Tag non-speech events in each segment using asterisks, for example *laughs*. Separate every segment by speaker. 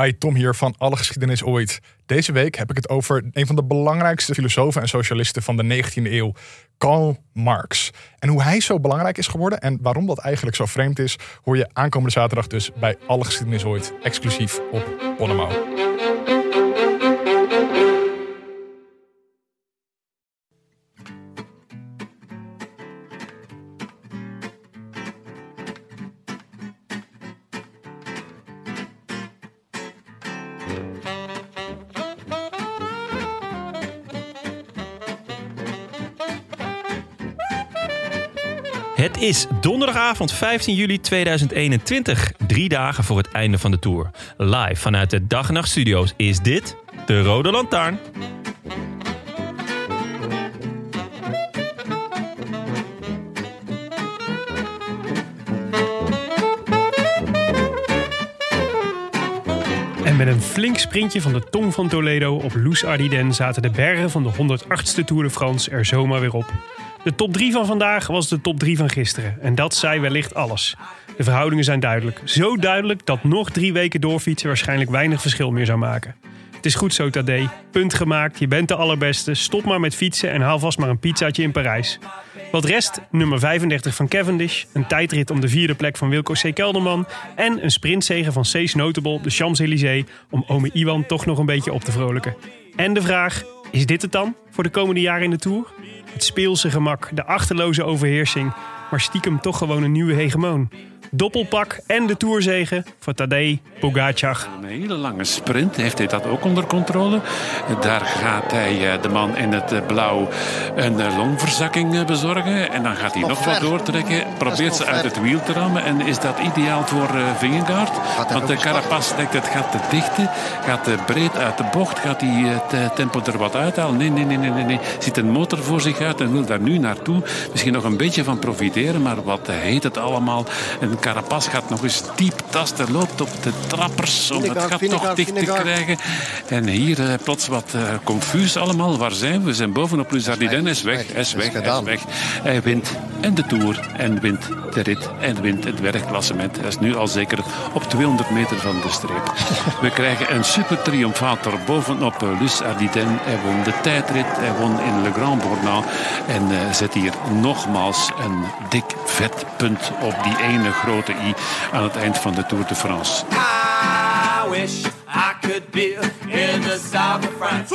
Speaker 1: Hi, Tom hier van Alle Geschiedenis Ooit. Deze week heb ik het over een van de belangrijkste filosofen en socialisten van de 19e eeuw, Karl Marx. En hoe hij zo belangrijk is geworden en waarom dat eigenlijk zo vreemd is, hoor je aankomende zaterdag dus bij Alle Geschiedenis Ooit, exclusief op Bonnemouw.
Speaker 2: Het is donderdagavond 15 juli 2021. Drie dagen voor het einde van de tour. Live vanuit de Dag en Nacht Studio's is dit de Rode Lantaarn.
Speaker 3: En met een flink sprintje van de tong van Toledo op Loes Ardiden zaten de bergen van de 108ste Tour de France er zomaar weer op. De top 3 van vandaag was de top 3 van gisteren. En dat zei wellicht alles. De verhoudingen zijn duidelijk. Zo duidelijk dat nog drie weken doorfietsen waarschijnlijk weinig verschil meer zou maken. Het is goed zo, Tadee. Punt gemaakt. Je bent de allerbeste. Stop maar met fietsen en haal vast maar een pizzaatje in Parijs. Wat rest, nummer 35 van Cavendish, een tijdrit om de vierde plek van Wilco C. Kelderman en een sprintzege van Cees Notable op de Champs-Élysées om ome Iwan toch nog een beetje op te vrolijken. En de vraag, is dit het dan voor de komende jaren in de Tour? Het speelse gemak, de achterloze overheersing, maar stiekem toch gewoon een nieuwe hegemoon. Doppelpak en de Tourzegen voor Tadej Pogacar.
Speaker 4: Een hele lange sprint heeft hij dat ook onder controle. Daar gaat hij eh, de man in het eh, blauw een eh, longverzakking eh, bezorgen. En dan gaat hij
Speaker 5: Nog
Speaker 4: nog wat
Speaker 5: ver.
Speaker 4: doortrekken. Probeert
Speaker 5: nog
Speaker 4: ze uit
Speaker 5: ver.
Speaker 4: het wiel te rammen. En is dat ideaal voor eh Vingegaard?
Speaker 5: hij
Speaker 4: Want
Speaker 5: ook
Speaker 4: de
Speaker 5: een start?
Speaker 4: Carapaz denkt het gaat te dichten. Gaat eh, breed uit de bocht. Gaat hij eh, het eh, tempo er wat uithalen? Nee, nee, nee, nee, nee, nee. Ziet een motor voor zich uit en wil daar nu naartoe. Misschien nog een beetje van profiteren. Maar wat eh, heet het allemaal? En Carapaz gaat nog eens diep tasten. Loopt op de trappers om het
Speaker 5: Vinnegaard,
Speaker 4: gat toch
Speaker 5: Vinnegaard,
Speaker 4: dicht te
Speaker 5: Vinnegaard.
Speaker 4: krijgen. En hier eh, plots wat eh, confuus allemaal. Waar zijn we? We zijn bovenop Luzardiden. Hij is weg, hij is weg, hij is
Speaker 5: gedaan.
Speaker 4: weg. Hij wint en de Tour en wint de rit en wint het werkklassement. Hij is nu al zeker op 200 meter van de streep. *laughs* We krijgen een super triomfator bovenop eh, Luz Ardiden. Hij won de tijdrit, hij won in Le Grand Bournal. En eh, zet hier nogmaals een dik vet punt op die ene grote i aan het eind van de Tour de France.
Speaker 6: I wish I could be in the south of France.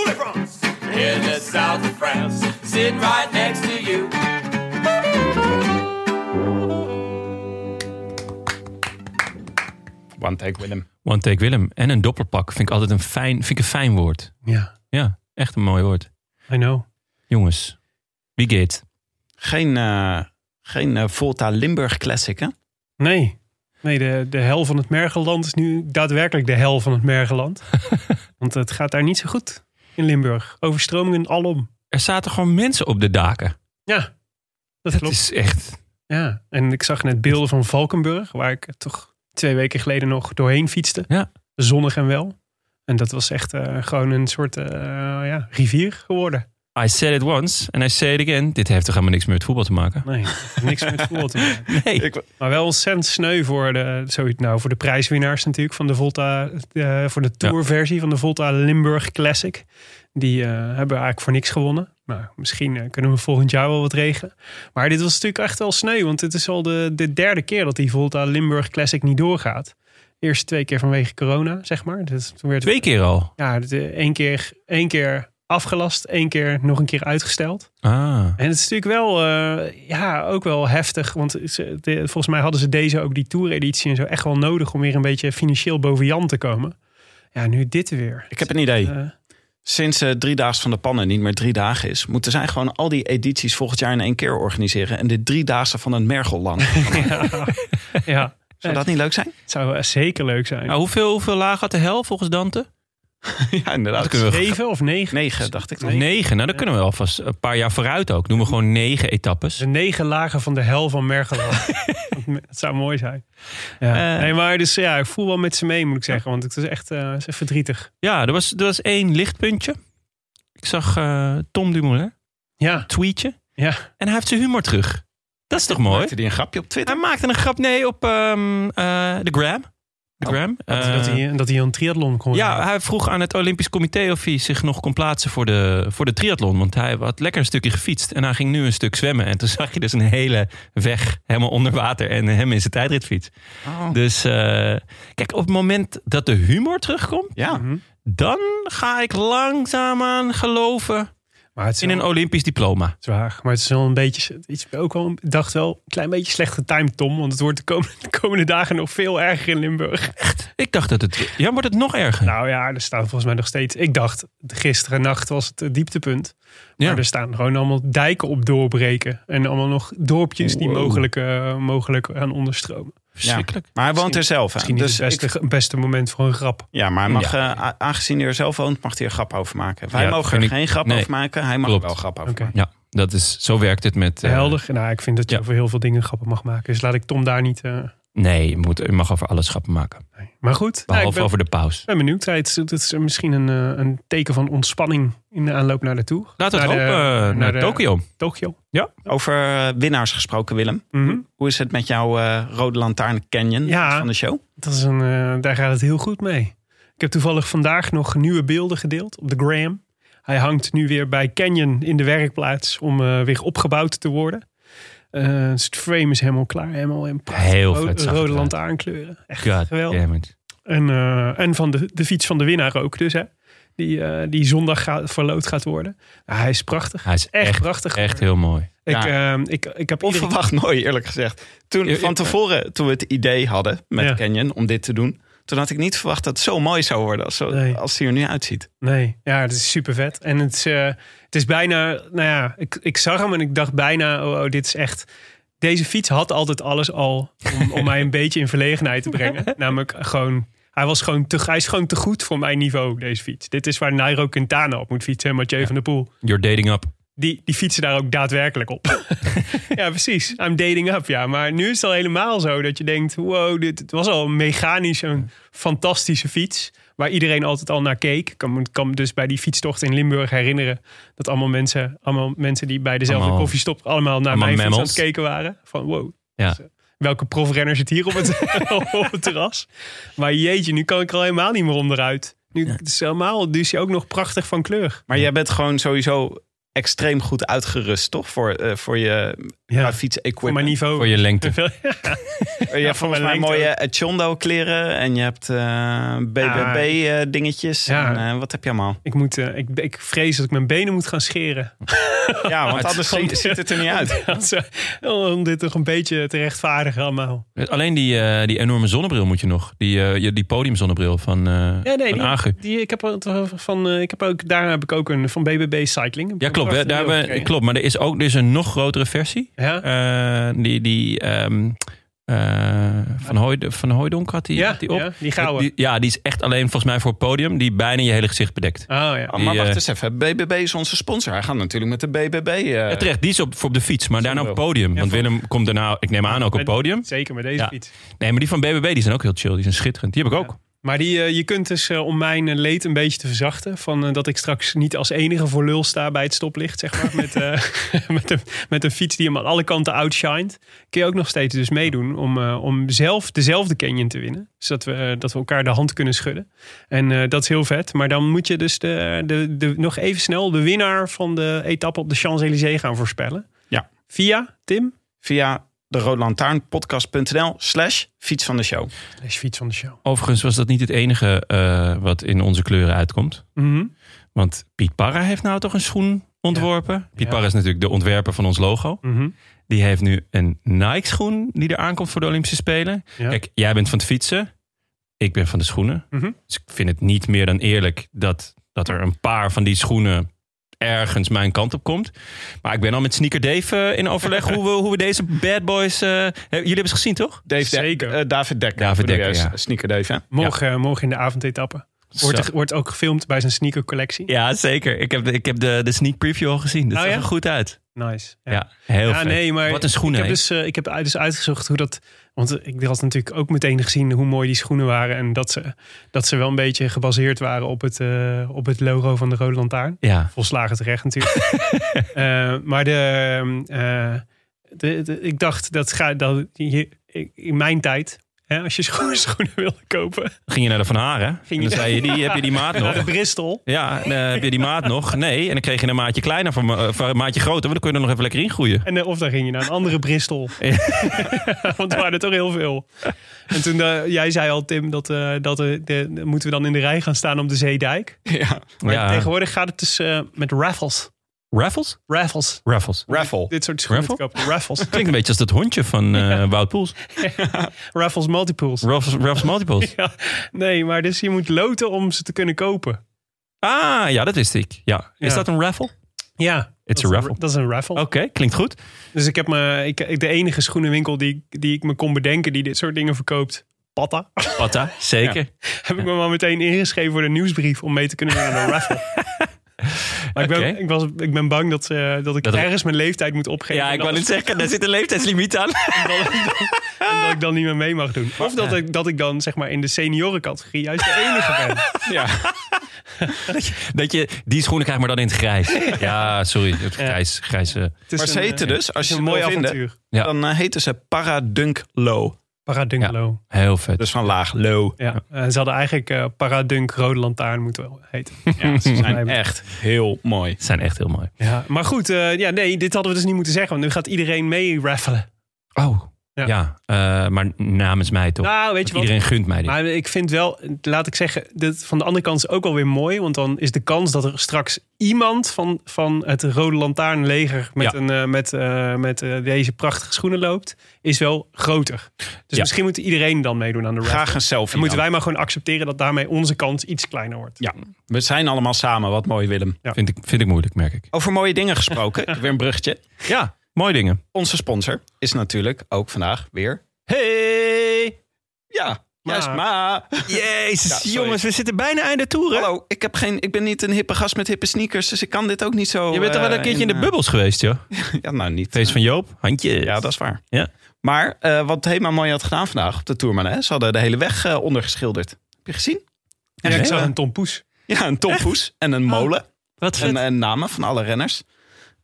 Speaker 6: In the south of France, sitting right next to you.
Speaker 7: One take with him.
Speaker 2: One Take Willem en een doppelpak vind ik altijd een fijn, vind ik een fijn woord.
Speaker 3: Ja,
Speaker 2: Ja, echt een mooi woord.
Speaker 3: I know.
Speaker 2: Jongens, wie gaat?
Speaker 7: Geen, eh, geen eh, Volta Limburg Classic, hè?
Speaker 3: Nee. Nee, de, de hel van het Mergeland is nu daadwerkelijk de hel van het
Speaker 2: *laughs*
Speaker 3: Mergeland. Want het gaat daar niet zo goed in Limburg. Overstromingen alom.
Speaker 2: Er zaten gewoon mensen op de daken.
Speaker 3: Ja, dat
Speaker 2: Dat
Speaker 3: klopt.
Speaker 2: is echt...
Speaker 3: Ja. En ik zag net beelden van Valkenburg, waar ik toch twee weken geleden nog doorheen fietste.
Speaker 2: Ja.
Speaker 3: Zonnig en wel. En dat was echt eh, gewoon een soort eh, ja, rivier geworden.
Speaker 2: I said it once and I say it again. Dit heeft toch helemaal niks meer met voetbal te maken?
Speaker 3: Nee, niks met voetbal te maken.
Speaker 2: Nee.
Speaker 3: Maar wel ontzettend sneu voor de, zoiets nou, voor de prijswinnaars natuurlijk van de Volta, eh, voor de tourversie van de Volta Limburg Classic. Die eh, hebben eigenlijk voor niks gewonnen. Nou, misschien eh, kunnen we volgend jaar wel wat regelen. Maar dit was natuurlijk echt wel sneu, want het is al de, de derde keer dat die Volta Limburg Classic niet doorgaat. Eerst twee keer vanwege corona, zeg maar. Dus toen werd
Speaker 2: Twee keer al.
Speaker 3: ja, het, eh, één keer, één keer afgelast, één keer nog een keer uitgesteld.
Speaker 2: Ah.
Speaker 3: En het is natuurlijk wel, eh, ja, ook wel heftig. Want ze- de- volgens mij hadden ze deze ook, die tour-editie en zo, echt wel nodig om weer een beetje financieel boven Jan te komen. Ja, nu dit weer.
Speaker 7: Ik heb een idee.
Speaker 3: Eh,
Speaker 2: *laughs*
Speaker 7: Sinds eh drie dagen van de pannen niet meer drie dagen is, moeten zij gewoon al die edities volgend jaar in één keer organiseren. En de drie dagen van het Mergelland.
Speaker 3: ja.
Speaker 7: Zou dat niet leuk zijn?
Speaker 3: Het zou eh, zeker leuk zijn.
Speaker 2: Nou, hoeveel, hoeveel laag had de hel volgens Dante?
Speaker 7: ja, inderdaad.
Speaker 2: Dat kunnen we-
Speaker 3: 7 of 9?
Speaker 7: Negen, dacht ik. nog.
Speaker 2: Negen. Nou, dan kunnen we alvast een paar jaar vooruit ook. Doen we gewoon negen etappes.
Speaker 3: De negen lagen van de hel van
Speaker 2: *laughs*
Speaker 3: Mergelo. Het zou mooi zijn. Ja.
Speaker 2: Eh.
Speaker 3: nee, maar dus ja, ik voel wel met ze mee, moet ik zeggen. Want het is echt eh, het is verdrietig.
Speaker 2: Ja, er was, er was één lichtpuntje. Ik zag eh, Tom Dumoulin
Speaker 3: Ja,
Speaker 2: tweetje.
Speaker 3: ja.
Speaker 2: En hij heeft zijn humor terug. Dat is toch mooi?
Speaker 7: Maakte die een grapje op Twitter?
Speaker 2: Hij maakte een grap, nee, op ehm, eh, de gram. De gram. Eh,
Speaker 3: dat, hij, dat hij een triathlon kon
Speaker 2: ja,
Speaker 3: rijden.
Speaker 2: hij vroeg aan het Olympisch Comité of hij zich nog kon plaatsen voor de, voor de triathlon. Want hij had lekker een stukje gefietst en hij ging nu een stuk zwemmen. En toen *laughs* zag je dus een hele weg helemaal onder water en hem in zijn tijdritfiets.
Speaker 7: Oh.
Speaker 2: Dus eh, kijk, op het moment dat de humor terugkomt,
Speaker 7: Ja.
Speaker 3: Mhm.
Speaker 2: dan ga ik langzaamaan geloven
Speaker 3: Maar het is
Speaker 2: in een Olympisch diploma.
Speaker 3: zwaar. Maar het is wel een beetje, het is ook wel, ik dacht wel, een klein beetje slecht getimed, Tom. Want het wordt de komende, *laughs* de komende dagen nog veel erger in Limburg.
Speaker 2: Ik dacht dat het... Ja, wordt het nog erger?
Speaker 3: Nou ja, er staan volgens mij nog steeds, ik dacht, gisteren nacht was het eh, dieptepunt.
Speaker 2: Ja.
Speaker 3: Maar er staan gewoon allemaal dijken op doorbreken. En allemaal nog dorpjes die
Speaker 2: Wow.
Speaker 3: mogelijk, eh, mogelijk aan onderstromen.
Speaker 2: Verschrikkelijk.
Speaker 7: Maar hij woont
Speaker 3: Misschien-
Speaker 7: er zelf. Hè?
Speaker 3: Misschien niet
Speaker 7: Dus
Speaker 3: het
Speaker 7: ik,
Speaker 3: beste, beste moment voor een grap.
Speaker 7: ja, maar hij mag, eh, a- aangezien hij er zelf woont, mag hij er grap over maken. Wij
Speaker 2: Ja,
Speaker 7: mogen
Speaker 2: vind
Speaker 7: er
Speaker 2: ik-
Speaker 7: geen grap
Speaker 2: nee.
Speaker 7: over maken. Hij mag
Speaker 2: Klopt.
Speaker 7: er wel grap over
Speaker 3: Oké.
Speaker 7: maken.
Speaker 2: Ja, dat is, zo werkt het met... eh,
Speaker 3: Helder. Nou, ik vind dat je
Speaker 2: ja.
Speaker 3: over heel veel dingen grappen mag maken. Dus laat ik Tom daar niet... eh,
Speaker 2: Nee, je, moet, je mag over alles grappen maken.
Speaker 3: nee. Maar goed. Nou,
Speaker 2: Behalve
Speaker 3: ik ben-
Speaker 2: over de paus.
Speaker 3: Ik ben benieuwd. Ja, Het is, het is misschien een, eh, een teken van ontspanning in de aanloop naar de tour.
Speaker 2: Laten we het
Speaker 3: Naar de-
Speaker 2: hopen eh, naar,
Speaker 3: naar de-
Speaker 2: Tokio.
Speaker 3: Tokio.
Speaker 7: Over eh, winnaars gesproken, Willem.
Speaker 3: Mhm.
Speaker 7: Hoe is het met jouw eh, Rode Lantaarn Canyon
Speaker 3: Ja.
Speaker 7: van de show?
Speaker 3: Dat is een, eh, daar gaat het heel goed mee. Ik heb toevallig vandaag nog nieuwe beelden gedeeld op de gram. Hij hangt nu weer bij Canyon in de werkplaats om eh, weer opgebouwd te worden. Eh, dus het frame is helemaal klaar. Helemaal in prachtige
Speaker 2: Heel
Speaker 3: ro-
Speaker 2: vet zag het
Speaker 3: rode
Speaker 2: eruit.
Speaker 3: lantaarnkleuren. Echt
Speaker 2: God
Speaker 3: geweldig.
Speaker 2: damn it.
Speaker 3: En, eh, en van de, de fiets van de winnaar ook dus. Hè? Die, eh, die zondag gaat, verloot gaat worden. Nou, hij is prachtig.
Speaker 2: Hij is
Speaker 3: Echt,
Speaker 2: echt,
Speaker 3: prachtig.
Speaker 2: echt heel mooi.
Speaker 3: Ik,
Speaker 7: Ja.
Speaker 3: ehm, ik, ik heb iedere-
Speaker 7: Onverwacht mooi, eerlijk gezegd. Toen, van tevoren, toen we het idee hadden met
Speaker 3: Ja.
Speaker 7: Canyon om dit te doen... toen had ik niet verwacht dat het zo mooi zou worden als, zo,
Speaker 3: Nee.
Speaker 7: als hij er nu uitziet.
Speaker 3: Nee, ja, het is super vet. En het is, eh, het is bijna, nou ja, ik, ik zag hem en ik dacht bijna, oh, oh, dit is echt. Deze fiets had altijd alles al om, om mij een beetje in verlegenheid te brengen.
Speaker 2: *laughs*
Speaker 3: Namelijk gewoon, hij, was gewoon te, hij is gewoon te goed voor mijn niveau, deze fiets. Dit is waar Nairo Quintana op moet fietsen en Mathieu van der Poel.
Speaker 2: You're dating up.
Speaker 3: Die, die fietsen daar ook daadwerkelijk
Speaker 2: *laughs*
Speaker 3: op. ja, precies. I'm dating up, ja. Maar nu is het al helemaal zo dat je denkt... wow, dit het was al mechanisch een fantastische fiets... waar iedereen altijd al naar keek. Ik kan, me- kan me dus bij die fietstocht in Limburg herinneren... dat allemaal mensen, allemaal mensen die bij dezelfde
Speaker 2: Allemaal-
Speaker 3: koffiestop... allemaal naar
Speaker 2: allemaal
Speaker 3: mijn fiets aan het
Speaker 2: mammals.
Speaker 3: keken waren. Van wow, Dus, eh,
Speaker 2: Ja.
Speaker 3: welke profrenner zit hier op het, *laughs* op het terras? Maar jeetje, nu kan ik er al helemaal niet meer onderuit. Nu het is helemaal, dus je ook nog prachtig van kleur.
Speaker 7: Maar jij bent gewoon sowieso extreem goed uitgerust, toch? Voor, eh, voor je
Speaker 3: Ja, voor mijn
Speaker 7: fiets-equipment.
Speaker 3: niveau.
Speaker 2: Voor je
Speaker 3: *laughs*
Speaker 2: lengte.
Speaker 7: Je hebt
Speaker 3: voor
Speaker 7: volgens mij
Speaker 3: mijn lengte.
Speaker 7: mooie Chondo-kleren en je hebt eh, BBB-dingetjes.
Speaker 3: Ja.
Speaker 7: En, eh, wat heb je allemaal?
Speaker 3: Ik, moet, eh, ik, ik vrees dat ik mijn benen moet gaan scheren.
Speaker 2: *laughs*
Speaker 7: Ja, want
Speaker 3: Het
Speaker 7: anders
Speaker 3: komt-
Speaker 7: ziet, ziet het er niet
Speaker 3: *laughs*
Speaker 7: uit.
Speaker 3: Als, eh, om dit toch een beetje te rechtvaardigen allemaal.
Speaker 2: Alleen die, eh, die enorme zonnebril moet je nog. Die, eh, je- die podiumzonnebril van, eh
Speaker 3: Ja, nee,
Speaker 2: van
Speaker 3: die,
Speaker 2: Agu.
Speaker 3: die, ik heb er toch van, eh, ik heb ook, daar heb ik ook een van BBB Cycling. Heb
Speaker 2: Ja,
Speaker 3: ik
Speaker 2: klopt.
Speaker 3: een
Speaker 2: hè, Daar
Speaker 3: prachtige
Speaker 2: hebben, we-
Speaker 3: beeld
Speaker 2: klopt. Maar er is ook er is een nog grotere versie.
Speaker 3: gekregen. Ja?
Speaker 2: Eh, die die ehm, eh, van, Hooy, van Hooydonk had die,
Speaker 3: Ja,
Speaker 2: had die op.
Speaker 3: ja, die gouden.
Speaker 2: Die- ja, die is echt alleen volgens mij voor het podium. Die bijna je hele gezicht bedekt.
Speaker 3: Oh ja.
Speaker 7: Oh, maar
Speaker 2: Die, eh,
Speaker 7: wacht eens even. BBB is onze sponsor. Hij gaat natuurlijk met de BBB. eh,
Speaker 2: Ja, terecht, die is op, voor op de fiets, maar daarna op het podium. Want
Speaker 3: van-
Speaker 2: Willem komt daarna, ik neem aan, ook op het
Speaker 3: Met-
Speaker 2: podium.
Speaker 3: Zeker met deze
Speaker 2: Ja.
Speaker 3: fiets.
Speaker 2: Nee, maar die van BBB die zijn ook heel chill. Die zijn schitterend. Die heb ik ook.
Speaker 3: Maar die, eh, je kunt dus, eh, om mijn eh, leed een beetje te verzachten... van eh, dat ik straks niet als enige voor lul sta bij het stoplicht, zeg maar. Met, eh, *laughs* met, een, met een fiets die hem aan alle kanten outshined. Kun je ook nog steeds dus meedoen om, eh, om zelf dezelfde canyon te winnen. Zodat we, eh, dat we elkaar de hand kunnen schudden. En eh, dat is heel vet. Maar dan moet je dus de, de, de, nog even snel de winnaar van de etappe op de Champs-Élysées gaan voorspellen.
Speaker 7: Ja.
Speaker 3: Via Tim.
Speaker 7: Via de roodlantaarnpodcast.nl slash fiets van de show.
Speaker 3: Slash fiets van de show.
Speaker 2: Overigens was dat niet het enige eh, wat in onze kleuren uitkomt.
Speaker 3: Mhm.
Speaker 2: Want Piet Parra heeft nou toch een schoen ontworpen. Piet
Speaker 3: Ja.
Speaker 2: Parra is natuurlijk de ontwerper van ons logo.
Speaker 3: Mhm.
Speaker 2: Die heeft nu een Nike-schoen die er aankomt voor de Olympische Spelen.
Speaker 3: Ja.
Speaker 2: Kijk, jij bent van het fietsen. Ik ben van de schoenen.
Speaker 3: Mhm.
Speaker 2: Dus ik vind het niet meer dan eerlijk dat, dat er een paar van die schoenen ergens mijn kant op komt. Maar ik ben al met Sneaker Dave eh, in overleg
Speaker 3: *laughs*
Speaker 2: hoe, we, hoe we deze bad boys... eh, hebben- jullie hebben ze gezien, toch?
Speaker 7: Dave
Speaker 3: Zeker.
Speaker 7: eh, David Dekker.
Speaker 2: David
Speaker 7: bedoel
Speaker 2: Dekker,
Speaker 7: jij,
Speaker 2: ja.
Speaker 7: Sneaker Dave, hè?
Speaker 3: Morgen, eh, morgen in de avondetappe. Wordt,
Speaker 2: Zo.
Speaker 3: er- wordt ook gefilmd bij zijn sneakercollectie.
Speaker 2: Ja, zeker. Ik heb, ik heb de, de sneak preview al gezien. Dat
Speaker 3: Oh,
Speaker 2: zag
Speaker 3: ja?
Speaker 2: er goed uit.
Speaker 3: Nice.
Speaker 2: Ja, heel
Speaker 3: Ja,
Speaker 2: vet.
Speaker 3: nee, maar
Speaker 2: Wat een schoenen.
Speaker 3: ik heb
Speaker 2: hè?
Speaker 3: dus, eh, ik heb uit- dus uitgezocht hoe dat... Want eh, ik had natuurlijk ook meteen gezien hoe mooi die schoenen waren. En dat ze, dat ze wel een beetje gebaseerd waren op het, eh, op het logo van de Rode Lantaarn.
Speaker 2: Ja.
Speaker 3: volslagen terecht
Speaker 2: *laughs*
Speaker 3: natuurlijk. Eh, maar de, eh, de, de- ik dacht, dat ga, dat, je, in mijn tijd, hè, als je *laughs* schoenen, schoenen wilde kopen,
Speaker 2: Ging je naar de Van Haren?
Speaker 3: je-
Speaker 2: En dan zei je, die, heb je die
Speaker 3: *laughs*
Speaker 2: maat
Speaker 3: naar
Speaker 2: nog?
Speaker 3: de Bristol.
Speaker 2: Ja, en, eh, heb je die maat nog? Nee. En dan kreeg je een maatje kleiner van, eh, van een maatje groter. Want dan kun je er nog even lekker in groeien.
Speaker 3: En, eh, of dan ging je naar een
Speaker 2: *laughs*
Speaker 3: andere Bristol.
Speaker 2: Ja.
Speaker 3: *laughs* Want er waren er toch heel veel. En toen, eh, jij zei al, Tim, dat, eh, dat eh, de, de- moeten we dan in de rij gaan staan op de Zeedijk.
Speaker 7: Ja.
Speaker 3: Maar
Speaker 2: Ja.
Speaker 3: tegenwoordig gaat het dus eh, met raffles.
Speaker 2: Raffles?
Speaker 3: Raffles.
Speaker 2: Raffles.
Speaker 7: Raffle.
Speaker 3: Dit soort schoenen
Speaker 2: Raffle?
Speaker 3: te kopen. Raffles. *laughs*
Speaker 2: Klinkt een beetje als dat hondje van eh, Wout Poels.
Speaker 3: raffles multipools.
Speaker 2: Raffles, Raffles
Speaker 3: *laughs*
Speaker 2: Multiples.
Speaker 3: Ja, nee, maar dus je moet loten om ze te kunnen kopen.
Speaker 2: Ah, ja, dat wist ik. Ja. Is
Speaker 3: Ja.
Speaker 2: dat een raffle?
Speaker 3: Ja,
Speaker 2: It's
Speaker 3: dat
Speaker 2: a
Speaker 3: is
Speaker 2: raffle.
Speaker 3: Dat is een raffle.
Speaker 2: Oké, klinkt goed.
Speaker 3: Dus ik heb me, ik, ik- de enige schoenenwinkel die, die ik me kon bedenken die dit soort dingen verkoopt, Patta,
Speaker 2: Patta, zeker.
Speaker 3: heb ik me maar meteen ingeschreven voor de nieuwsbrief om mee te kunnen doen aan een raffle. Maar ik, ben,
Speaker 2: Oké.
Speaker 3: ik, was, ik ben bang dat, eh, dat ik
Speaker 2: Dat er-
Speaker 3: ergens mijn leeftijd moet opgeven.
Speaker 2: Ja,
Speaker 3: en
Speaker 2: ik
Speaker 3: dat
Speaker 2: wou
Speaker 3: het-
Speaker 2: niet zeggen, daar zit een leeftijdslimiet aan.
Speaker 3: en dat ik dan niet meer mee mag doen. Of dat, ik, dat ik dan zeg maar in de seniorencategorie juist de enige ben.
Speaker 7: Ja.
Speaker 2: Dat je die schoenen krijgt, maar dan in het grijs. Ja, sorry. Het grijs, grijs. eh,
Speaker 3: Het is
Speaker 7: Maar ze
Speaker 3: een,
Speaker 7: heten
Speaker 3: eh,
Speaker 7: dus, als
Speaker 3: het
Speaker 7: je
Speaker 3: is
Speaker 7: het
Speaker 3: een mooi
Speaker 7: wil vinden,
Speaker 3: avontuur.
Speaker 2: Ja.
Speaker 7: dan eh, heten ze Paradunk Low.
Speaker 3: Paradunklo.
Speaker 2: heel vet.
Speaker 7: Dus van laag, low.
Speaker 3: Ja. eh, ze hadden eigenlijk eh, Paradunk Rode Lantaarn moeten wel heten.
Speaker 7: Ja, ze
Speaker 3: Volgens mij
Speaker 7: zijn
Speaker 3: hebben-
Speaker 7: echt heel mooi.
Speaker 2: Het Mhm. zijn echt heel mooi.
Speaker 3: Ja, maar goed, eh, ja, nee, dit hadden we dus niet moeten zeggen, want nu gaat iedereen mee raffelen.
Speaker 2: Oh.
Speaker 3: Ja.
Speaker 2: Ja, eh, maar namens mij toch.
Speaker 3: Nou, weet je wat?
Speaker 2: Iedereen gunt mij dit.
Speaker 3: Maar ik vind wel, laat ik zeggen, dit van de andere kant is ook alweer mooi, want dan is de kans dat er straks iemand van, van het Rode Lantaarnleger met,
Speaker 2: Ja.
Speaker 3: een, eh, met, eh, met eh, deze prachtige schoenen loopt, is wel groter. Dus
Speaker 2: Ja.
Speaker 3: misschien moet iedereen dan meedoen aan de raffle.
Speaker 7: Graag een selfie.
Speaker 3: en moeten
Speaker 7: dan.
Speaker 3: wij maar gewoon accepteren dat daarmee onze kans iets kleiner wordt.
Speaker 7: Ja, we zijn allemaal samen. Wat mooi, Willem.
Speaker 3: Ja.
Speaker 2: Vind, ik, vind ik moeilijk, merk ik.
Speaker 7: Over mooie dingen
Speaker 2: *laughs*
Speaker 7: gesproken. weer een bruggetje.
Speaker 2: Ja, mooie dingen.
Speaker 7: Onze sponsor is natuurlijk ook vandaag weer... Hey! Ja,
Speaker 3: Ma.
Speaker 7: juist ma.
Speaker 2: Jezus,
Speaker 7: sorry.
Speaker 2: jongens, we zitten bijna aan de toeren.
Speaker 7: Hallo, ik, heb geen, ik ben niet een hippe gast met hippe sneakers, dus ik kan dit ook niet zo...
Speaker 2: Je bent toch wel
Speaker 7: eh,
Speaker 2: een keertje in de
Speaker 7: eh,
Speaker 2: bubbels geweest, joh.
Speaker 7: Ja, nou niet.
Speaker 2: Feest van Joop, handje.
Speaker 7: Ja, dat is waar.
Speaker 2: Ja.
Speaker 7: Maar eh, wat Hema mooi had gedaan vandaag op de Tourmalet, ze hadden de hele weg eh, ondergeschilderd. Heb je gezien?
Speaker 3: En
Speaker 2: Nee.
Speaker 3: ik zag een Tom Poes.
Speaker 7: Ja, een tompoes en
Speaker 3: Oh,
Speaker 7: een molen
Speaker 2: Wat vet.
Speaker 7: en, en namen van alle renners.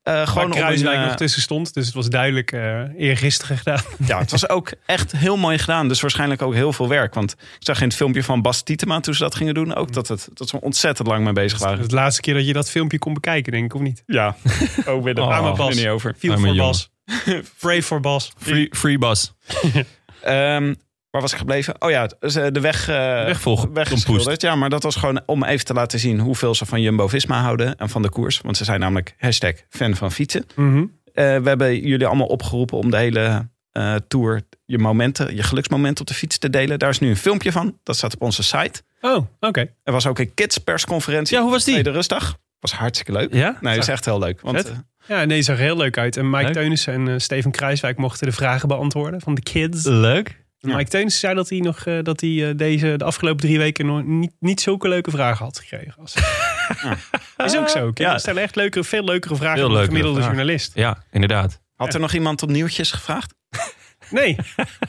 Speaker 7: Eh,
Speaker 3: Waar
Speaker 7: gewoon om
Speaker 3: Kruiswijk
Speaker 7: een, eh,
Speaker 3: nog tussen stond, dus het was duidelijk eh eergisteren gedaan.
Speaker 7: Ja, het was ook echt heel mooi gedaan. Dus waarschijnlijk ook heel veel werk. Want ik zag in het filmpje van Bas Tietema toen ze dat gingen doen... ook dat, het, dat ze er ontzettend lang mee bezig
Speaker 3: *laughs* Dat
Speaker 7: waren.
Speaker 3: is de laatste keer dat je dat filmpje kon bekijken, denk ik, of niet?
Speaker 7: Oh.
Speaker 3: *laughs*
Speaker 7: Ja, oh, weer de
Speaker 2: Oh.
Speaker 7: arme Bas. niet over.
Speaker 3: Viel
Speaker 2: Arme
Speaker 3: voor
Speaker 2: jongen.
Speaker 3: Bas.
Speaker 7: *laughs*
Speaker 3: Brave voor Bas.
Speaker 2: Free, free bus.
Speaker 7: Ehm, waar was ik gebleven? Oh ja, ze- de weg... eh,
Speaker 2: Wegvolgen.
Speaker 7: Weggeschilderd, ja, maar dat was gewoon om even te laten zien hoeveel ze van Jumbo-Visma houden en van de koers. Want ze zijn namelijk hashtag fan van fietsen.
Speaker 3: Mhm.
Speaker 7: Eh, we hebben jullie allemaal opgeroepen om de hele eh, tour je momenten, je geluksmomenten op de fiets te delen. Daar is nu een filmpje van, dat staat op onze site.
Speaker 3: Oh, oké.
Speaker 7: Er was ook een kids persconferentie.
Speaker 2: Ja, hoe was die?
Speaker 7: Tweede rustdag. Was hartstikke leuk.
Speaker 2: Ja?
Speaker 7: Nee, is echt heel leuk. Want
Speaker 2: Vet.
Speaker 7: eh,
Speaker 3: Ja, nee, zag er heel leuk uit. En Mike
Speaker 2: Leuk.
Speaker 3: Teunissen en eh, Steven Kruiswijk mochten de vragen beantwoorden van de kids.
Speaker 2: Leuk.
Speaker 7: Ja.
Speaker 3: Mike Teunissen zei dat hij, nog, eh, dat hij eh, deze, de afgelopen drie weken nog niet, niet zulke leuke vragen had gekregen. Als... Is ook zo. Kinderen
Speaker 2: Ja.
Speaker 3: stellen echt leukere, veel leukere vragen
Speaker 2: Veel
Speaker 3: dan de
Speaker 2: leukere
Speaker 3: gemiddelde
Speaker 2: vragen.
Speaker 3: journalist.
Speaker 2: Ja, inderdaad.
Speaker 7: had er nog iemand op nieuwtjes gevraagd?
Speaker 2: *laughs*
Speaker 3: Nee,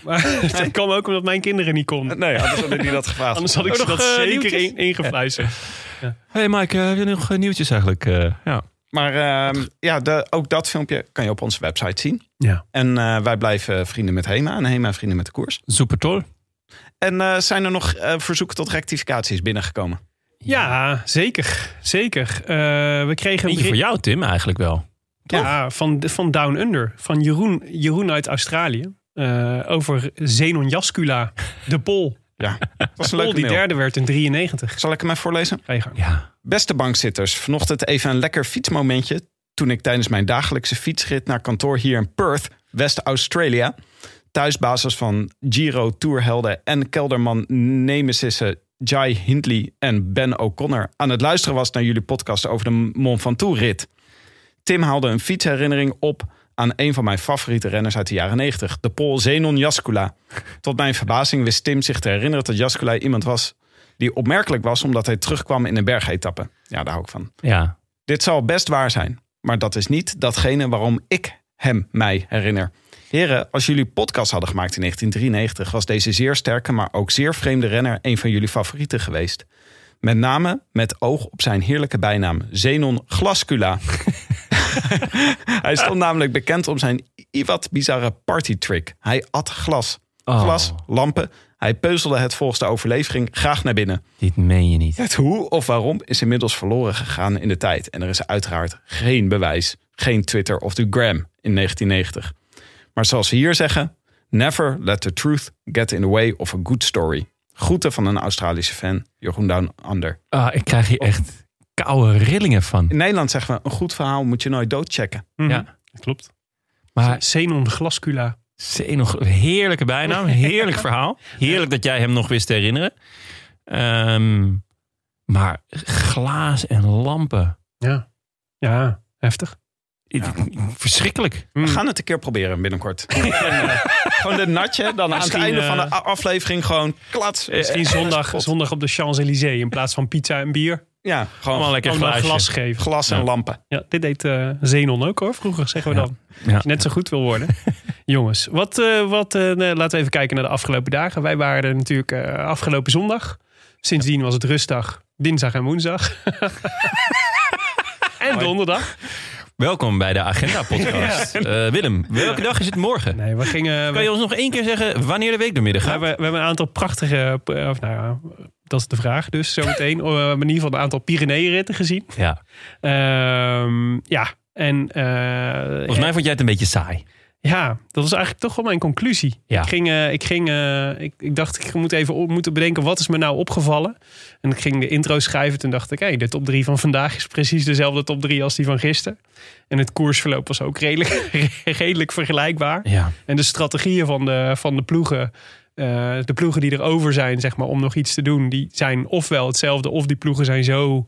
Speaker 3: maar *laughs* dat kwam ook omdat mijn kinderen niet konden.
Speaker 7: Nee, anders hadden *laughs* die dat gevraagd.
Speaker 3: Anders had ik
Speaker 2: Ook
Speaker 3: ze
Speaker 2: nog,
Speaker 3: dat
Speaker 2: eh,
Speaker 3: zeker
Speaker 2: nieuwtjes?
Speaker 3: in, ingefluisterd.
Speaker 2: hey Mike, eh, heb je nog eh, nieuwtjes eigenlijk? eh? ja.
Speaker 7: Maar ehm, ja, de, ook dat filmpje kan je op onze website zien.
Speaker 3: Ja.
Speaker 7: En eh, wij blijven vrienden met Hema en Hema vrienden met de koers.
Speaker 2: Super toll.
Speaker 7: En eh, zijn er nog eh, verzoeken tot rectificaties binnengekomen?
Speaker 3: Ja, zeker. Zeker. Eh, we kregen
Speaker 2: Eentje
Speaker 3: beri-
Speaker 2: voor jou, Tim, eigenlijk wel.
Speaker 3: ja, van, van Down Under, van Jeroen, Jeroen uit Australië. eh, over Zenon Jascula, de Pol.
Speaker 7: Ja, dat was een
Speaker 3: Pol
Speaker 7: leuke
Speaker 3: die
Speaker 7: mail.
Speaker 3: derde werd in 93.
Speaker 7: Zal ik hem even voorlezen?
Speaker 3: Ga je gang.
Speaker 2: Ja.
Speaker 7: Beste bankzitters, vanochtend even een lekker fietsmomentje. Toen ik tijdens mijn dagelijkse fietsrit naar kantoor hier in Perth, West-Australia, thuisbasis van Giro Tourhelden en kelderman Nemesissen Jai Hindley en Ben O'Connor aan het luisteren was naar jullie podcast over de Mont Ventoux-rit. Tim haalde een fietsherinnering op aan een van mijn favoriete renners uit de jaren 90, de Pool Zenon Jaskula. Tot mijn verbazing wist Tim zich te herinneren dat Jaskula iemand was die opmerkelijk was omdat hij terugkwam in een bergetappe. Ja, daar hou ik van.
Speaker 2: Ja.
Speaker 7: Dit zal best waar zijn, maar dat is niet datgene waarom ik hem mij herinner. Heren, als jullie podcast hadden gemaakt in 1993, was deze zeer sterke, maar ook zeer vreemde renner een van jullie favorieten geweest. Met name met oog op zijn heerlijke bijnaam, Zenon Glascula. *laughs* Hij stond namelijk bekend om zijn i- wat bizarre partytrick. Hij at glas.
Speaker 2: Oh.
Speaker 7: Glas, lampen. Hij peuzelde het volgens de overlevering graag naar binnen.
Speaker 2: Dit meen je niet.
Speaker 7: Het hoe of waarom is inmiddels verloren gegaan in de tijd. En er is uiteraard geen bewijs. Geen Twitter of de Gram in 1990. Maar zoals ze hier zeggen... Never let the truth get in the way of a good story. Groeten van een Australische fan, Jeroen Down Under.
Speaker 2: Ah, ik krijg hier echt koude rillingen van.
Speaker 7: In Nederland zeggen we, een goed verhaal moet je nooit doodchecken.
Speaker 3: Mhm.
Speaker 2: Ja.
Speaker 3: Dat klopt.
Speaker 2: Maar
Speaker 3: Zenon Glascula.
Speaker 2: nog heerlijke
Speaker 7: *laughs*
Speaker 2: bijnaam. Heerlijk verhaal. Heerlijk dat jij hem nog wist te herinneren. Ehm, maar glaas en lampen.
Speaker 3: Ja. Ja, heftig.
Speaker 2: Verschrikkelijk.
Speaker 7: We gaan het een keer proberen binnenkort.
Speaker 2: *laughs*
Speaker 7: eh, gewoon de natje, dan aan het
Speaker 3: Misschien,
Speaker 7: einde van de
Speaker 3: eh,
Speaker 7: a- aflevering gewoon klats. Eh,
Speaker 3: Misschien
Speaker 7: *laughs*
Speaker 3: zondag, zondag op de Champs-Élysées in plaats van pizza en bier.
Speaker 7: Ja,
Speaker 2: Allemaal
Speaker 7: gewoon
Speaker 2: lekker
Speaker 3: Gewoon een
Speaker 2: glaasje.
Speaker 3: glas geven.
Speaker 7: glas en
Speaker 2: Ja.
Speaker 7: lampen.
Speaker 3: Ja, dit deed eh, Zenon ook hoor, vroeger zeggen we
Speaker 2: Ja.
Speaker 3: dan.
Speaker 2: Ja.
Speaker 3: Als je net zo goed wil
Speaker 2: *laughs*
Speaker 3: worden. Jongens, wat, eh, wat, eh, nee, laten we even kijken naar de afgelopen dagen. Wij waren er natuurlijk eh, afgelopen zondag. Sindsdien was het rustdag, dinsdag en woensdag. *laughs* en donderdag.
Speaker 2: Welkom bij de
Speaker 7: *laughs*
Speaker 2: Agenda Podcast. Eh, Willem, welke dag is het morgen?
Speaker 3: Nee, we gingen.
Speaker 2: Kan
Speaker 3: we,
Speaker 2: je ons nog één keer zeggen wanneer de week door midden
Speaker 3: we
Speaker 2: gaat?
Speaker 3: hebben, we hebben een aantal prachtige. eh, Of, nou ja, dat is de vraag. Dus
Speaker 2: *laughs*
Speaker 3: zometeen. Oh, We hebben in ieder geval een aantal Pyrenee-ritten gezien.
Speaker 2: Ja.
Speaker 3: Ehm, ja. En, eh,
Speaker 2: Volgens mij vond jij het een beetje saai.
Speaker 3: Ja, dat was eigenlijk toch wel mijn conclusie.
Speaker 2: Ja.
Speaker 3: Ik, ging, eh, ik, ging, eh, ik, ik dacht, ik moet even op, moeten bedenken wat is me nou opgevallen. En ik ging de intro schrijven. Toen dacht ik, hé, de top 3 van vandaag is precies dezelfde top 3 als die van gisteren. En het koersverloop was ook redelijk, *laughs* redelijk vergelijkbaar.
Speaker 2: Ja.
Speaker 3: En de strategieën van de, van de ploegen. eh, de ploegen die erover zijn, zeg maar, om nog iets te doen, die zijn ofwel hetzelfde, of die ploegen zijn zo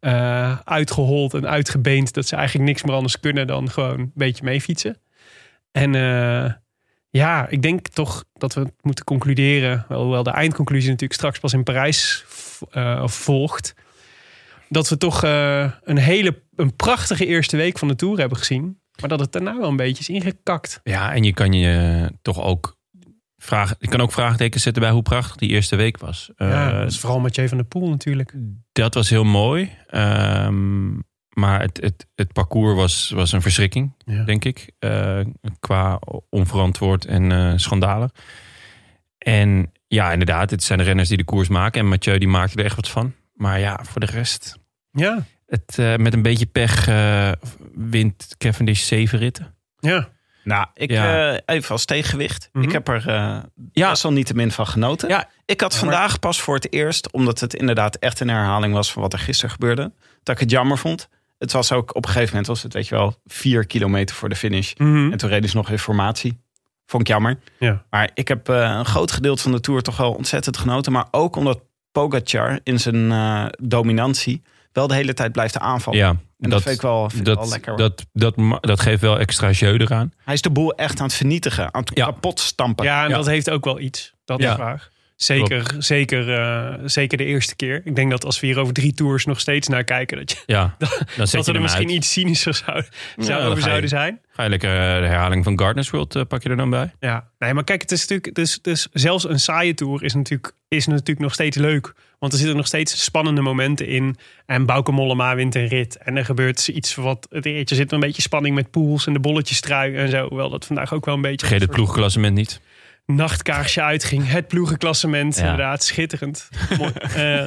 Speaker 3: eh, uitgehold en uitgebeend dat ze eigenlijk niks meer anders kunnen dan gewoon een beetje meefietsen. En eh, ja, ik denk toch dat we het moeten concluderen, wel- hoewel de eindconclusie natuurlijk straks pas in Parijs v- eh, volgt, dat we toch eh, een hele, een prachtige eerste week van de Tour hebben gezien, maar dat het daarna wel een beetje is ingekakt.
Speaker 2: Ja, en je kan je eh, toch ook vragen. Je kan ook vraagtekens zetten bij hoe prachtig die eerste week was.
Speaker 3: Ja,
Speaker 2: Eh,
Speaker 3: dat is vooral Mathieu van der Poel natuurlijk.
Speaker 2: dat was heel mooi. Ehm, maar het, het, het parcours was, was een verschrikking,
Speaker 3: Ja.
Speaker 2: denk ik. Eh, qua onverantwoord en eh, schandalen. En ja, inderdaad, het zijn de renners die de koers maken. En Mathieu die maakte er echt wat van. Maar ja, voor de rest.
Speaker 3: Ja,
Speaker 2: Het, eh, met een beetje pech eh, wint Cavendish zeven ritten.
Speaker 3: ja.
Speaker 7: Nou, ik,
Speaker 2: Ja.
Speaker 7: eh, even als tegenwicht.
Speaker 3: Mhm.
Speaker 7: Ik heb er eh
Speaker 2: Ja.
Speaker 7: best wel niet te min van genoten.
Speaker 2: Ja.
Speaker 7: Ik had vandaag pas voor het eerst, omdat het inderdaad echt een herhaling was van wat er gisteren gebeurde, dat ik het jammer vond. Het was ook op een gegeven moment, was het weet je wel, vier kilometer voor de finish.
Speaker 2: Mhm.
Speaker 7: En toen reden ze nog informatie. Vond ik jammer.
Speaker 3: Ja.
Speaker 7: Maar ik heb eh, een groot gedeelte van de Tour toch wel ontzettend genoten. Maar ook omdat Pogacar in zijn eh, dominantie wel de hele tijd blijft
Speaker 3: Oh.
Speaker 7: aanvallen.
Speaker 2: Ja,
Speaker 7: en dat, vind ik wel, vind ik
Speaker 2: dat,
Speaker 7: wel lekker. hoor.
Speaker 2: Dat, dat, ma- dat geeft wel extra jeu eraan.
Speaker 7: Hij is de boel echt aan het vernietigen, aan het
Speaker 2: Ja.
Speaker 7: kapot stampen.
Speaker 3: Ja, en
Speaker 2: Ja.
Speaker 3: dat heeft ook wel iets. Dat
Speaker 2: Ja.
Speaker 3: is waar. Zeker, zeker, eh, zeker de eerste keer. Ik denk dat als we hier over drie tours nog steeds naar kijken, dat, je,
Speaker 2: Ja, dan zet
Speaker 3: dat
Speaker 2: je
Speaker 3: we er
Speaker 2: hem
Speaker 3: misschien
Speaker 2: uit.
Speaker 3: iets cynischer zouden, zou-
Speaker 2: dan ga
Speaker 3: over
Speaker 2: je.
Speaker 3: zouden zijn.
Speaker 2: Ga je lekker eh, de herhaling van Gardner's World eh, pak je er dan bij?
Speaker 3: Ja, nee, maar kijk, het is natuurlijk, dus, dus zelfs een saaie tour is natuurlijk, is natuurlijk nog steeds leuk. Want er zitten nog steeds spannende momenten in. En Bauke Mollema wint een rit. En er gebeurt dus iets wat. Het ritje zit een beetje spanning met pools en de bolletjes trui en zo. Hoewel dat vandaag ook wel een beetje.
Speaker 2: Vergeet het
Speaker 3: een soort
Speaker 2: ploegklassement niet.
Speaker 3: nachtkaarsje uitging. Het ploegenklassement,
Speaker 2: Ja.
Speaker 3: inderdaad, schitterend. Mooi. Eh,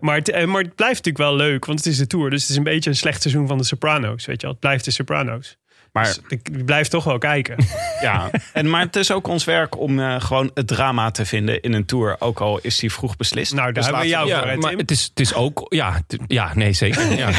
Speaker 3: maar, het, eh, maar het blijft natuurlijk wel leuk, want het is de Tour. Dus het is een beetje een slecht seizoen van de Sopranos, weet je wel. Het blijft de Sopranos.
Speaker 7: Maar,
Speaker 3: Dus ik ik blijf toch wel kijken.
Speaker 7: ja. en, maar het is ook ons werk om eh, gewoon het drama te vinden in een tour. Ook al is die vroeg beslist. Dus
Speaker 3: Nou, daar hebben we
Speaker 7: laten
Speaker 3: jou
Speaker 2: Ja,
Speaker 3: voor, hè,
Speaker 2: maar
Speaker 3: Tim?
Speaker 2: het is, het is ook... Ja, het- ja nee,
Speaker 3: *laughs*
Speaker 2: zeker. Ja.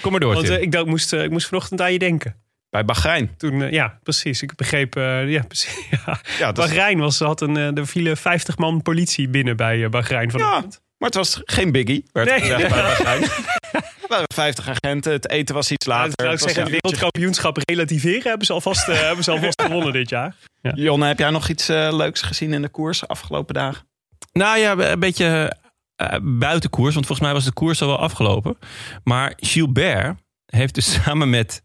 Speaker 2: Kom maar door,
Speaker 3: Want
Speaker 2: Tim.
Speaker 3: eh, ik, dacht, moest, eh, ik moest vanochtend aan je denken.
Speaker 7: Bij Bahrein.
Speaker 3: Toen, eh, ja, precies. Ik begreep, eh, ja, precies. *laughs* Ja.
Speaker 7: Ja, dat is-
Speaker 3: Bahrein was, had een, eh, er vielen 50 man politie binnen bij eh, Bahrein
Speaker 7: ja,
Speaker 3: vanochtend.
Speaker 7: Maar het was geen biggie. Werd
Speaker 3: Nee. *laughs*
Speaker 7: gezegd bij het magazijn. Er waren 50 agenten. Het eten was iets later.
Speaker 3: zou ik
Speaker 7: Het was
Speaker 3: zeggen, het
Speaker 7: een uurtje
Speaker 3: wereldkampioenschap relativeren hebben ze alvast, eh, hebben ze
Speaker 7: *laughs*
Speaker 3: alvast gewonnen dit jaar.
Speaker 7: Jonne, heb jij nog iets eh, leuks gezien in de koers de afgelopen dagen?
Speaker 2: Nou ja, een beetje eh, buiten koers. Want volgens mij was de koers al wel afgelopen. Maar Gilbert heeft dus *laughs* samen met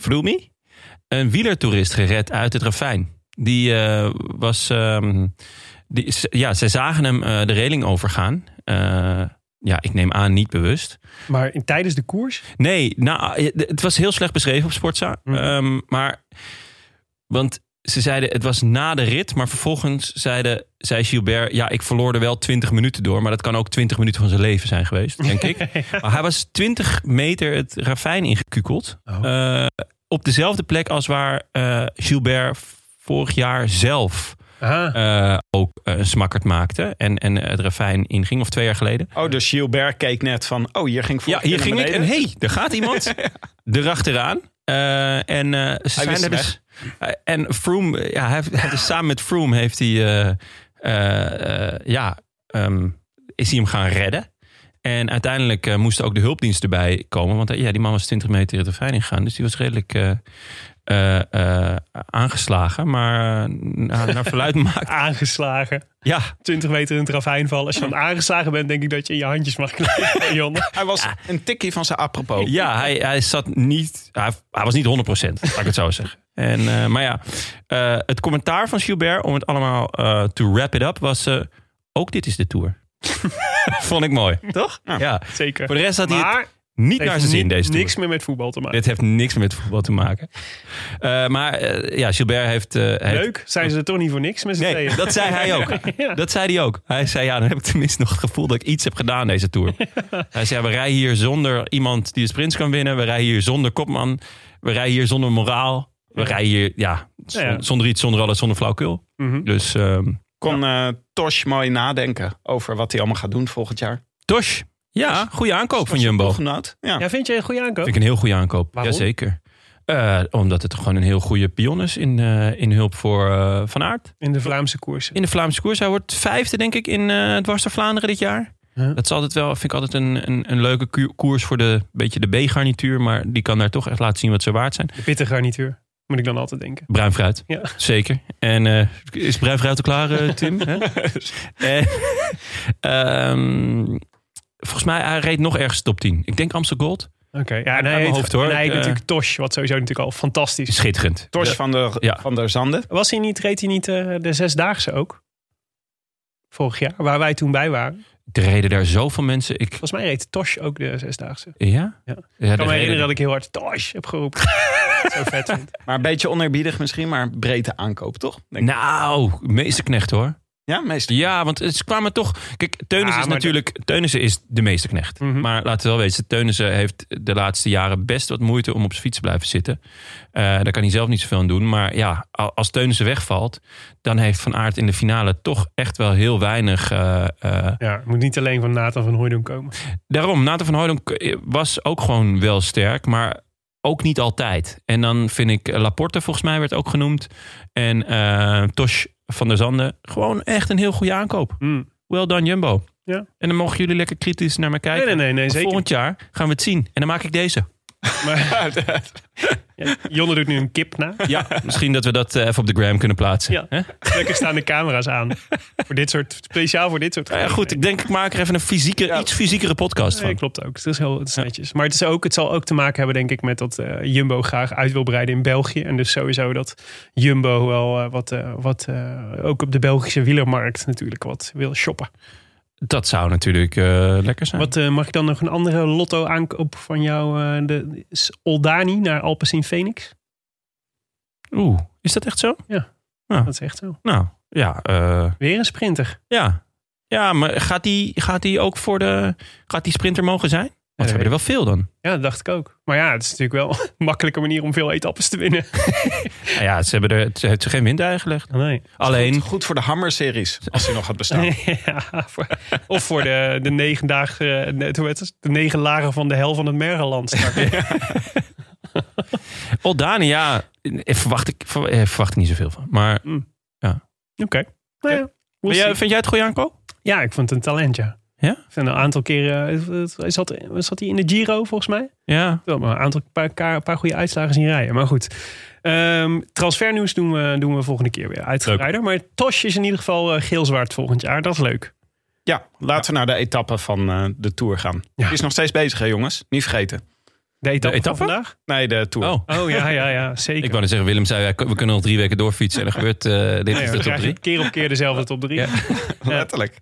Speaker 2: Froome een wielertoerist gered uit het ravijn. Die eh, was... ehm, die, ze- ja, ze zagen hem eh, de reling overgaan. Eh, ja, ik neem aan niet bewust.
Speaker 3: Maar in, tijdens de koers?
Speaker 2: Nee, nou, eh, het was heel slecht beschreven op Sportza.
Speaker 3: Mhm.
Speaker 2: Ehm, maar, want ze zeiden, het was na de rit. Maar vervolgens zeiden, zei Gilbert, ja, ik verloor er wel 20 minuten door. Maar dat kan ook 20 minuten van zijn leven zijn geweest, denk
Speaker 3: *laughs*
Speaker 2: ik. Maar hij was 20 meter het ravijn ingekukeld.
Speaker 3: Oh.
Speaker 2: Eh, op dezelfde plek als waar eh, Gilbert vorig jaar zelf
Speaker 3: Ah,
Speaker 2: eh, ook eh, een smakkerd maakte. En, en het ravijn inging, of twee jaar geleden.
Speaker 7: Oh, dus Gilbert keek net van... Oh, hier ging
Speaker 2: Ja,
Speaker 7: vorige
Speaker 2: hier
Speaker 7: keer
Speaker 2: ging
Speaker 7: naar
Speaker 2: ik. En
Speaker 7: beneden.
Speaker 2: hey, er gaat
Speaker 7: *laughs*
Speaker 2: iemand. Erachteraan. Eh en eh, ze zijn
Speaker 7: wist
Speaker 2: er
Speaker 7: de
Speaker 2: dus. eh, en Froome, eh, ja, hij heeft, hij heeft dus samen met Froome heeft hij, eh, eh, eh, ja, ehm, is hij hem gaan redden. En uiteindelijk eh, moest ook de hulpdienst erbij komen. Want eh, ja, die man was 20 meter de veiling gegaan. Dus die was redelijk eh, eh, eh, aangeslagen. Maar eh, naar, naar verluid *laughs* maakt.
Speaker 3: aangeslagen.
Speaker 2: Ja,
Speaker 3: 20 meter in het ravijn vallen. Als je dan aangeslagen bent, denk ik dat je in je handjes mag knijpen,
Speaker 2: *laughs*
Speaker 3: Jonne.
Speaker 7: Hij was een tikkie van zijn apropos.
Speaker 2: Ja, hij, hij zat niet. Hij, hij was niet 100%, laat ik het zo *laughs* zeggen. En, eh, maar ja, eh, het commentaar van Gilbert, om het allemaal eh to wrap it up, was. eh, ook dit is de tour. *laughs* Vond ik mooi, toch? Ja.
Speaker 3: Zeker.
Speaker 2: Voor de rest had hij het
Speaker 3: maar
Speaker 2: niet
Speaker 3: het
Speaker 2: naar
Speaker 3: heeft
Speaker 2: zijn zin,
Speaker 3: ni-
Speaker 2: deze tour.
Speaker 3: niks meer met voetbal te maken.
Speaker 2: Dit heeft niks met voetbal te maken. Eh, maar eh, ja, Gilbert heeft. eh, heeft-
Speaker 3: Leuk, zijn ze er toch niet voor niks met z'n
Speaker 2: Nee,
Speaker 3: tweeën?
Speaker 2: dat zei hij ook.
Speaker 3: *laughs* Ja.
Speaker 2: Dat zei hij ook. Hij zei, ja, dan heb ik tenminste nog het gevoel dat ik iets heb gedaan
Speaker 3: *laughs*
Speaker 2: deze Tour. Hij zei, ja, we rijden hier zonder iemand die de sprints kan winnen. We rijden hier zonder kopman. We rijden hier zonder moraal. We rijden hier, ja, zon-
Speaker 3: Ja, ja.
Speaker 2: zonder iets, zonder alles, zonder flauwkul.
Speaker 3: Mhm.
Speaker 2: Dus ehm
Speaker 7: Kon eh, Tosh mooi nadenken over wat hij allemaal gaat doen volgend jaar.
Speaker 2: Tosh, ja, goede aankoop van Jumbo. Vind
Speaker 7: Ploeggenoot. Ja.
Speaker 3: Ja, vind je een goede aankoop?
Speaker 2: ik een heel goede aankoop.
Speaker 3: Waarom?
Speaker 2: Jazeker. Eh, omdat het gewoon een heel goede pion is in, eh, in hulp voor eh, Van Aert.
Speaker 3: In de Vlaamse koers.
Speaker 2: in de Vlaamse koers. Hij wordt vijfde, denk ik, in eh dwars door Vlaanderen dit jaar.
Speaker 3: Ja.
Speaker 2: Dat is altijd wel, vind ik altijd een, een, een leuke ku- koers voor de, beetje de B-garnituur. Maar die kan daar toch echt laten zien wat ze waard zijn.
Speaker 3: De pittige garnituur. Moet ik dan altijd
Speaker 2: *laughs*
Speaker 3: denken.
Speaker 2: Bruin fruit,
Speaker 3: Ja.
Speaker 2: zeker. En eh, is bruin fruit al klaar, eh,
Speaker 3: *laughs*
Speaker 2: Tim? Hè? En, ehm, volgens mij, hij reed nog ergens top 10. Ik denk Amsterdam Gold.
Speaker 3: Oké, ja, en
Speaker 2: mijn
Speaker 3: hij heet,
Speaker 2: hoofd, hoor.
Speaker 3: en hij heet
Speaker 2: Ik, eh,
Speaker 3: natuurlijk Tosh, wat sowieso natuurlijk al fantastisch is.
Speaker 2: Schitterend.
Speaker 7: Tosh
Speaker 2: Ja.
Speaker 7: van, der,
Speaker 2: Ja.
Speaker 7: van der Zanden.
Speaker 3: Was hij niet, reed hij niet eh, de Zesdaagse ook? Vorig jaar, waar wij toen bij waren.
Speaker 2: Er reden daar zoveel mensen. Ik,
Speaker 3: Volgens mij reed Tosh ook de Zesdaagse. Ik
Speaker 2: ja?
Speaker 3: Ja.
Speaker 2: er
Speaker 3: kan me herinneren
Speaker 2: reden-
Speaker 3: dat ik heel hard Tosh heb
Speaker 2: *laughs*
Speaker 3: geroepen. Zo vet vind.
Speaker 7: Maar een beetje onerbiedig misschien, maar brede aankoop toch? Denk ik.
Speaker 2: Nou, meesterknecht hoor.
Speaker 7: Ja, meestal.
Speaker 2: Ja, want ze kwamen toch. Kijk, Teunissen
Speaker 3: Ah,
Speaker 2: is
Speaker 3: maar
Speaker 2: natuurlijk. Teunissen is de meesterknecht.
Speaker 3: Mhm.
Speaker 2: Maar laten we wel weten, Teunissen heeft de laatste jaren best wat moeite om op zijn fiets te blijven zitten. Eh, daar kan hij zelf niet zoveel aan doen. Maar ja, a- als Teunissen wegvalt, dan heeft Van Aert in de finale toch echt wel heel weinig. eh, eh,
Speaker 3: Ja, moet niet alleen van Nathan van Hooydonk komen.
Speaker 2: Daarom, Nathan van Hooydonk eh, was ook gewoon wel sterk, maar ook niet altijd. En dan vind ik eh, Laporte volgens mij werd ook genoemd. En eh, Tosh van der Zanden, gewoon echt een heel goede aankoop.
Speaker 3: Hmm.
Speaker 2: Well done, Jumbo.
Speaker 3: Ja.
Speaker 2: En dan mogen jullie lekker kritisch naar me kijken.
Speaker 3: Nee, nee, nee, nee
Speaker 2: Maar
Speaker 3: zeker.
Speaker 2: Volgend jaar gaan we het zien. En dan maak ik deze.
Speaker 3: *laughs* Maar, Ja, Jonne doet nu een kip na.
Speaker 2: Ja, misschien dat we dat eh, even op de gram kunnen plaatsen.
Speaker 3: Ja.
Speaker 2: Hè?
Speaker 3: Lekker staan de camera's aan. Voor dit soort, speciaal voor dit soort
Speaker 2: Nou ja, goed, ik denk ik maak er even een fysieke, iets fysiekere podcast
Speaker 3: Nee,
Speaker 2: van.
Speaker 3: klopt ook. Het is heel het is netjes. Maar het, is ook, het zal ook te maken hebben, denk ik, met dat eh, Jumbo graag uit wil breiden in België. En dus sowieso dat Jumbo wel eh, wat, eh, wat eh, ook op de Belgische wielermarkt natuurlijk wat wil shoppen.
Speaker 2: Dat zou natuurlijk eh, lekker zijn.
Speaker 3: Wat eh, mag ik dan nog een andere lotto aankoop van jou? eh, de, is Oldani naar Alpes in Phoenix?
Speaker 2: Oeh, is dat echt zo?
Speaker 3: Dat is echt zo.
Speaker 2: Nou, ja. eh,
Speaker 3: Weer een sprinter.
Speaker 2: Ja. Ja, maar gaat die, gaat die ook voor de. Gaat die sprinter mogen zijn? Want we hebben er wel veel dan.
Speaker 3: Ja, dat dacht ik ook. Maar ja, het is natuurlijk wel *laughs* een makkelijke manier om veel etappes te winnen.
Speaker 2: Nou ja, ze hebben er, ze heeft ze geen windeigen gelegd.
Speaker 3: Oh, Nee.
Speaker 2: Alleen.
Speaker 7: Goed voor de Hammer-series, als die nog gaat bestaan.
Speaker 3: *laughs* Ja, voor- of voor de, de negen dagen, eh, hoe heet het? de negen lagen van de hel van het Mergeland. *laughs* straks.
Speaker 2: *laughs* Oldani, ja. eh, Verwacht ik, ver- eh, verwacht ik niet zoveel van. Maar
Speaker 3: Oké. Nou ja, we'll
Speaker 2: vind jij,
Speaker 3: see.
Speaker 2: vind jij het goede aankoop?
Speaker 3: ja, ik vond het een talent, ja.
Speaker 2: Ja?
Speaker 3: En een aantal keren eh, zat, zat hij in de Giro volgens mij.
Speaker 2: Ja.
Speaker 3: Wel, maar een aantal paar, paar, paar goede uitslagen zien rijden. Maar goed. Ehm, transfernieuws doen we, doen we volgende keer weer uitgebreider. Maar Tosh is in ieder geval eh, geel-zwart volgend jaar. Dat is leuk.
Speaker 7: Ja, laten we naar de etappe van eh, de Tour gaan. Die is nog steeds bezig, hè jongens? Niet vergeten.
Speaker 3: De etappe,
Speaker 2: etappe?
Speaker 3: van vandaag?
Speaker 7: Nee, de Tour.
Speaker 2: Oh.
Speaker 3: Oh ja, ja, ja. Zeker.
Speaker 2: *laughs* Ik wou net zeggen, Willem zei, ja, we kunnen nog drie weken doorfietsen. En er gebeurt eh dit
Speaker 3: Ja, we
Speaker 2: is de top
Speaker 3: krijgen
Speaker 2: drie.
Speaker 3: keer op keer dezelfde top drie.
Speaker 2: Ja.
Speaker 3: Ja.
Speaker 7: Letterlijk.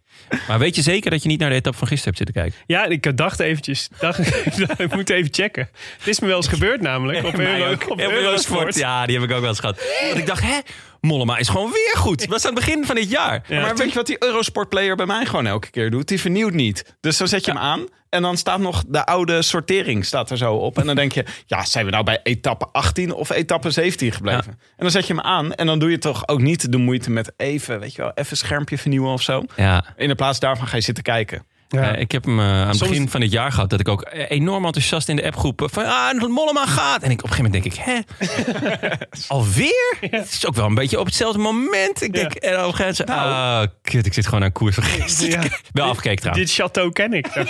Speaker 2: Maar weet je zeker dat je niet naar de etappe van gisteren hebt zitten kijken?
Speaker 3: ik dacht eventjes. Dacht, *laughs* ik moet even checken. Het is me wel eens gebeurd namelijk. *laughs*
Speaker 2: *laughs*
Speaker 3: Op,
Speaker 2: Nou,
Speaker 3: Euro, op Eurosport.
Speaker 2: Ja, die heb ik ook wel eens gehad. Want ik dacht, hè, Mollema is gewoon weer goed. Het was aan het begin van dit jaar.
Speaker 3: Ja.
Speaker 7: maar weet je wat die Eurosport-player bij mij gewoon elke keer doet? Die vernieuwt niet. Dus dan zet je hem aan en dan staat nog de oude sortering staat er zo op. En dan denk je, ja, zijn we nou bij etappe 18 of etappe 17 gebleven? En dan zet je hem aan en dan doe je toch ook niet de moeite met even, weet je wel, even schermpje vernieuwen of zo.
Speaker 2: Ja,
Speaker 7: In de plaats daarvan ga je zitten kijken.
Speaker 2: eh, ik heb hem eh, aan het
Speaker 7: Soms-
Speaker 2: begin van dit jaar gehad. Dat ik ook eh, enorm enthousiast in de appgroep eh, van, ah, Mollema gaat. En ik, op een gegeven moment denk ik, hè, alweer? Het is ook wel een beetje op hetzelfde moment. Ik denk, en op een gegeven moment, ah, kut, ik zit gewoon aan koers van gisteren.
Speaker 3: Ja.
Speaker 2: Wel afgekeken trouwens.
Speaker 3: Dit château ken
Speaker 2: *laughs*
Speaker 3: ik.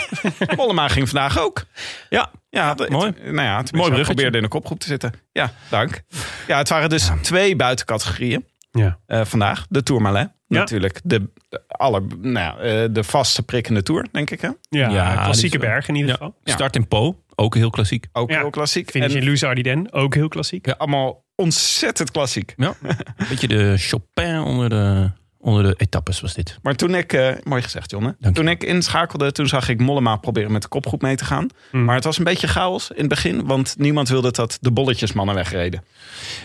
Speaker 7: Mollema ging vandaag ook.
Speaker 2: Ja,
Speaker 7: Ja, dat-
Speaker 2: mooi.
Speaker 7: Nou ja,
Speaker 2: Mooi
Speaker 7: Mooi
Speaker 2: bruggetje.
Speaker 7: probeerde in de kopgroep te zitten. Ja, dank. Ja, het waren dus twee buitencategorieën
Speaker 3: Ja.
Speaker 7: eh, vandaag. De Tourmalet,
Speaker 3: Ja.
Speaker 7: natuurlijk. De, de aller, nou, ja, eh, de vaste prikkende Tour, denk ik. Hè?
Speaker 3: Ja,
Speaker 2: Ja,
Speaker 3: klassieke
Speaker 2: die is-
Speaker 3: berg in ieder geval.
Speaker 7: Ja.
Speaker 2: start in Po, ook heel klassiek.
Speaker 7: Ook
Speaker 3: Ja.
Speaker 7: heel klassiek.
Speaker 3: Finish
Speaker 7: En
Speaker 3: in Loes Ardennes, ook heel klassiek.
Speaker 7: ja, allemaal ontzettend klassiek.
Speaker 2: Ja, een *laughs* beetje de Chopin onder de, onder de etappes was dit.
Speaker 7: Maar toen ik, eh, mooi gezegd John, hè?
Speaker 2: je.
Speaker 7: toen ik inschakelde, toen zag ik Mollema proberen met de kopgroep mee te gaan.
Speaker 3: Hmm.
Speaker 7: Maar het was een beetje chaos in het begin, want niemand wilde dat de bolletjesmannen wegreden.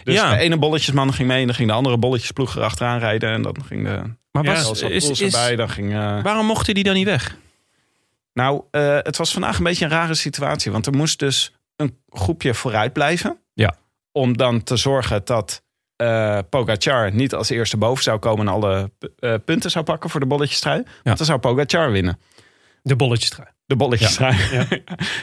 Speaker 7: Dus
Speaker 2: Ja.
Speaker 7: de ene bolletjesman ging mee en dan ging de andere bolletjesploeg erachteraan rijden. En dan ging de
Speaker 2: Maar
Speaker 3: Ja,
Speaker 2: was,
Speaker 7: Als
Speaker 2: is,
Speaker 7: is,
Speaker 2: is-
Speaker 7: erbij, dan ging... eh,
Speaker 2: waarom mochten die dan niet weg?
Speaker 7: Nou, eh, het was vandaag een beetje een rare situatie. Want er moest dus een groepje vooruit blijven.
Speaker 2: Ja.
Speaker 7: Om dan te zorgen dat eh Pogacar niet als eerste boven zou komen... en alle eh, punten zou pakken voor de bolletjestrui. Want dan zou Pogacar winnen.
Speaker 3: De bolletjes trui.
Speaker 7: De bolletjestrui.
Speaker 2: *laughs*
Speaker 7: Ja.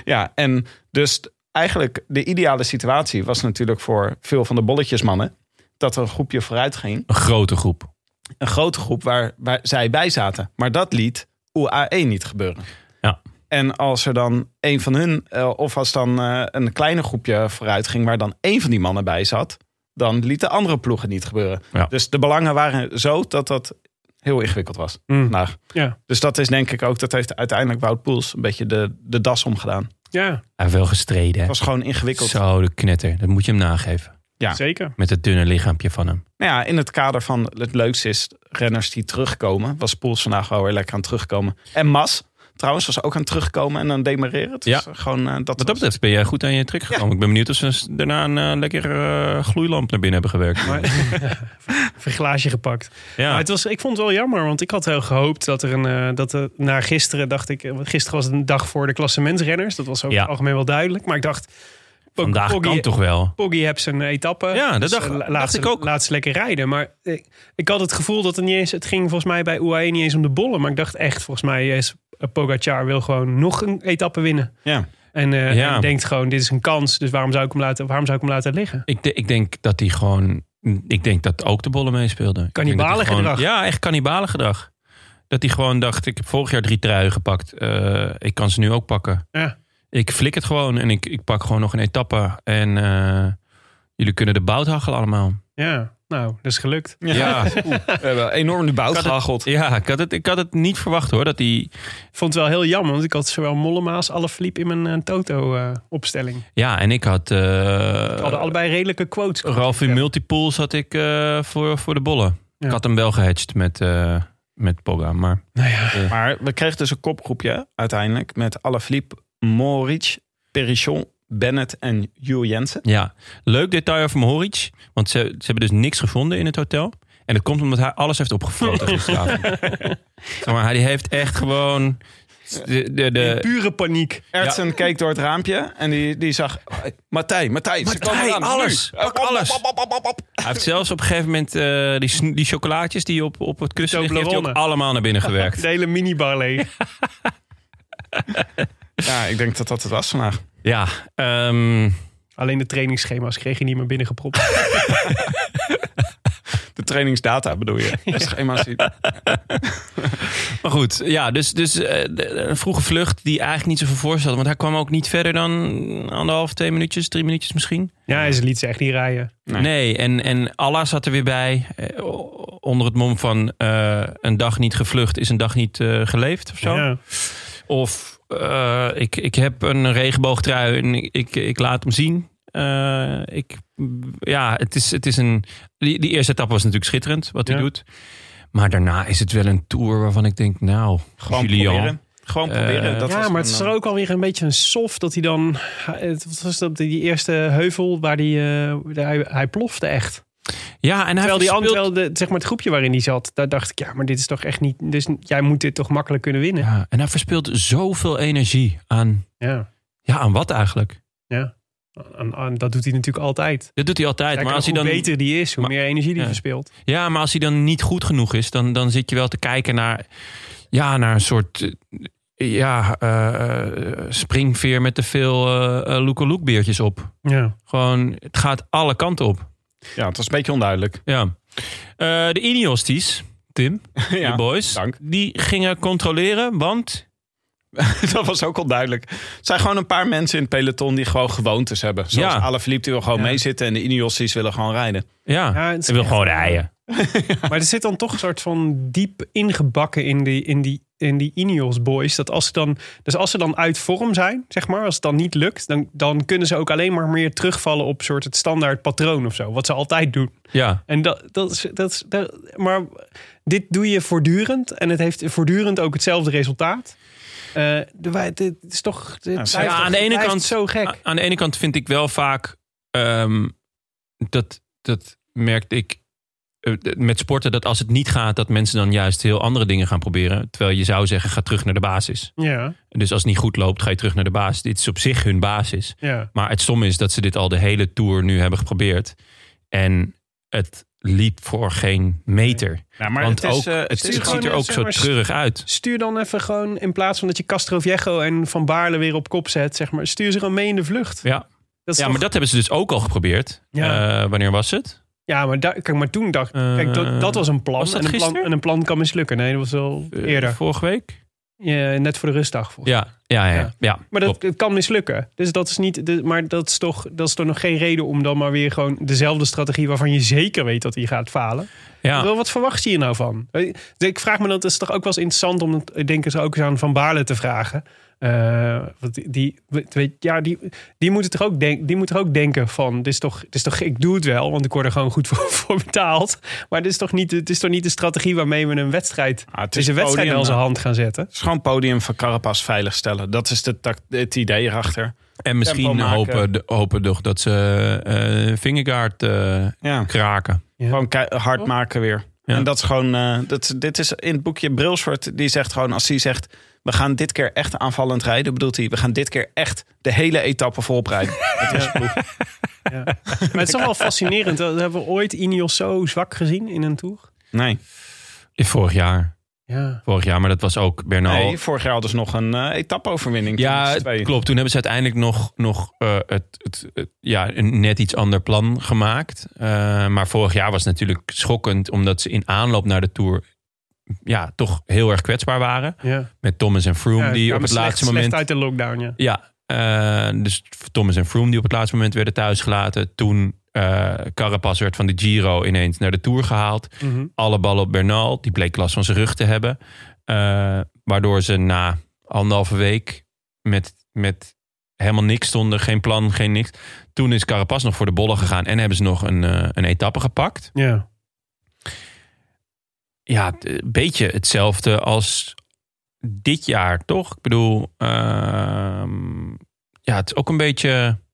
Speaker 7: ja. en dus t- eigenlijk de ideale situatie was natuurlijk voor veel van de bolletjesmannen... dat er een groepje vooruit ging.
Speaker 2: Een grote groep.
Speaker 7: Een grote groep waar, waar zij bij zaten. Maar dat liet UAE niet gebeuren.
Speaker 2: Ja.
Speaker 7: En als er dan een van hun, eh, of als dan eh, een kleine groepje vooruit ging waar dan één van die mannen bij zat, dan liet de andere ploegen niet gebeuren.
Speaker 2: Ja.
Speaker 7: Dus de belangen waren zo dat dat heel ingewikkeld was
Speaker 3: Mm.
Speaker 2: Nou.
Speaker 7: vandaag.
Speaker 3: Ja.
Speaker 7: Dus dat is denk ik ook, dat heeft uiteindelijk Wout Poels een beetje de, de das omgedaan. Het
Speaker 3: Ja,
Speaker 2: Hij heeft wel gestreden. Hè?
Speaker 7: was gewoon ingewikkeld.
Speaker 2: Zo, de knetter. Dat moet je hem nageven.
Speaker 7: Ja.
Speaker 3: zeker.
Speaker 2: Met het dunne lichaampje van hem.
Speaker 7: Nou ja, in het kader van het leukste is renners die terugkomen, was Poels vandaag wel weer lekker aan het terugkomen. En Mas, trouwens, was ook aan het terugkomen en aan het demareren. Dus
Speaker 2: Ja.
Speaker 7: gewoon eh, dat,
Speaker 2: Wat dat betreft ben jij goed aan je truc gekomen. Ik ben benieuwd of ze s- daarna een eh, lekker eh, gloeilamp naar binnen hebben gewerkt.
Speaker 3: Verglaasje gepakt.
Speaker 2: ja.
Speaker 3: Maar het was, ik vond het wel jammer, want ik had heel gehoopt dat er een. eh, dat er, na gisteren dacht ik. eh, want Gisteren was het een dag voor de klassementsrenners. Dat was over
Speaker 2: Ja.
Speaker 3: het algemeen wel duidelijk. Maar ik dacht. Pog-
Speaker 2: Vandaag
Speaker 3: Poggi-
Speaker 2: kan toch wel.
Speaker 3: Poggi heeft zijn etappe.
Speaker 2: Ja, dat dacht-
Speaker 3: eh, la-
Speaker 2: dacht
Speaker 3: laat ze,
Speaker 2: ik ook.
Speaker 3: Laat ze lekker rijden. Maar ik, ik had het gevoel dat het niet eens. Het ging volgens mij bij UAE niet eens om de bollen. Maar ik dacht echt, volgens mij is eh, Pogacar wil gewoon nog een etappe winnen.
Speaker 7: Ja.
Speaker 3: En, eh,
Speaker 2: Ja.
Speaker 3: en denkt gewoon, dit is een kans. Dus waarom zou ik hem laten, waarom zou ik hem laten liggen?
Speaker 2: Ik, de- ik denk dat hij gewoon. Ik denk dat ook de bollen meespeelden.
Speaker 3: Kannibalengedrag.
Speaker 2: gedrag. Ja, echt kannibalengedrag. Dat hij gewoon dacht: ik heb vorig jaar drie truien gepakt. eh, ik kan ze nu ook pakken.
Speaker 3: Ja.
Speaker 2: Ik flik het gewoon en ik, ik pak gewoon nog een etappe. En eh, jullie kunnen de bout hachelen allemaal.
Speaker 3: Ja, nou, dat is gelukt.
Speaker 7: Ja, Oeh, we hebben enorm de bout
Speaker 2: Kan het-
Speaker 7: gehageld.
Speaker 2: Ja, ik had, het, ik had het niet verwacht hoor. Dat hij.
Speaker 3: Ik vond het wel heel jammer, want ik had zowel Mollema als Alaphilippe in mijn eh, Toto-opstelling.
Speaker 2: Ja, en ik had. eh
Speaker 3: We hadden allebei redelijke quotes.
Speaker 2: Ralf in multipools had ik eh, voor, voor de bollen.
Speaker 3: Ja.
Speaker 2: Ik had hem wel gehedged met, eh met Pogga. Maar
Speaker 7: Maar we kregen dus een kopgroepje uiteindelijk met Alaphilippe, Moric, Perichon, Bennett en Jules Jensen.
Speaker 2: Ja, leuk detail over Mohoric. Want ze, ze hebben dus niks gevonden in het hotel. En dat komt omdat hij alles heeft opgefroten gisteravond. zeg maar, hij heeft echt gewoon... De, de, de,
Speaker 3: Pure paniek.
Speaker 7: Ertsen keek door het raampje en die, die zag... oh, Matthij, Matthij, ze
Speaker 2: Matthij,
Speaker 7: komen eraan.
Speaker 2: alles,
Speaker 7: Nu.
Speaker 2: pak
Speaker 7: Op, op,
Speaker 2: alles.
Speaker 7: op, op, op, op, op.
Speaker 2: hij heeft zelfs op een gegeven moment eh, die, sn- die chocolaatjes die op, op het kussen liggen... die heeft hij ook
Speaker 3: Toblerone.
Speaker 2: allemaal naar binnen
Speaker 3: *laughs*
Speaker 2: gewerkt.
Speaker 3: De hele minibar leeg.
Speaker 7: Ja, ik denk dat dat het was vandaag.
Speaker 2: Ja, ehm,
Speaker 3: Alleen de trainingsschema's kreeg je niet meer binnengepropt.
Speaker 7: *laughs* De trainingsdata bedoel je. De schema's die-
Speaker 2: Maar goed, ja, dus, dus eh, de- de- een vroege vlucht die eigenlijk niet zoveel voorstelde. Want hij kwam ook niet verder dan anderhalf, twee minuutjes, drie minuutjes misschien.
Speaker 3: Ja, en ze liet ze echt niet rijden.
Speaker 2: Nee, en, en Allah zat er weer bij. eh, o- onder het mom van eh, een dag niet gevlucht is een dag niet eh, geleefd of zo.
Speaker 3: Ja.
Speaker 2: Of eh, ik, ik heb een regenboogtrui en ik, ik, ik laat hem zien. Eh, ik, ja, het is, het is een. Die, die eerste etappe was natuurlijk schitterend wat hij
Speaker 3: Ja.
Speaker 2: doet. Maar daarna is het wel een tour waarvan ik denk, nou,
Speaker 7: Gewoon
Speaker 2: Julian.
Speaker 7: proberen. Gewoon
Speaker 2: Eh,
Speaker 7: proberen. Dat
Speaker 3: Ja,
Speaker 7: was
Speaker 3: maar het is er
Speaker 7: een,
Speaker 3: ook alweer een beetje een soft dat hij dan... Het wat was dat, die eerste heuvel waar die, eh, hij, hij plofte echt.
Speaker 2: Ja, en hij
Speaker 3: Terwijl, die,
Speaker 2: verspeelt-
Speaker 3: andere- terwijl de, zeg maar het groepje waarin hij zat, daar dacht ik... Ja, maar dit is toch echt niet... Dus jij moet dit toch makkelijk kunnen winnen. Ja.
Speaker 2: ja, en hij verspeelt zoveel energie aan. Ja, aan wat eigenlijk?
Speaker 3: En- en dat doet hij natuurlijk altijd.
Speaker 2: Dat doet hij altijd.
Speaker 3: Kijk,
Speaker 2: maar als hij
Speaker 3: hoe
Speaker 2: dan,
Speaker 3: beter die is, hoe
Speaker 2: maar-
Speaker 3: meer energie die
Speaker 2: ja.
Speaker 3: verspeelt.
Speaker 2: Ja, maar als hij dan niet goed genoeg is, dan, dan zit je wel te kijken naar, ja, naar een soort eh, ja, eh, eh, springveer met te veel eh look beertjes op.
Speaker 3: Ja.
Speaker 2: Gewoon, het gaat alle kanten op.
Speaker 7: ja, het was een beetje onduidelijk.
Speaker 2: Ja. Eh, de Ineosties, Tim,
Speaker 7: *laughs*
Speaker 2: de
Speaker 7: ja,
Speaker 2: boys,
Speaker 7: dank.
Speaker 2: die gingen controleren, want...
Speaker 7: *laughs* dat was ook onduidelijk. Het zijn gewoon een paar mensen in het peloton die gewoon gewoontes hebben. Zoals
Speaker 2: Ja.
Speaker 7: Alaphilippe die wil gewoon
Speaker 3: Ja.
Speaker 7: meezitten en de Ineosties willen gewoon rijden.
Speaker 2: Ja,
Speaker 3: Ja, het is
Speaker 2: ze wil
Speaker 3: echt-
Speaker 2: gewoon rijden.
Speaker 3: Maar er zit dan toch een soort van diep ingebakken in die, in die, in die Ineos boys. Dat als ze dan, dus als ze dan uit vorm zijn, zeg maar, als het dan niet lukt, dan, dan kunnen ze ook alleen maar meer terugvallen op soort het standaard patroon of zo. Wat ze altijd doen.
Speaker 2: Ja,
Speaker 3: En dat, dat is, dat is, dat- maar dit doe je voortdurend en het heeft voortdurend ook hetzelfde resultaat. Eh, de, wij- dit is toch, dit blijft
Speaker 7: ja,
Speaker 3: toch-
Speaker 2: aan de ene
Speaker 3: blijft
Speaker 2: kant-
Speaker 3: zo gek.
Speaker 2: A- aan de ene kant vind ik wel vaak ehm, dat, dat merkte ik eh, met sporten dat als het niet gaat, dat mensen dan juist heel andere dingen gaan proberen. Terwijl je zou zeggen, ga terug naar de basis.
Speaker 3: Ja,
Speaker 2: Dus als het niet goed loopt, ga je terug naar de basis. Dit is op zich hun basis.
Speaker 3: ja.
Speaker 2: Maar het stom is dat ze dit al de hele tour nu hebben geprobeerd. En het liep voor geen meter.
Speaker 7: maar
Speaker 2: Want
Speaker 7: het
Speaker 2: ook,
Speaker 7: is, eh,
Speaker 2: het,
Speaker 7: het is
Speaker 2: het
Speaker 7: gewoon,
Speaker 2: ziet er
Speaker 3: eh,
Speaker 2: ook
Speaker 3: zeg
Speaker 2: zo
Speaker 3: maar,
Speaker 2: treurig uit.
Speaker 3: Stuur dan even gewoon, in plaats van dat je Castroviejo en Van Baarle weer op kop zet, zeg maar, stuur ze gewoon mee in de vlucht.
Speaker 2: Ja.
Speaker 3: Dat is
Speaker 2: Ja,
Speaker 3: toch-
Speaker 2: maar dat hebben ze dus ook al geprobeerd.
Speaker 3: Ja.
Speaker 2: Eh, wanneer was het?
Speaker 3: Ja, maar, daar, kijk, maar toen dacht ik, kijk, dat, dat was een plan.
Speaker 2: Eh, was dat
Speaker 3: en, een plan
Speaker 2: gisteren?
Speaker 3: en een plan kan mislukken. Nee, dat was wel
Speaker 2: Eh,
Speaker 3: eerder.
Speaker 2: Vorige week?
Speaker 3: Ja, net voor de rustdag. volgens
Speaker 2: Ja, ja, ja. ja.
Speaker 3: Ja. Maar dat, het kan mislukken. Dus dat is niet. de- maar dat is, toch, dat is toch nog geen reden om dan maar weer gewoon dezelfde strategie waarvan je zeker weet dat die gaat falen.
Speaker 2: ja.
Speaker 3: Wel, Wat verwacht je hier nou van? Eh, Ik vraag me dat het is toch ook wel eens interessant om het, ik denk eens ook eens aan Van Baarle te vragen. Eh, want die, die, weet, ja, die, die, moet het toch ook denk, die moet er ook denken van, dit is, toch, dit is toch, ik doe het wel, want ik word er gewoon goed *laughs* voor, voor betaald. Maar dit is, toch niet, dit is toch niet de strategie waarmee we een wedstrijd,
Speaker 7: Ah, het is
Speaker 3: dus een wedstrijd
Speaker 7: podium,
Speaker 3: in onze
Speaker 7: eh.
Speaker 3: hand gaan zetten.
Speaker 7: het is gewoon podium van Carapas veiligstellen. Dat is de tact- het idee erachter.
Speaker 2: En misschien
Speaker 7: tempo maken.
Speaker 2: hopen, de- hopen toch dat ze eh Vingegaard eh,
Speaker 7: Ja.
Speaker 2: kraken.
Speaker 7: Gewoon kei- hard maken weer.
Speaker 2: Ja.
Speaker 7: En dat is gewoon. eh, dat, dit is in het boekje Brilsford. Die zegt gewoon: als hij zegt. We gaan dit keer echt aanvallend rijden. Bedoelt hij, we gaan dit keer echt de hele etappe volop rijden.
Speaker 3: *laughs* Maar het is toch wel fascinerend. Dat hebben we ooit Ineos zo zwak gezien in een tour?
Speaker 7: *laughs* Nee.
Speaker 2: Vorig jaar.
Speaker 3: Ja.
Speaker 2: Vorig jaar, maar dat was ook Bernal.
Speaker 7: nee vorig jaar hadden ze nog een eh etappeoverwinning.
Speaker 2: ja,
Speaker 7: Toen was het twee.
Speaker 2: klopt. Toen hebben ze uiteindelijk nog, nog eh, het, het, het- ja, een net iets ander plan gemaakt. Eh, maar vorig jaar was het natuurlijk schokkend, omdat ze in aanloop naar de Tour ja, toch heel erg kwetsbaar waren.
Speaker 3: ja.
Speaker 2: Met Thomas en Froome,
Speaker 3: Ja,
Speaker 2: die
Speaker 3: kwamen
Speaker 2: op het
Speaker 3: slecht-
Speaker 2: laatste
Speaker 3: slecht
Speaker 2: moment
Speaker 3: uit de lockdown, ja.
Speaker 2: Ja, eh, dus Thomas en Froome die op het laatste moment werden thuisgelaten. Toen eh Carapaz werd van de Giro ineens naar de Tour gehaald.
Speaker 3: Mhm.
Speaker 2: Alle ballen op Bernal, die bleek last van zijn rug te hebben. Eh, waardoor ze na anderhalve week met, met helemaal niks stonden. Geen plan, geen niks. Toen is Carapaz nog voor de bollen gegaan. En hebben ze nog een, eh, een etappe gepakt.
Speaker 3: Ja.
Speaker 2: Ja, t- een beetje hetzelfde als dit jaar, toch? Ik bedoel, ehm, ja, het is ook een beetje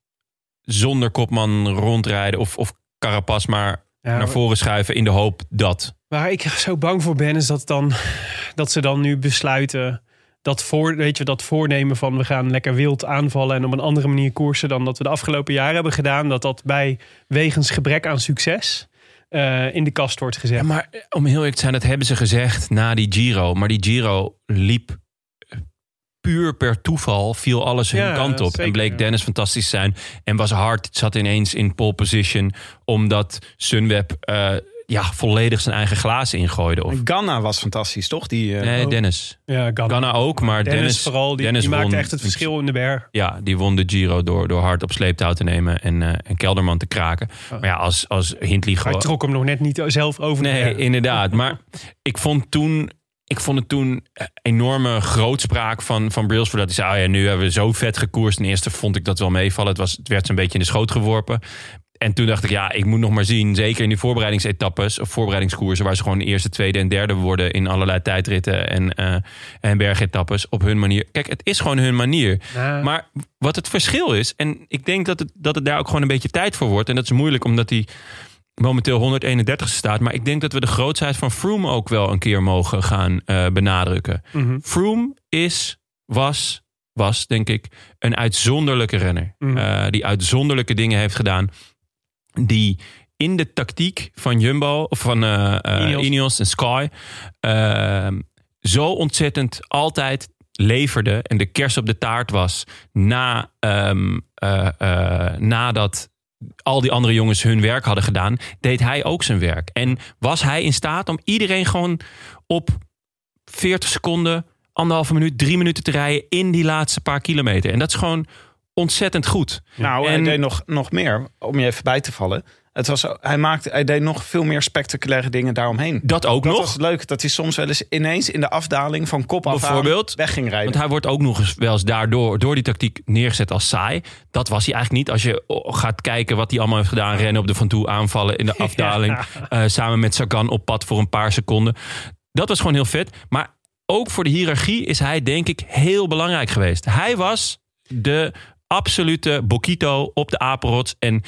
Speaker 2: zonder kopman rondrijden of, of carapas maar
Speaker 3: Ja,
Speaker 2: naar voren schuiven in de hoop dat.
Speaker 3: Waar ik zo bang voor ben, is dat, dan, dat ze dan nu besluiten... Dat, voor, weet je, dat voornemen van we gaan lekker wild aanvallen... en op een andere manier koersen dan dat we de afgelopen jaren hebben gedaan... dat dat bij wegens gebrek aan succes eh, in de kast wordt gezet.
Speaker 2: Ja, maar eh, om heel eerlijk te zijn, dat hebben ze gezegd na die Giro. Maar die Giro liep eh, puur per toeval, viel alles hun
Speaker 3: Ja,
Speaker 2: kant op.
Speaker 3: zeker,
Speaker 2: en bleek
Speaker 3: ja.
Speaker 2: Dennis fantastisch te zijn. En was hard, zat ineens in pole position. Omdat Sunweb eh, ja, volledig zijn eigen glazen ingooide. Of,
Speaker 7: En Ganna was fantastisch, toch? Die, eh,
Speaker 2: nee, Dennis.
Speaker 3: Ja, Ganna.
Speaker 2: Ganna ook, maar
Speaker 3: Dennis,
Speaker 2: Dennis,
Speaker 3: vooral, die,
Speaker 2: Dennis
Speaker 3: die maakte
Speaker 2: won-
Speaker 3: echt het verschil in de berg.
Speaker 2: Ja, die won de Giro door, door hard op sleeptouw te nemen en, eh, en Kelderman te kraken. Maar ja, als, als Hindley
Speaker 3: Hij
Speaker 2: gewoon...
Speaker 3: trok hem nog net niet zelf over. de
Speaker 2: Nee,
Speaker 3: *laughs* berg.
Speaker 2: inderdaad. Maar ik vond toen. Ik vond het toen eh, enorme grootspraak van, van Brailsford. Dat hij zei, oh ja, nu hebben we zo vet gekoerst. Ten eerste vond ik dat wel meevallen. Het, was, het werd zo'n beetje in de schoot geworpen. En toen dacht ik, ja, ik moet nog maar zien. Zeker in die voorbereidingsetappes of voorbereidingskoersen... waar ze gewoon eerste, tweede en derde worden... in allerlei tijdritten en, eh, en bergetappes op hun manier. Kijk, het is gewoon hun manier.
Speaker 3: Nou,
Speaker 2: Maar wat het verschil is, en ik denk dat het, dat het daar ook gewoon een beetje tijd voor wordt. En dat is moeilijk omdat hij momenteel 131 staat. Maar ik denk dat we de grootheid van Froome ook wel een keer mogen gaan eh, benadrukken.
Speaker 3: mhm.
Speaker 2: Froome is, was, was denk ik, een uitzonderlijke renner.
Speaker 3: Mhm.
Speaker 2: Eh, die uitzonderlijke dingen heeft gedaan. Die in de tactiek van Jumbo, of van eh, eh,
Speaker 3: Ineos.
Speaker 2: Ineos en Sky, eh, zo ontzettend altijd leverde en de kers op de taart was na, ehm, eh, eh, nadat al die andere jongens hun werk hadden gedaan, deed hij ook zijn werk. En was hij in staat om iedereen gewoon op 40 seconden, anderhalve minuut, drie minuten te rijden in die laatste paar kilometer. En dat is gewoon ontzettend goed.
Speaker 7: Nou,
Speaker 2: En-
Speaker 7: hij deed nog, nog meer, om je even bij te vallen. Het was, hij, maakte, hij deed nog veel meer spectaculaire dingen daaromheen.
Speaker 2: Dat ook
Speaker 7: dat
Speaker 2: nog.
Speaker 7: was leuk, dat hij soms wel eens ineens in de afdaling van kop af aan
Speaker 2: Bijvoorbeeld.
Speaker 7: weg ging rijden.
Speaker 2: Want hij wordt ook nog eens wel eens daardoor door die tactiek neergezet als saai. Dat was hij eigenlijk niet. Als je oh, gaat kijken wat hij allemaal heeft gedaan. Rennen op de Van Toe aanvallen in de afdaling. eh, samen met Sagan op pad voor een paar seconden. Dat was gewoon heel vet. Maar ook voor de hiërarchie is hij denk ik heel belangrijk geweest. Hij was de absolute Bokito op de apenrots. En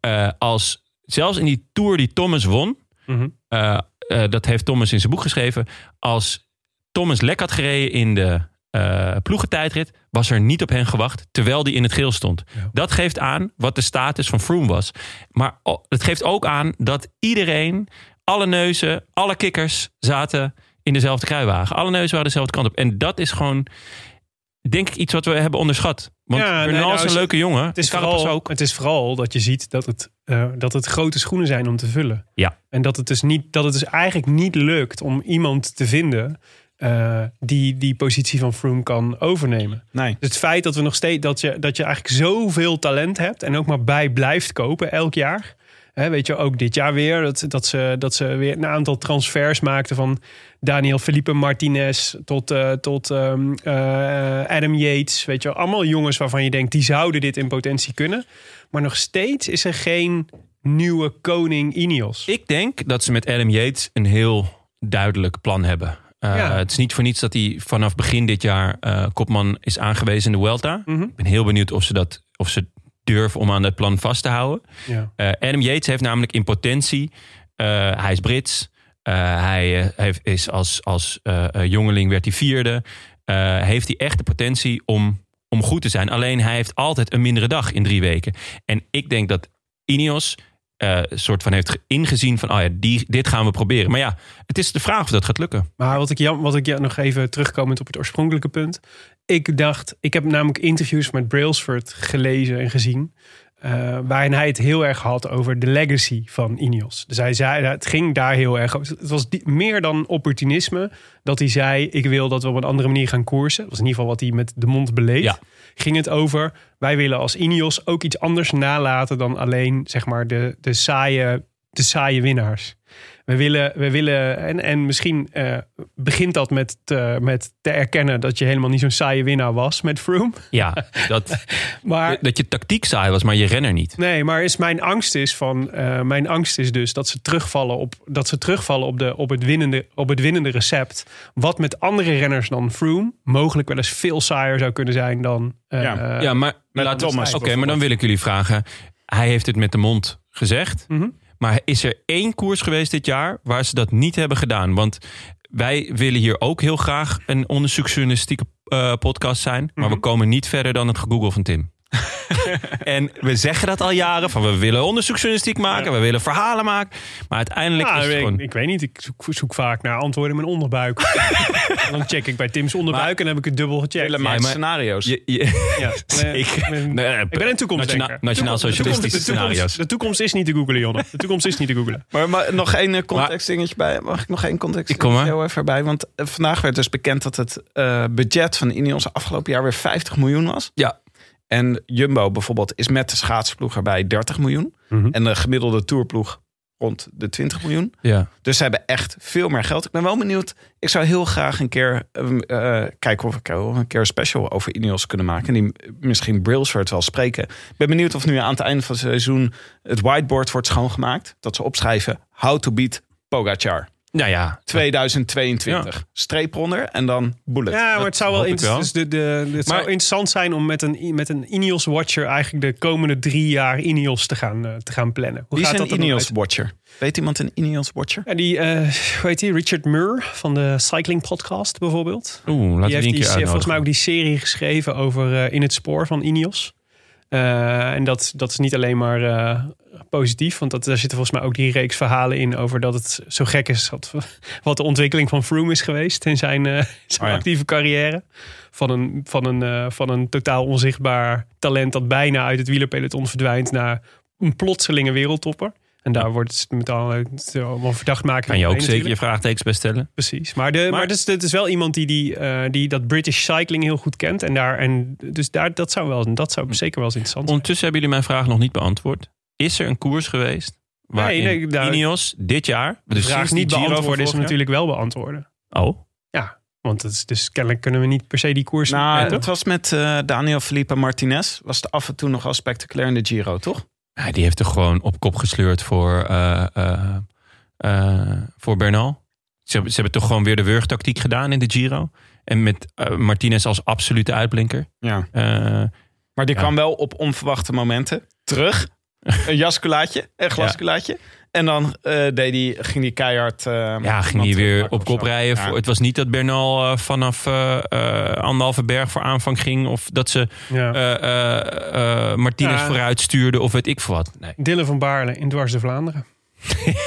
Speaker 2: eh, als zelfs in die Tour die Thomas won...
Speaker 3: Mhm.
Speaker 2: eh, eh, dat heeft Thomas in zijn boek geschreven. Als Thomas lek had gereden in de eh ploegentijdrit, was er niet op hen gewacht, terwijl die in het geel stond. Dat geeft aan wat de status van Froome was. Maar o- het geeft ook aan dat iedereen, alle neuzen, alle kikkers zaten in dezelfde kruiwagen. Alle neuzen waren dezelfde kant op. En dat is gewoon, denk ik, iets wat we hebben onderschat. Want
Speaker 3: Ja, nee,
Speaker 2: Bernal
Speaker 3: nou,
Speaker 2: is een
Speaker 3: ze-
Speaker 2: leuke jongen.
Speaker 3: Het is,
Speaker 2: Carapaz
Speaker 3: vooral,
Speaker 2: ook.
Speaker 3: het is vooral dat je ziet dat het, eh, dat het grote schoenen zijn om te vullen.
Speaker 2: Ja.
Speaker 3: En dat het, dus niet, dat het dus eigenlijk niet lukt om iemand te vinden eh, die die positie van Froome kan overnemen.
Speaker 7: nee.
Speaker 3: Dus het feit dat, we nog steeds, dat, je, dat je eigenlijk zoveel talent hebt en ook maar bij blijft kopen elk jaar. Hè, weet je, ook dit jaar weer dat, dat, ze, dat ze weer een aantal transfers maakten van Daniel Felipe Martinez tot, eh, tot ehm, eh, Adam Yates. Weet je, wel. allemaal jongens waarvan je denkt die zouden dit in potentie kunnen. Maar nog steeds is er geen nieuwe koning Ineos.
Speaker 2: Ik denk dat ze met Adam Yates een heel duidelijk plan hebben. Uh,
Speaker 3: Ja.
Speaker 2: Het is niet voor niets dat hij vanaf begin dit jaar eh, kopman is aangewezen in de Welta.
Speaker 3: Mhm.
Speaker 2: Ik ben heel benieuwd of ze, dat, of ze durven om aan dat plan vast te houden.
Speaker 3: Ja.
Speaker 2: Eh, Adam Yates heeft namelijk in potentie, eh, hij is Brits. eh, hij eh, heeft, is als, als eh, eh, jongeling werd hij vierde. Eh, heeft hij echt de potentie om, om goed te zijn. Alleen hij heeft altijd een mindere dag in drie weken. En ik denk dat Ineos eh, soort van heeft ge- ingezien van... oh ja, die, dit gaan we proberen. Maar ja, het is de vraag of dat gaat lukken.
Speaker 3: Maar wat ik, jam, wat ik ja, nog even terugkomend op het oorspronkelijke punt. Ik dacht, ik heb namelijk interviews met Brailsford gelezen en gezien. eh, waarin hij het heel erg had over de legacy van Ineos. Dus hij zei, het ging daar heel erg over. Het was die- meer dan opportunisme. Dat hij zei, ik wil dat we op een andere manier gaan koersen. Dat was in ieder geval wat hij met de mond beleed.
Speaker 2: Ja.
Speaker 3: Ging het over, wij willen als Ineos ook iets anders nalaten... dan alleen zeg maar, de, de, saaie, de saaie winnaars. We willen, we willen en, en misschien eh, begint dat met te, met te erkennen dat je helemaal niet zo'n saaie winnaar was met Froome.
Speaker 2: Ja, dat,
Speaker 3: *laughs* Maar
Speaker 2: dat je tactiek saai was, maar je renner niet.
Speaker 3: nee, maar is mijn angst is van eh, mijn angst is dus dat ze terugvallen op dat ze terugvallen op, de, op, het winnende, op het winnende recept. Wat met andere renners dan Froome mogelijk wel eens veel saaier zou kunnen zijn dan. eh,
Speaker 7: Ja.
Speaker 3: eh,
Speaker 2: ja, maar
Speaker 7: met
Speaker 2: laten we-
Speaker 7: Thomas
Speaker 2: Oké, maar
Speaker 7: bijvoorbeeld.
Speaker 2: dan wil ik jullie vragen. Hij heeft het met de mond gezegd.
Speaker 3: Mhm.
Speaker 2: Maar is er één koers geweest dit jaar waar ze dat niet hebben gedaan? Want wij willen hier ook heel graag
Speaker 3: Mhm. *laughs*
Speaker 2: een onderzoeksjournalistieke eh, podcast zijn. Maar we komen niet verder dan het gegoogel van Tim. en we zeggen dat al jaren. Van we willen onderzoeksjournalistiek maken. We willen verhalen maken. Maar uiteindelijk
Speaker 3: Nou,
Speaker 2: is het
Speaker 3: ik,
Speaker 2: gewoon...
Speaker 3: ik weet niet, ik zoek, zoek vaak naar antwoorden in mijn onderbuik. En dan check ik bij Tim's onderbuik en dan heb ik het dubbel gecheckt.
Speaker 7: Helemaal
Speaker 2: maar-
Speaker 7: scenario's.
Speaker 2: Je, je-
Speaker 3: Ja, *laughs*
Speaker 2: Zeker.
Speaker 3: nee,
Speaker 2: Nee, nee,
Speaker 3: ik ben een toekomstdenker.
Speaker 2: nationaal- nationaal
Speaker 3: De toekomst-
Speaker 2: socialistische
Speaker 3: de toekomst-
Speaker 2: scenario's.
Speaker 3: De toekomst is niet te googlen, Jonne. De toekomst is niet te
Speaker 2: *laughs*
Speaker 3: googlen.
Speaker 7: Maar, maar nog één eh, contextdingetje bij. Mag ik nog één
Speaker 2: Ik kom
Speaker 7: contextdingetje
Speaker 2: maar.
Speaker 7: heel even bij? Want eh, vandaag werd dus bekend dat het eh, budget van Ineos afgelopen jaar weer 50 miljoen was.
Speaker 2: Ja.
Speaker 7: En Jumbo bijvoorbeeld is met de schaatsploeg erbij 30 miljoen. En de gemiddelde tourploeg rond de 20 miljoen.
Speaker 2: ja.
Speaker 7: Dus ze hebben echt veel meer geld. Ik ben wel benieuwd. Ik zou heel graag een keer ehm, eh, kijken of ik wel een keer een special over Ineos kunnen maken. Die m- misschien Brailsford wel spreken. Ik ben benieuwd of nu aan het einde van het seizoen het whiteboard wordt schoongemaakt. Dat ze opschrijven how to beat Pogachar
Speaker 2: Nou ja.
Speaker 7: 2022. Streep onder en dan bullet.
Speaker 3: Ja, maar het zou wel,
Speaker 2: hoop ik
Speaker 3: inter-
Speaker 2: wel.
Speaker 3: dus de, de, het zou
Speaker 2: Maar-
Speaker 3: interessant zijn om met een, met een Ineos Watcher eigenlijk de komende drie jaar Ineos te gaan, eh, te gaan plannen. Hoe
Speaker 7: Wie
Speaker 3: gaat
Speaker 7: is
Speaker 3: dat
Speaker 7: een
Speaker 3: er dan
Speaker 7: Ineos
Speaker 3: uit?
Speaker 7: watcher? Weet iemand een Ineos watcher?
Speaker 3: Ja, die, eh hoe heet die? Richard Murr van de Cycling Podcast bijvoorbeeld.
Speaker 2: Oeh, laten we
Speaker 3: die
Speaker 2: die
Speaker 3: heeft
Speaker 2: een
Speaker 3: die,
Speaker 2: keer
Speaker 3: se- volgens mij ook
Speaker 2: uitnodigen.
Speaker 3: die serie geschreven over eh, In het Spoor van Ineos. Eh, en dat, dat is niet alleen maar eh, positief, want dat, daar zitten volgens mij ook die reeks verhalen in over dat het zo gek is wat, *laughs* wat de ontwikkeling van Froome is geweest in zijn, eh, *laughs* zijn
Speaker 7: Oh ja.
Speaker 3: actieve carrière. Van een, van, een, eh, van een totaal onzichtbaar talent dat bijna uit het wielerpeloton verdwijnt naar een plotselinge wereldtopper. En daar wordt het met alle- het allemaal verdacht maken.
Speaker 2: Kan je ook zeker je vraagtekens bij stellen.
Speaker 3: Precies. Maar, de, maar,
Speaker 2: Maar-
Speaker 3: het, is, het is wel iemand die, die, eh, die dat British cycling heel goed kent. En daar, en dus daar, dat zou, wel, dat zou zeker wel eens interessant zijn.
Speaker 2: Ondertussen hebben jullie mijn vraag nog niet beantwoord. Is er een koers geweest waarin
Speaker 3: nee, daar-
Speaker 2: Ineos dit jaar...
Speaker 3: De
Speaker 2: Dus
Speaker 3: vraag
Speaker 2: sinds
Speaker 3: niet
Speaker 2: die Giro
Speaker 3: beantwoorden is
Speaker 2: van vorig
Speaker 3: natuurlijk wel beantwoorden.
Speaker 2: jaar- Oh,
Speaker 3: Want het is, dus kennelijk kunnen we niet per se die koers...
Speaker 7: Nou,
Speaker 3: Nee, toch?
Speaker 7: dat was met eh, Daniel Felipe Martinez. Was het af en toe nogal spectaculair in de Giro, toch?
Speaker 2: Ja, die heeft er gewoon op kop gesleurd voor, eh, eh, eh, voor Bernal. Ze, hebben- ze hebben toch gewoon weer de wurgtactiek gedaan in de Giro. En met eh, Martinez als absolute uitblinker.
Speaker 7: Ja.
Speaker 2: Eh,
Speaker 7: Maar die
Speaker 2: Ja.
Speaker 7: kwam wel op onverwachte momenten
Speaker 2: *laughs*
Speaker 7: terug. Een jaskulaatje, een glaskulaatje. En dan eh, deed die, ging die keihard... eh,
Speaker 2: ja,
Speaker 7: iemand
Speaker 2: ging hij weer
Speaker 7: terugpakken
Speaker 2: op
Speaker 7: of zo.
Speaker 2: kop rijden.
Speaker 7: Ja.
Speaker 2: Voor, het was niet dat Bernal eh, vanaf eh, eh, anderhalve berg voor aanvang ging. Of dat ze
Speaker 3: ja.
Speaker 2: eh, eh, eh, Martinez
Speaker 3: Ja.
Speaker 2: vooruit stuurde. Of weet ik veel wat. Nee.
Speaker 3: Dylan van Baarle in Dwars de Vlaanderen.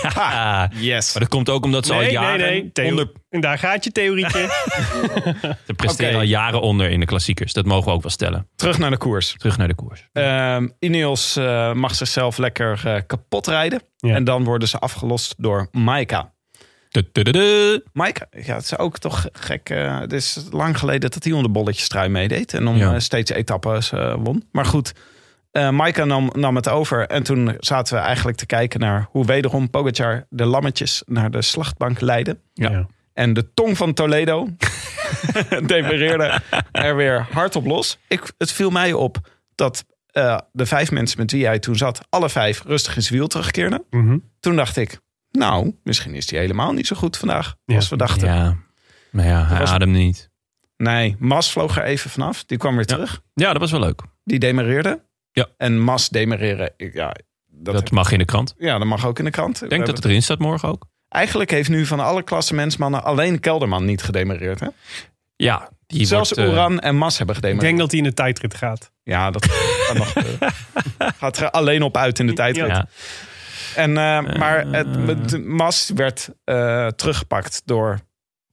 Speaker 2: Ah,
Speaker 7: Yes.
Speaker 2: Maar dat komt ook omdat ze al
Speaker 3: nee, nee,
Speaker 2: jaren
Speaker 3: nee. Theo-
Speaker 2: onder...
Speaker 3: En daar gaat je
Speaker 2: *laughs*
Speaker 3: theorietje.
Speaker 2: Ze presteren
Speaker 7: Oké.
Speaker 2: al jaren onder in de klassiekers. Dat mogen we ook wel stellen.
Speaker 7: Terug naar de koers.
Speaker 2: Terug naar de koers.
Speaker 7: Ehm Ineos eh, mag zichzelf lekker eh, kapot rijden.
Speaker 3: Ja.
Speaker 7: En dan worden ze afgelost door Maika.
Speaker 2: Du-du-du-du.
Speaker 7: Mike, ja, het is ook toch gek. eh, het is lang geleden dat hij onder bolletjes trui meedeed. En om
Speaker 2: Ja.
Speaker 7: eh, steeds etappes eh, won. Maar goed, eh Maaika nam, nam het over. En toen zaten we eigenlijk te kijken naar hoe wederom Pogacar de lammetjes naar de slachtbank leidde.
Speaker 2: Ja.
Speaker 7: En de tong van
Speaker 2: *laughs*
Speaker 7: Toledo demereerde er weer hard op los. Ik, het viel mij op dat eh, de vijf mensen met wie hij toen zat, alle vijf rustig in zijn wiel terugkeerden.
Speaker 3: Mhm.
Speaker 7: Toen dacht ik, nou, misschien is hij helemaal niet zo goed vandaag
Speaker 3: Ja.
Speaker 7: als we dachten.
Speaker 2: Ja, maar ja, hij
Speaker 7: was-
Speaker 2: ademde niet.
Speaker 7: Nee, Mas vloog er even vanaf. Die kwam weer
Speaker 2: Ja.
Speaker 7: terug.
Speaker 2: Ja, dat was wel leuk.
Speaker 7: Die demareerde.
Speaker 2: Ja.
Speaker 7: En Mas demareren, ik- ja dat,
Speaker 2: Dat, mag in de krant. Ik
Speaker 7: ja, dat mag ook in de krant. We
Speaker 2: denk dat
Speaker 7: hebben-
Speaker 2: het erin staat morgen ook.
Speaker 7: Eigenlijk heeft nu van alle klassementsmannen alleen Kelderman niet gedemareerd. Hè?
Speaker 2: Ja, die
Speaker 7: Zelfs
Speaker 2: wordt, eh,
Speaker 7: Oran en Mas hebben
Speaker 3: Ik
Speaker 7: gedemareerd.
Speaker 3: denk dat hij in de tijdrit gaat.
Speaker 7: Ja, dat kan nog, eh,
Speaker 2: *laughs*
Speaker 7: gaat er alleen op uit in de tijd.
Speaker 2: ja.
Speaker 7: En, eh, maar het, het- Mas werd eh, teruggepakt door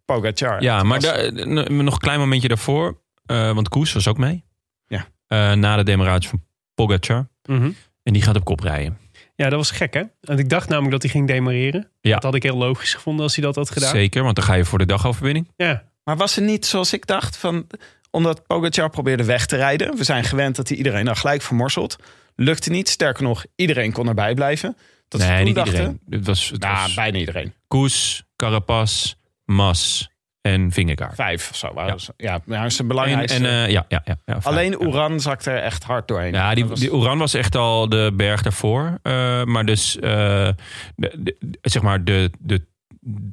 Speaker 7: Pogacar.
Speaker 2: ja,
Speaker 7: Het
Speaker 2: maar
Speaker 7: was-
Speaker 2: daar- eh, nog een klein momentje daarvoor. eh, want Koes was ook mee.
Speaker 7: Ja.
Speaker 2: Eh, na de demarage van Pogacar. En die gaat op kop rijden.
Speaker 3: Ja, dat was gek hè. Want ik dacht namelijk dat hij ging demareren.
Speaker 2: Ja.
Speaker 3: Dat had ik heel logisch gevonden als hij dat had gedaan.
Speaker 2: Zeker, want dan ga je voor de dagoverwinning.
Speaker 3: Ja.
Speaker 7: Maar was het niet zoals ik dacht? Van, omdat Pogacar probeerde weg te rijden. We zijn gewend dat hij iedereen dan gelijk vermorselt. Lukte niet. Sterker nog, iedereen kon erbij blijven. Dat ze
Speaker 2: nee,
Speaker 7: toen
Speaker 2: niet
Speaker 7: dachten,
Speaker 2: iedereen. Het was, het
Speaker 7: Nou,
Speaker 2: was
Speaker 7: bijna iedereen.
Speaker 2: Koes, Carapaz, Mas en Vingegaard.
Speaker 7: Vijf of zo waren
Speaker 2: Ja.
Speaker 7: ze. Ja, maar is een
Speaker 2: En,
Speaker 7: belangrijkste.
Speaker 2: en, eh, ja, ja, ja, ja, vijf,
Speaker 7: Alleen
Speaker 2: ja.
Speaker 7: Oeran zakte er echt hard doorheen.
Speaker 2: Ja, die,
Speaker 7: Dat was-
Speaker 2: die Oran was echt al de berg daarvoor. Eh, maar dus, eh, de, de- zeg maar, de, de,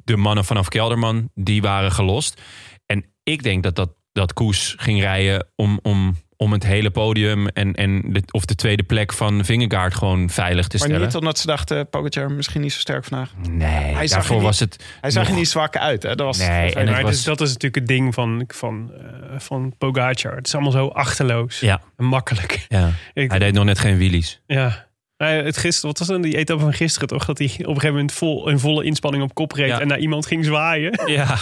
Speaker 2: de mannen vanaf Kelderman, die waren gelost. En ik denk dat dat, dat Koes ging rijden om, om, om het hele podium en, en de, of de tweede plek van Vingegaard gewoon veilig te
Speaker 7: Maar
Speaker 2: stellen.
Speaker 7: niet omdat ze dachten, Pogacar misschien niet zo sterk vandaag.
Speaker 2: nee,
Speaker 7: Hij zag
Speaker 2: daarvoor
Speaker 7: er niet-
Speaker 2: was het...
Speaker 7: Hij zag
Speaker 2: nog-
Speaker 7: er niet zwak uit. Hè? Dat was
Speaker 2: Nee, en
Speaker 7: vervelend.
Speaker 2: het
Speaker 3: Maar
Speaker 2: was-
Speaker 3: dus dat is natuurlijk het ding van, van, eh, van Pogacar. Het is allemaal zo achterloos
Speaker 2: Ja,
Speaker 3: en makkelijk. *laughs*
Speaker 2: ja.
Speaker 3: Ik,
Speaker 2: hij deed nog net geen wheelies.
Speaker 3: ja. Nou ja, het gisteren, wat was dan die etappe van gisteren toch? Dat hij op een gegeven moment vol, in volle inspanning op kop reed
Speaker 2: Ja.
Speaker 3: en naar iemand ging zwaaien. *laughs*
Speaker 2: Ja,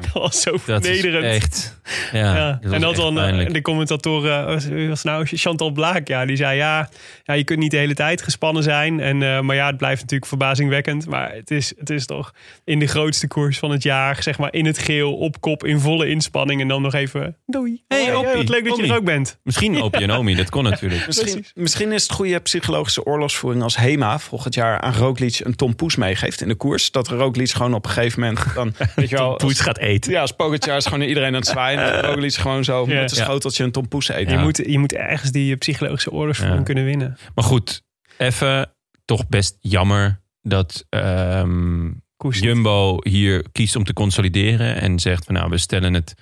Speaker 3: Dat was zo
Speaker 2: dat is
Speaker 3: vernederend.
Speaker 2: echt... Ja,
Speaker 3: Ja,
Speaker 2: was
Speaker 3: en dat
Speaker 2: echt
Speaker 3: dan eh,
Speaker 2: pijnlijk.
Speaker 3: de commentatoren, eh, was, wie was het nou Chantal Blaak, ja, die zei ja, ja, je kunt niet de hele tijd gespannen zijn. En, eh, maar ja, het blijft natuurlijk verbazingwekkend. Maar het is, het is toch in de grootste koers van het jaar, zeg maar in het geel, op kop, in volle inspanning. En dan nog even, doei.
Speaker 2: Hey,
Speaker 3: Hoi,
Speaker 2: Oppie.
Speaker 3: wat leuk dat je er
Speaker 2: Oppie.
Speaker 3: ook bent. *laughs*
Speaker 2: Misschien Opie en Omi, dat kon natuurlijk.
Speaker 7: Misschien, misschien is het goede psychologische oorlogsvoering als HEMA volgend jaar aan Roglic een Tom Poes meegeeft in de koers. Dat Roglic gewoon op een gegeven moment dan, weet je wel, als,
Speaker 2: gaat
Speaker 7: *laughs*
Speaker 2: eten.
Speaker 7: ja, als Pogacar is gewoon iedereen aan het zwaaien. En dat Roglic gewoon zo
Speaker 3: Ja.
Speaker 7: met een
Speaker 2: Ja.
Speaker 7: schoteltje een Tom Poes eet.
Speaker 2: Ja.
Speaker 3: Je, moet, je moet ergens die psychologische oorlogsvorm
Speaker 2: Ja.
Speaker 3: kunnen winnen.
Speaker 2: Maar goed, even toch best jammer dat ehm,
Speaker 3: Koers niet.
Speaker 2: Jumbo hier kiest om te consolideren. En zegt van nou, we stellen het,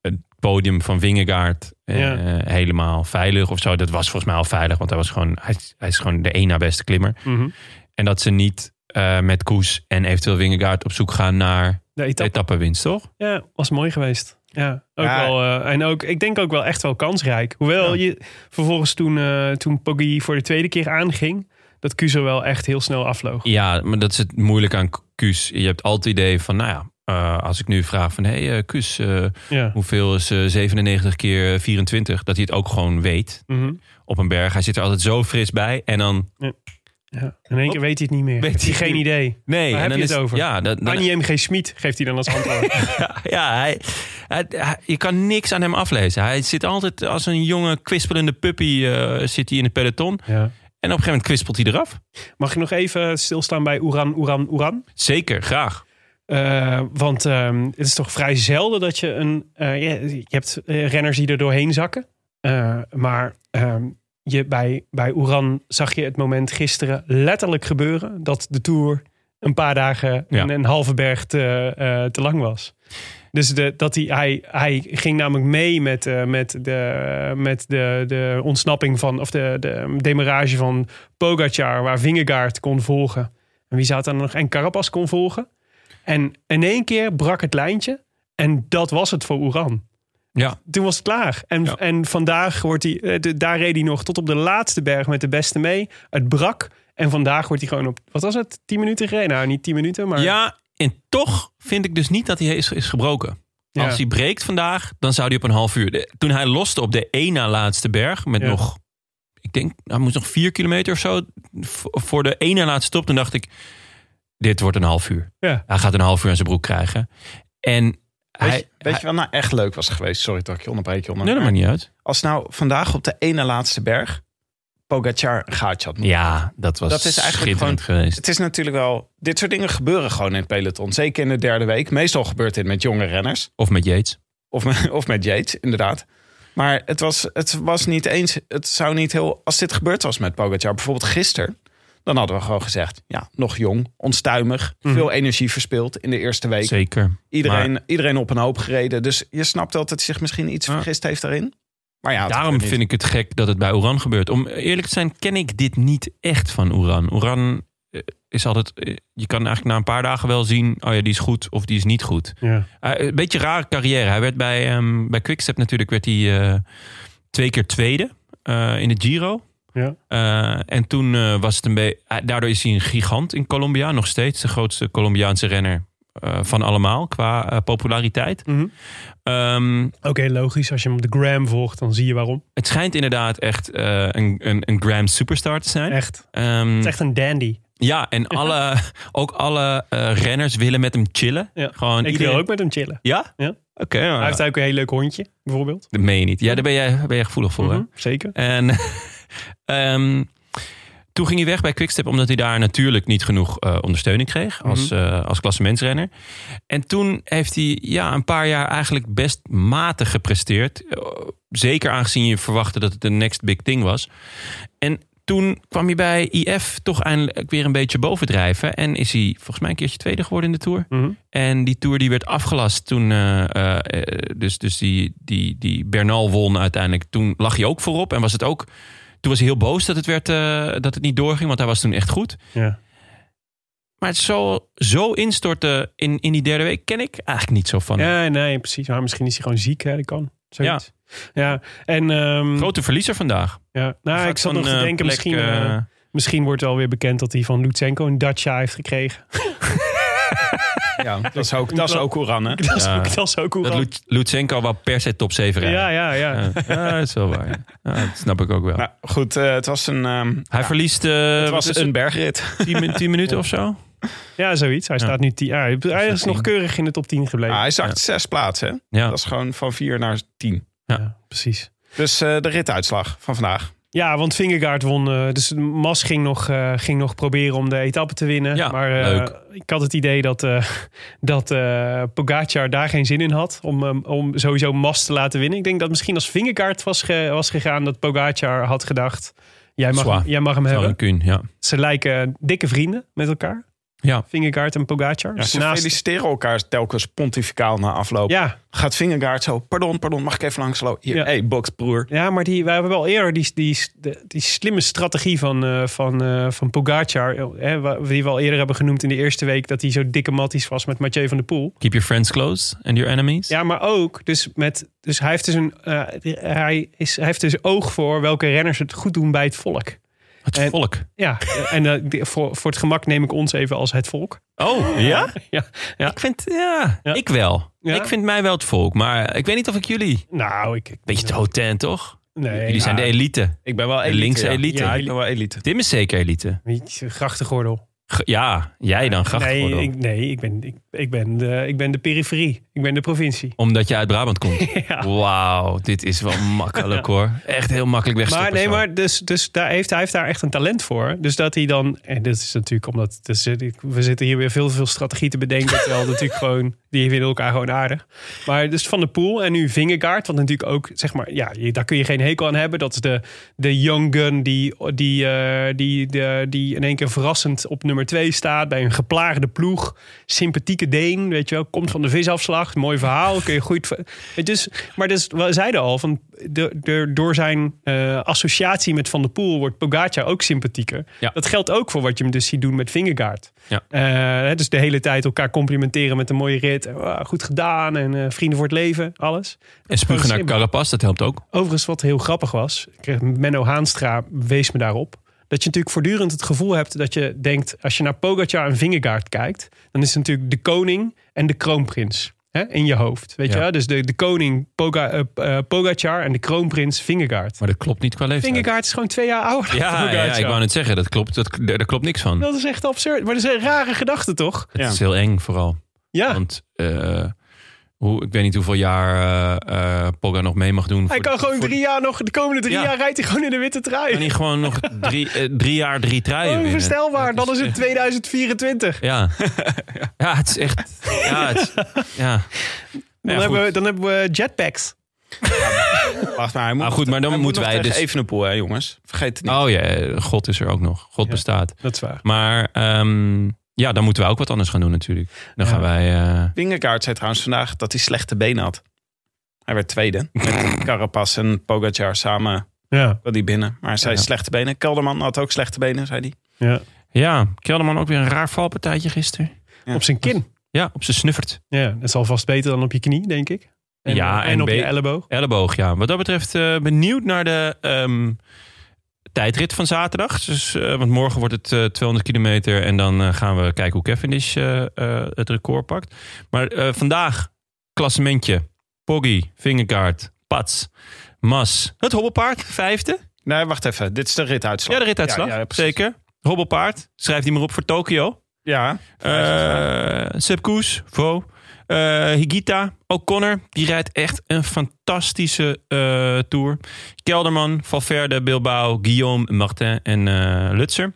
Speaker 2: het podium van Wingegaard eh,
Speaker 3: Ja.
Speaker 2: helemaal veilig of zo. Dat was volgens mij al veilig, want hij, was gewoon, hij, is- hij is gewoon de één na beste klimmer.
Speaker 3: Mhm.
Speaker 2: En dat ze niet eh, met Koes en eventueel Wingegaard op zoek gaan naar
Speaker 3: De etappe
Speaker 2: etappenwinst, toch?
Speaker 3: Ja, was mooi geweest. Ja, ook
Speaker 7: Ja.
Speaker 3: wel. eh, en ook, ik denk ook wel echt wel kansrijk. Hoewel je vervolgens toen, eh toen Poggi voor de tweede keer aanging, dat Kuzo wel echt heel snel afloog.
Speaker 2: Ja, maar dat is het moeilijk aan Koes. Je hebt altijd het idee van, nou ja, eh, als ik nu vraag van, hé hey, Koes, eh,
Speaker 3: Ja.
Speaker 2: hoeveel is eh, 97 keer 24? Dat hij het ook gewoon weet
Speaker 3: Mhm.
Speaker 2: op een berg. Hij zit er altijd zo fris bij. En dan.
Speaker 3: ja. In één keer weet hij het niet meer.
Speaker 2: Weet
Speaker 3: Weet hij
Speaker 2: hij
Speaker 3: geen
Speaker 2: niet.
Speaker 3: idee. Waar
Speaker 2: Nee, en
Speaker 3: heb
Speaker 2: dan
Speaker 3: je
Speaker 2: is
Speaker 3: het over?
Speaker 2: Ja, dat, dan-
Speaker 3: Annie M.G. Schmid geeft hij dan als antwoord.
Speaker 2: *laughs* ja hij, hij, hij- je kan niks aan hem aflezen. Hij zit altijd als een jonge kwispelende puppy eh, zit hij in het peloton.
Speaker 3: ja.
Speaker 2: En op een gegeven moment kwispelt hij eraf.
Speaker 3: Mag ik nog even stilstaan bij Oeran, Oeran, Oeran?
Speaker 2: Zeker, graag.
Speaker 3: Eh, want ehm, het is toch vrij zelden dat je een. eh, je, je hebt eh, renners die er doorheen zakken. Eh, maar ehm, je, bij, bij Oeran zag je het moment gisteren letterlijk gebeuren. dat de tour een paar dagen
Speaker 2: Ja.
Speaker 3: en een halve berg te, eh, te lang was. Dus de, dat hij, hij, hij ging namelijk mee met, eh, met, de, met de, de ontsnapping van. of de, de demarage van Pogacar, waar Vingegaard kon volgen. En wie zat daar nog? En Carapaz kon volgen. En in één keer brak het lijntje. En dat was het voor Oeran.
Speaker 2: Ja.
Speaker 3: Toen was het klaar. En,
Speaker 2: Ja.
Speaker 3: en vandaag wordt hij, eh, de- daar reed hij nog tot op de laatste berg met de beste mee. Het brak. En vandaag wordt hij gewoon op, wat was het? 10 minuten gereden? Nou, niet 10 minuten, maar.
Speaker 2: Ja, en toch vind ik dus niet dat hij is, is gebroken.
Speaker 3: Ja.
Speaker 2: Als hij breekt vandaag, dan zou hij op een half uur. De- toen hij loste op de één na laatste berg met
Speaker 3: Ja.
Speaker 2: nog, ik denk, hij moest nog vier kilometer of zo v- voor de één na laatste stop. Toen dacht ik, dit wordt een half uur.
Speaker 3: Ja.
Speaker 2: Hij gaat een half uur aan zijn broek krijgen. En
Speaker 7: Weet,
Speaker 2: hij,
Speaker 7: je, weet je wat nou echt leuk was geweest? Sorry dat ik je onderbreek, Jonne.
Speaker 2: nee, dat
Speaker 7: Maar
Speaker 2: maakt niet uit.
Speaker 7: Als nou vandaag op de ene laatste berg Pogacar een gaatje had moeten
Speaker 2: Ja, dat was
Speaker 7: Dat is eigenlijk
Speaker 2: schitterend geweest.
Speaker 7: Het is natuurlijk wel... Dit soort dingen gebeuren gewoon in het peloton. Zeker in de derde week. Meestal gebeurt dit met jonge renners.
Speaker 2: Of met Yates.
Speaker 7: Of met, *laughs* of met Yates, inderdaad. Maar het was, het was niet eens... Het zou niet heel... Als dit gebeurd was met Pogacar, bijvoorbeeld gisteren... dan hadden we gewoon gezegd... Ja, nog jong, onstuimig.
Speaker 2: Mhm.
Speaker 7: Veel energie verspild in de eerste week.
Speaker 2: Zeker.
Speaker 7: Iedereen, iedereen op een hoop gereden. Dus je snapt wel dat hij zich misschien iets vergist heeft daarin. Maar ja, het
Speaker 2: Daarom
Speaker 7: gebeurt niet.
Speaker 2: vind ik het gek dat het bij Oran gebeurt. Om eerlijk te zijn, ken ik dit niet echt van Oran. Oran eh, is altijd. eh, Je kan eigenlijk na een paar dagen wel zien. Oh ja, die is goed of die is niet goed.
Speaker 3: Ja.
Speaker 2: Eh, een beetje rare carrière. Hij werd bij, ehm bij Quickstep natuurlijk werd hij, eh, twee keer tweede eh, in de Giro.
Speaker 3: Ja.
Speaker 2: Eh, en toen eh, was het een beetje. eh, daardoor is hij een gigant in Colombia. Nog steeds de grootste Colombiaanse renner eh, van allemaal qua eh, populariteit.
Speaker 3: Mhm.
Speaker 2: Ehm,
Speaker 3: Oké, logisch. Als je hem op de gram volgt, dan zie je waarom.
Speaker 2: het schijnt inderdaad echt eh, een, een, een Graham superstar te zijn.
Speaker 3: Echt. Het
Speaker 2: Ehm,
Speaker 3: is echt een dandy.
Speaker 2: Ja, en alle, ook alle eh, renners willen met hem chillen.
Speaker 3: Ja.
Speaker 2: Gewoon
Speaker 3: Ik wil
Speaker 2: iedereen- Oh,
Speaker 3: ook met hem chillen.
Speaker 2: Ja?
Speaker 3: Ja.
Speaker 2: Oké. nou,
Speaker 3: Hij heeft ook een heel leuk hondje, bijvoorbeeld.
Speaker 2: Dat meen je niet. Ja, daar ben jij, ben jij gevoelig voor. hè? Oh,
Speaker 3: Mhm, Zeker.
Speaker 2: En *laughs* ehm, toen ging hij weg bij Quickstep, omdat hij daar natuurlijk niet genoeg eh, ondersteuning kreeg
Speaker 3: Mhm.
Speaker 2: als, eh als klassementsrenner. En toen heeft hij ja, een paar jaar eigenlijk best matig gepresteerd. Eh, Zeker aangezien je verwachtte dat het de next big thing was. En toen kwam hij bij IF toch eindelijk weer een beetje bovendrijven. En is hij volgens mij een keertje tweede geworden in de Tour.
Speaker 3: Mhm.
Speaker 2: En die Tour die werd afgelast toen... eh, eh, eh, dus dus die, die, die Bernal won uiteindelijk. Toen lag hij ook voorop en was het ook... Toen was hij heel boos dat het, werd, eh, dat het niet doorging, want hij was toen echt goed.
Speaker 3: Ja.
Speaker 2: Maar het zo, zo instorten in, in die derde week ken ik eigenlijk niet zo van.
Speaker 3: ja, nee, precies. Maar misschien is hij gewoon ziek, hè? dat kan. Zoiets. Ja. ja, en... ehm,
Speaker 2: Grote verliezer vandaag.
Speaker 3: ja. Nou,
Speaker 2: Gaat
Speaker 3: ik zat
Speaker 2: van,
Speaker 3: nog te
Speaker 2: eh,
Speaker 3: denken,
Speaker 2: plek,
Speaker 3: misschien,
Speaker 2: eh,
Speaker 3: eh, misschien wordt wel weer bekend dat hij van Lutsenko een Dacia heeft gekregen. *laughs*
Speaker 7: Ja, dat is ook, dat is ook Oran, hè?
Speaker 3: dat, is
Speaker 2: Ja.
Speaker 3: ook, dat is ook hoe
Speaker 2: dat
Speaker 3: raar.
Speaker 2: Lut- Lutsenko wou per se top 7 rijden.
Speaker 3: Ja, ja, ja.
Speaker 2: Ja, ja, dat is wel waar. ja. Ja, dat snap ik ook wel.
Speaker 7: Nou, goed, eh, het was een, ehm,
Speaker 2: hij verliest eh
Speaker 7: het was dus
Speaker 2: wat is het,
Speaker 7: een bergrit.
Speaker 2: 10, min- 10 minuten of zo.
Speaker 3: Ja, zoiets. Hij staat nu 10. Ah, hij- hij is
Speaker 2: tien.
Speaker 3: nog keurig in de top 10 gebleven.
Speaker 7: Ah, hij zakt zes plaatsen. hè?
Speaker 2: Ja.
Speaker 7: Dat is gewoon van vier naar tien.
Speaker 3: Ja, precies.
Speaker 7: Dus eh, de rituitslag van vandaag.
Speaker 3: Ja, want Vingegaard won. eh, dus Mas ging nog, eh, ging nog proberen om de etappe te winnen.
Speaker 2: Ja,
Speaker 3: maar eh,
Speaker 2: leuk.
Speaker 3: ik had het idee dat, eh *laughs* dat eh, Pogacar daar geen zin in had. Om, eh, om sowieso Mas te laten winnen. Ik denk dat misschien als Vingegaard was, ge- was gegaan... dat Pogacar had gedacht... Jij mag,
Speaker 2: Zwaar.
Speaker 3: jij mag hem
Speaker 2: Zo
Speaker 3: hebben.
Speaker 2: een kuun, ja.
Speaker 3: Ze lijken dikke vrienden met elkaar.
Speaker 2: Ja.
Speaker 3: Vingegaard en Pogacar.
Speaker 7: Ja,
Speaker 3: Dus
Speaker 7: ze
Speaker 3: naast-
Speaker 7: feliciteren elkaar telkens pontificaal na afloop.
Speaker 3: ja,
Speaker 7: Gaat Vingegaard zo, pardon, pardon, mag ik even langs lopen? Hier,
Speaker 3: Ja.
Speaker 7: hey, boksbroer.
Speaker 3: Ja, maar die, wij hebben wel eerder die, die, de- die slimme strategie van, eh, van, eh, van Pogacar. Hè, wa- die we al eerder hebben genoemd in de eerste week. Dat hij zo dikke matties was met Mathieu van der Poel.
Speaker 2: Keep your friends close and your enemies.
Speaker 3: Ja, maar ook. Dus, met, dus hij, heeft dus een, eh, hij, is, hij heeft dus oog voor welke renners het goed doen bij het volk.
Speaker 2: Het
Speaker 3: en-
Speaker 2: volk.
Speaker 3: Ja, en eh, die- voor, voor het gemak neem ik ons even als het volk.
Speaker 2: Oh, ja?
Speaker 3: *laughs* Ja, ja.
Speaker 2: Ik vind, ja,
Speaker 3: Ja.
Speaker 2: ik wel.
Speaker 3: Ja?
Speaker 2: Ik vind mij wel het volk, maar ik weet niet of ik jullie...
Speaker 3: Nou, ik... ik
Speaker 2: Beetje te hotent, toch?
Speaker 3: nee,
Speaker 2: jullie zijn de elite.
Speaker 7: Ik ben wel elite.
Speaker 2: links
Speaker 7: ja.
Speaker 2: elite.
Speaker 7: Ja, ik ben wel elite.
Speaker 2: Tim is zeker elite.
Speaker 3: de... Grachtengordel.
Speaker 2: G- ja, jij dan, grachtgordel.
Speaker 3: Nee, ik, nee ik, ben, ik, ik, ben de, ik ben de periferie. Ik ben de provincie.
Speaker 2: Omdat je uit Brabant komt.
Speaker 3: *laughs* Ja.
Speaker 2: Wauw, dit is wel makkelijk hoor. Echt heel makkelijk wegstippen.
Speaker 3: Maar nee,
Speaker 2: zo.
Speaker 3: maar dus, dus daar heeft, hij heeft daar echt een talent voor. Dus dat hij dan, en dit is natuurlijk omdat dus, ik- we zitten hier weer veel, veel strategie te bedenken. Terwijl natuurlijk gewoon, die vinden elkaar gewoon aardig. Maar dus Van de Poel en nu Vingegaard. Wat natuurlijk ook, zeg maar, ja, je- daar kun je geen hekel aan hebben. Dat is de, de young gun die, die, eh, die, de, die in één keer verrassend op nummer twee staat. Bij een geplaagde ploeg. Sympathieke Deen, weet je wel. Komt van de visafslag. Mooi verhaal, kun je goed... ver- Het is, maar dus, we zeiden al, van, de, de- door zijn eh, associatie met Van der Poel wordt Pogacar ook sympathieker.
Speaker 2: Ja.
Speaker 3: Dat geldt ook voor wat je hem dus ziet doen met Vingegaard.
Speaker 2: Ja.
Speaker 3: Eh, hè, dus de hele tijd elkaar complimenteren met een mooie rit. Ah, goed gedaan en eh, vrienden voor het leven, alles.
Speaker 2: En spugen naar Carapaz, dat helpt ook.
Speaker 3: Overigens, wat heel grappig was, ik kreeg- Menno Haanstra wees me daarop. Dat je natuurlijk voortdurend het gevoel hebt dat je denkt, als je naar Pogacar en Vingegaard kijkt, dan is het natuurlijk de koning en de kroonprins hè, in je hoofd. Weet je
Speaker 2: Ja.
Speaker 3: wel? Dus de, de koning Poga, eh, eh, Pogacar en de kroonprins Vingegaard.
Speaker 2: Maar dat klopt niet qua leeftijd.
Speaker 3: Vingegaard is gewoon twee jaar ouder dan
Speaker 2: Ja, ja,
Speaker 3: Pogacar.
Speaker 2: ik wou net zeggen, dat klopt, dat, daar, daar klopt niks van.
Speaker 3: Dat is echt absurd. Maar dat is een rare gedachte, toch?
Speaker 2: Het is heel eng vooral.
Speaker 3: Ja,
Speaker 2: Want eh, hoe, ik weet niet hoeveel jaar eh, eh, Pogga nog mee mag doen.
Speaker 3: hij
Speaker 2: voor-
Speaker 3: kan gewoon
Speaker 2: voor-
Speaker 3: drie jaar nog, de komende drie
Speaker 2: Ja.
Speaker 3: jaar rijdt hij gewoon in de witte trui.
Speaker 2: Kan hij gewoon nog drie, eh, drie jaar drie truien winnen. dus, eh,
Speaker 3: Onvoorstelbaar,
Speaker 2: Dat
Speaker 3: dan
Speaker 2: is
Speaker 3: is het
Speaker 2: echt-
Speaker 3: 2024. *laughs*
Speaker 2: Ja. ja, het is echt... Ja, het, ja.
Speaker 3: Dan,
Speaker 2: goed.
Speaker 3: hebben, we, dan hebben we jetpacks.
Speaker 7: Wacht maar, hij moet,
Speaker 2: Ah, goed, maar dan
Speaker 7: hij moet
Speaker 2: moeten
Speaker 7: nog
Speaker 2: wij
Speaker 7: tegen
Speaker 2: dus-
Speaker 7: Evenepoel, hè, jongens. Vergeet het niet.
Speaker 2: Oh ja, God is er ook nog. God
Speaker 3: Ja.
Speaker 2: bestaat.
Speaker 3: Dat is waar.
Speaker 2: Maar ehm, ja, dan moeten we ook wat anders gaan doen natuurlijk. Dan gaan wij... eh,
Speaker 7: Vingegaard zei trouwens vandaag dat hij slechte benen had. Hij werd tweede.
Speaker 3: *laughs*
Speaker 7: Met Carapaz en Pogacar samen
Speaker 3: Ja,
Speaker 7: wel die binnen. Maar hij zei
Speaker 2: Ja.
Speaker 7: slechte benen. Kelderman had ook slechte benen, zei hij.
Speaker 3: ja.
Speaker 2: ja, Kelderman ook weer een raar valpartijtje gisteren.
Speaker 3: op zijn kin.
Speaker 2: Ja, op zijn snuffert.
Speaker 3: Ja, dat is alvast beter dan op je knie, denk ik. En,
Speaker 2: Ja,
Speaker 3: en,
Speaker 2: en
Speaker 3: op
Speaker 2: be-
Speaker 3: je elleboog.
Speaker 2: Elleboog, ja. Wat dat betreft eh, benieuwd naar de ehm, tijdrit van zaterdag. Dus, eh, want morgen wordt het eh, 200 kilometer en dan eh, gaan we kijken hoe Cavendish eh, eh, het record pakt. Maar eh, vandaag klassementje. Poggy, Vingegaard, Pats, Mas. Het hobbelpaard, vijfde.
Speaker 7: Nee, wacht even. Dit is de rituitslag.
Speaker 2: Ja, de rituitslag,
Speaker 7: Ja, ja, precies.
Speaker 2: zeker. Hobbelpaard, schrijf die maar op voor Tokio.
Speaker 7: Ja.
Speaker 2: Eh Sepp Koes, Vo. Eh, Higita, O'Connor, die rijdt echt een fantastische eh, tour. Kelderman, Valverde, Bilbao, Guillaume, Martin en eh, Lutzer.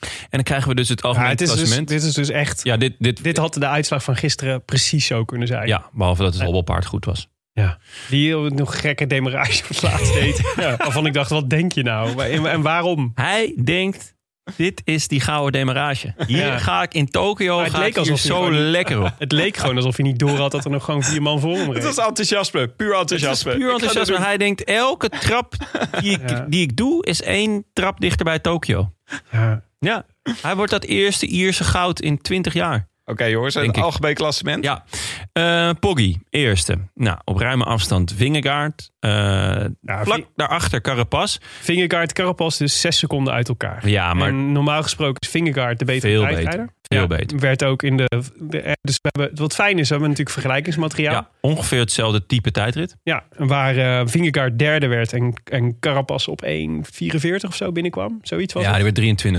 Speaker 2: En dan krijgen we dus het
Speaker 3: Ja,
Speaker 2: algemeen
Speaker 3: het is dus,
Speaker 2: klassement.
Speaker 3: dit is dus echt...
Speaker 2: ja, dit, dit,
Speaker 3: Dit had de uitslag van gisteren precies zo kunnen zijn.
Speaker 2: ja, behalve dat het hobbelpaard goed was.
Speaker 3: Ja. Die heel- nog gekke demarage voor het laatst
Speaker 2: *laughs*
Speaker 3: deed. Ja, waarvan ik dacht, wat denk je nou? En, en waarom?
Speaker 2: Hij denkt, dit is die gouden demarage. Hier
Speaker 3: Ja.
Speaker 2: ga ik in Tokio,
Speaker 3: Maar het
Speaker 2: ga ik
Speaker 3: leek
Speaker 2: hier
Speaker 3: alsof hij
Speaker 2: zo
Speaker 3: gewoon-
Speaker 2: lekker op.
Speaker 3: Het leek gewoon alsof hij niet door had dat er nog gewoon vier man voor hem
Speaker 7: Het
Speaker 3: reed.
Speaker 7: was enthousiasme, puur
Speaker 2: Het is
Speaker 7: enthousiasme.
Speaker 2: puur enthousiasme. Hij denkt, elke trap die ik,
Speaker 3: Ja.
Speaker 2: die ik doe, is één trap dichter bij Tokio.
Speaker 3: Ja.
Speaker 2: Ja, hij wordt dat eerste Ierse goud in 20 jaar.
Speaker 7: Oké jongens, een
Speaker 2: Denk ik.
Speaker 7: algemeen klassement.
Speaker 2: Ja, Eh Poggi, eerste. Nou, op ruime afstand Vingegaard. Eh, vlak
Speaker 3: vi-
Speaker 2: daarachter Carapaz.
Speaker 3: Vingegaard, Carapaz dus zes seconden uit elkaar.
Speaker 2: Ja, maar
Speaker 3: en normaal gesproken is Vingegaard de betere
Speaker 2: Veel
Speaker 3: tijdrijder.
Speaker 2: veel
Speaker 3: Ja,
Speaker 2: beter.
Speaker 3: Werd ook in de... de- dus we hebben, wat fijn is, we hebben natuurlijk
Speaker 2: Ja.
Speaker 3: vergelijkingsmateriaal. Ja,
Speaker 2: ongeveer hetzelfde type tijdrit.
Speaker 3: waar eh Vingegaard derde werd en, en Carapaz op 1,44 of zo binnenkwam. Zoiets was
Speaker 2: Ja,
Speaker 3: het.
Speaker 2: die werd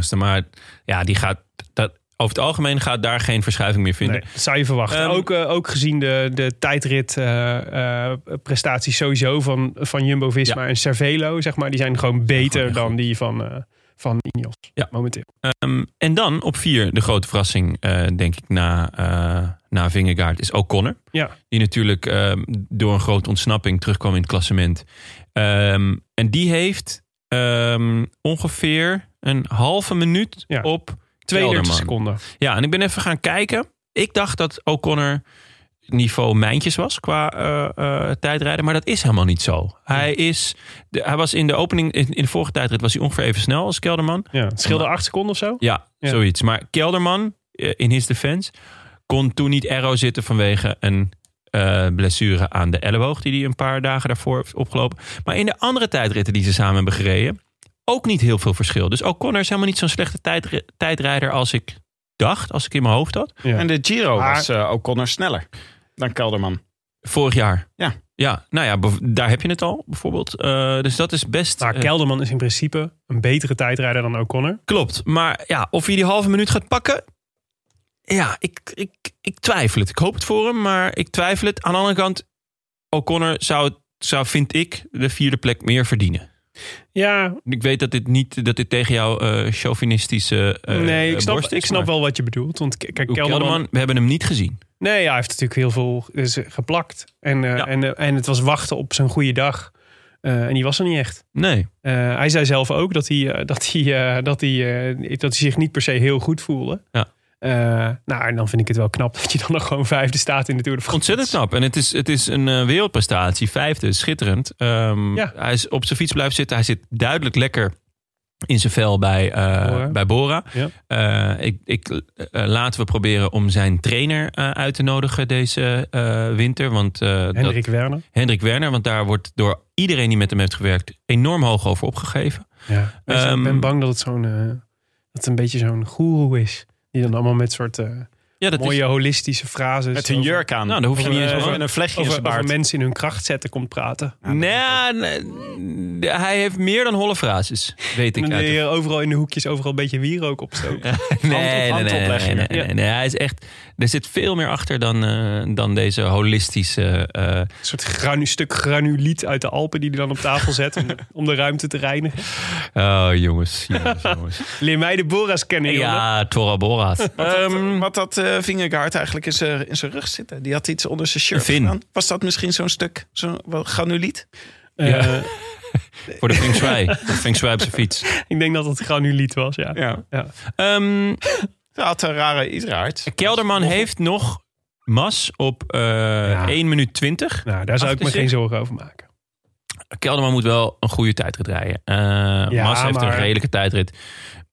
Speaker 2: 23ste. Maar ja, die gaat, dat, over het algemeen gaat daar geen verschuiving meer vinden.
Speaker 3: Nee, dat zou je verwachten.
Speaker 2: Ehm,
Speaker 3: ook, eh, ook gezien de, de tijdrit eh, eh, prestaties sowieso van, van Jumbo-Visma en Cervelo, zeg maar. Die zijn gewoon beter
Speaker 2: echt
Speaker 3: dan die van, eh van Ineos
Speaker 2: Ja.
Speaker 3: momenteel.
Speaker 2: Ehm, en dan op vier, de grote verrassing, eh, denk ik, na, eh na Vingegaard, is O'Connor.
Speaker 3: Ja.
Speaker 2: Die natuurlijk ehm, door een grote ontsnapping terugkwam in het klassement. Ehm, en die heeft ehm, ongeveer een halve minuut
Speaker 3: Ja.
Speaker 2: op
Speaker 3: 32
Speaker 2: Kelderman.
Speaker 3: seconden.
Speaker 2: Ja, en ik ben even gaan kijken. Ik dacht dat O'Connor niveau mijntjes was qua eh, eh, tijdrijden. Maar dat is helemaal niet zo. Hij, is, de- hij was in de opening, in, in de vorige tijdrit was hij ongeveer even snel als Kelderman.
Speaker 3: Ja, het scheelde 8 seconden of zo.
Speaker 2: Ja,
Speaker 3: Ja.
Speaker 2: zoiets. Maar Kelderman, eh, in his defense, kon toen niet arrow zitten vanwege een eh, blessure aan de elleboog. Die hij een paar dagen daarvoor heeft opgelopen. Maar in de andere tijdritten die ze samen hebben gereden, ook niet heel veel verschil. Dus O'Connor is helemaal niet zo'n slechte tijdri- tijdrijder als ik dacht, als ik in mijn hoofd had.
Speaker 3: Ja.
Speaker 7: En de Giro
Speaker 3: Maar-
Speaker 7: was eh, O'Connor sneller dan Kelderman.
Speaker 2: Vorig jaar.
Speaker 7: Ja.
Speaker 2: Ja, nou ja, bev- daar heb je het al, bijvoorbeeld. Eh, dus dat is best...
Speaker 3: Maar
Speaker 2: eh,
Speaker 3: Nou, Kelderman is in principe een betere tijdrijder dan O'Connor.
Speaker 2: Klopt. Maar ja, of hij die halve minuut gaat pakken. Ja, ik, ik, ik twijfel het. Ik hoop het voor hem, maar ik twijfel het. Aan de andere kant, O'Connor zou, zou, vind ik, de vierde plek meer verdienen.
Speaker 3: Ja,
Speaker 2: Ik weet dat dit niet dat dit tegen jouw eh, chauvinistische eh
Speaker 3: nee, ik
Speaker 2: eh,
Speaker 3: snap,
Speaker 2: borst is,
Speaker 3: ik snap
Speaker 2: maar
Speaker 3: wel wat je bedoelt. Want k- kijk,
Speaker 2: Uwe
Speaker 3: Kelderman,
Speaker 2: Kelderman, we hebben hem niet gezien.
Speaker 3: Nee, ja, hij heeft natuurlijk heel veel is, geplakt. En, eh,
Speaker 2: Ja.
Speaker 3: en, eh, en het was wachten op zijn goede dag. Eh, en die was er niet echt.
Speaker 2: Nee.
Speaker 3: Eh, hij zei zelf ook dat hij, eh, dat, hij, eh, dat, hij, eh, dat hij zich niet per se heel goed voelde.
Speaker 2: Ja.
Speaker 3: Eh, nou, en dan vind ik het wel knap *laughs* dat je dan nog gewoon vijfde staat in de Tour de France.
Speaker 2: Ontzettend knap. En het is, het is een eh, wereldprestatie. Vijfde, schitterend. Ehm,
Speaker 3: Ja.
Speaker 2: Hij is op zijn fiets blijven zitten. Hij zit duidelijk lekker in zijn vel bij, eh,
Speaker 3: Bora.
Speaker 2: bij Bora.
Speaker 3: Ja.
Speaker 2: Eh, ik, ik, eh, laten we proberen om zijn trainer eh, uit te nodigen deze eh, winter. Want, eh, dat,
Speaker 3: Hendrik Werner.
Speaker 2: Hendrik Werner. Want daar wordt door iedereen die met hem heeft gewerkt enorm hoog over opgegeven.
Speaker 3: Ja. Dus
Speaker 2: Ehm,
Speaker 3: ik ben bang dat het zo'n eh, dat het een beetje zo'n goeroe is. Die dan allemaal met soort eh,
Speaker 2: Ja, dat
Speaker 3: mooie
Speaker 2: is...
Speaker 3: holistische frases.
Speaker 7: Met hun
Speaker 3: over-
Speaker 7: jurk aan.
Speaker 2: Nou, daar hoef je niet eens
Speaker 3: eh,
Speaker 2: over-
Speaker 7: en een vlechtje in
Speaker 3: Over,
Speaker 7: zijn
Speaker 3: over
Speaker 7: baard.
Speaker 3: mensen in hun kracht zetten komt praten.
Speaker 2: Nee, nee, hij heeft meer dan holle frases, weet ik
Speaker 3: En
Speaker 2: uit
Speaker 3: dan
Speaker 2: de
Speaker 3: je overal in de hoekjes overal een beetje wierook opstoken.
Speaker 2: *laughs* Nee, nee,
Speaker 7: hand
Speaker 2: nee, nee,
Speaker 7: opleggen.
Speaker 2: nee,
Speaker 3: Ja.
Speaker 2: nee, nee. Hij is echt. Er zit veel meer achter dan, eh, dan deze holistische. eh,
Speaker 3: Een soort granu, stuk granuliet uit de Alpen die hij dan op tafel zet om, om de ruimte te reinigen.
Speaker 2: oh, jongens,
Speaker 7: *laughs*
Speaker 2: jongens, jongens.
Speaker 3: Leer mij de Boras kennen, jongen.
Speaker 2: ja, Tora Boras.
Speaker 7: Ehm, wat dat eh Vingegaard eigenlijk in zijn, in zijn rug zitten. Die had iets onder zijn shirt
Speaker 2: Een vin.
Speaker 7: gedaan. Was dat misschien zo'n stuk, zo'n wat granuliet?
Speaker 3: Eh,
Speaker 2: Ja. voor de Feng Shui. De Feng Shui op zijn fiets.
Speaker 3: ik denk dat het granuliet was, ja.
Speaker 7: Ja.
Speaker 3: Ja.
Speaker 2: Ehm,
Speaker 7: Dat had een rare iets raars.
Speaker 2: Kelderman heeft nog mas op eh 1 minuut 20.
Speaker 3: Nou, daar zou ik me
Speaker 2: Achter
Speaker 3: geen zorgen over maken.
Speaker 2: Kelderman moet wel een goede tijdrit rijden. Eh, Mas heeft
Speaker 3: maar-
Speaker 2: een redelijke tijdrit.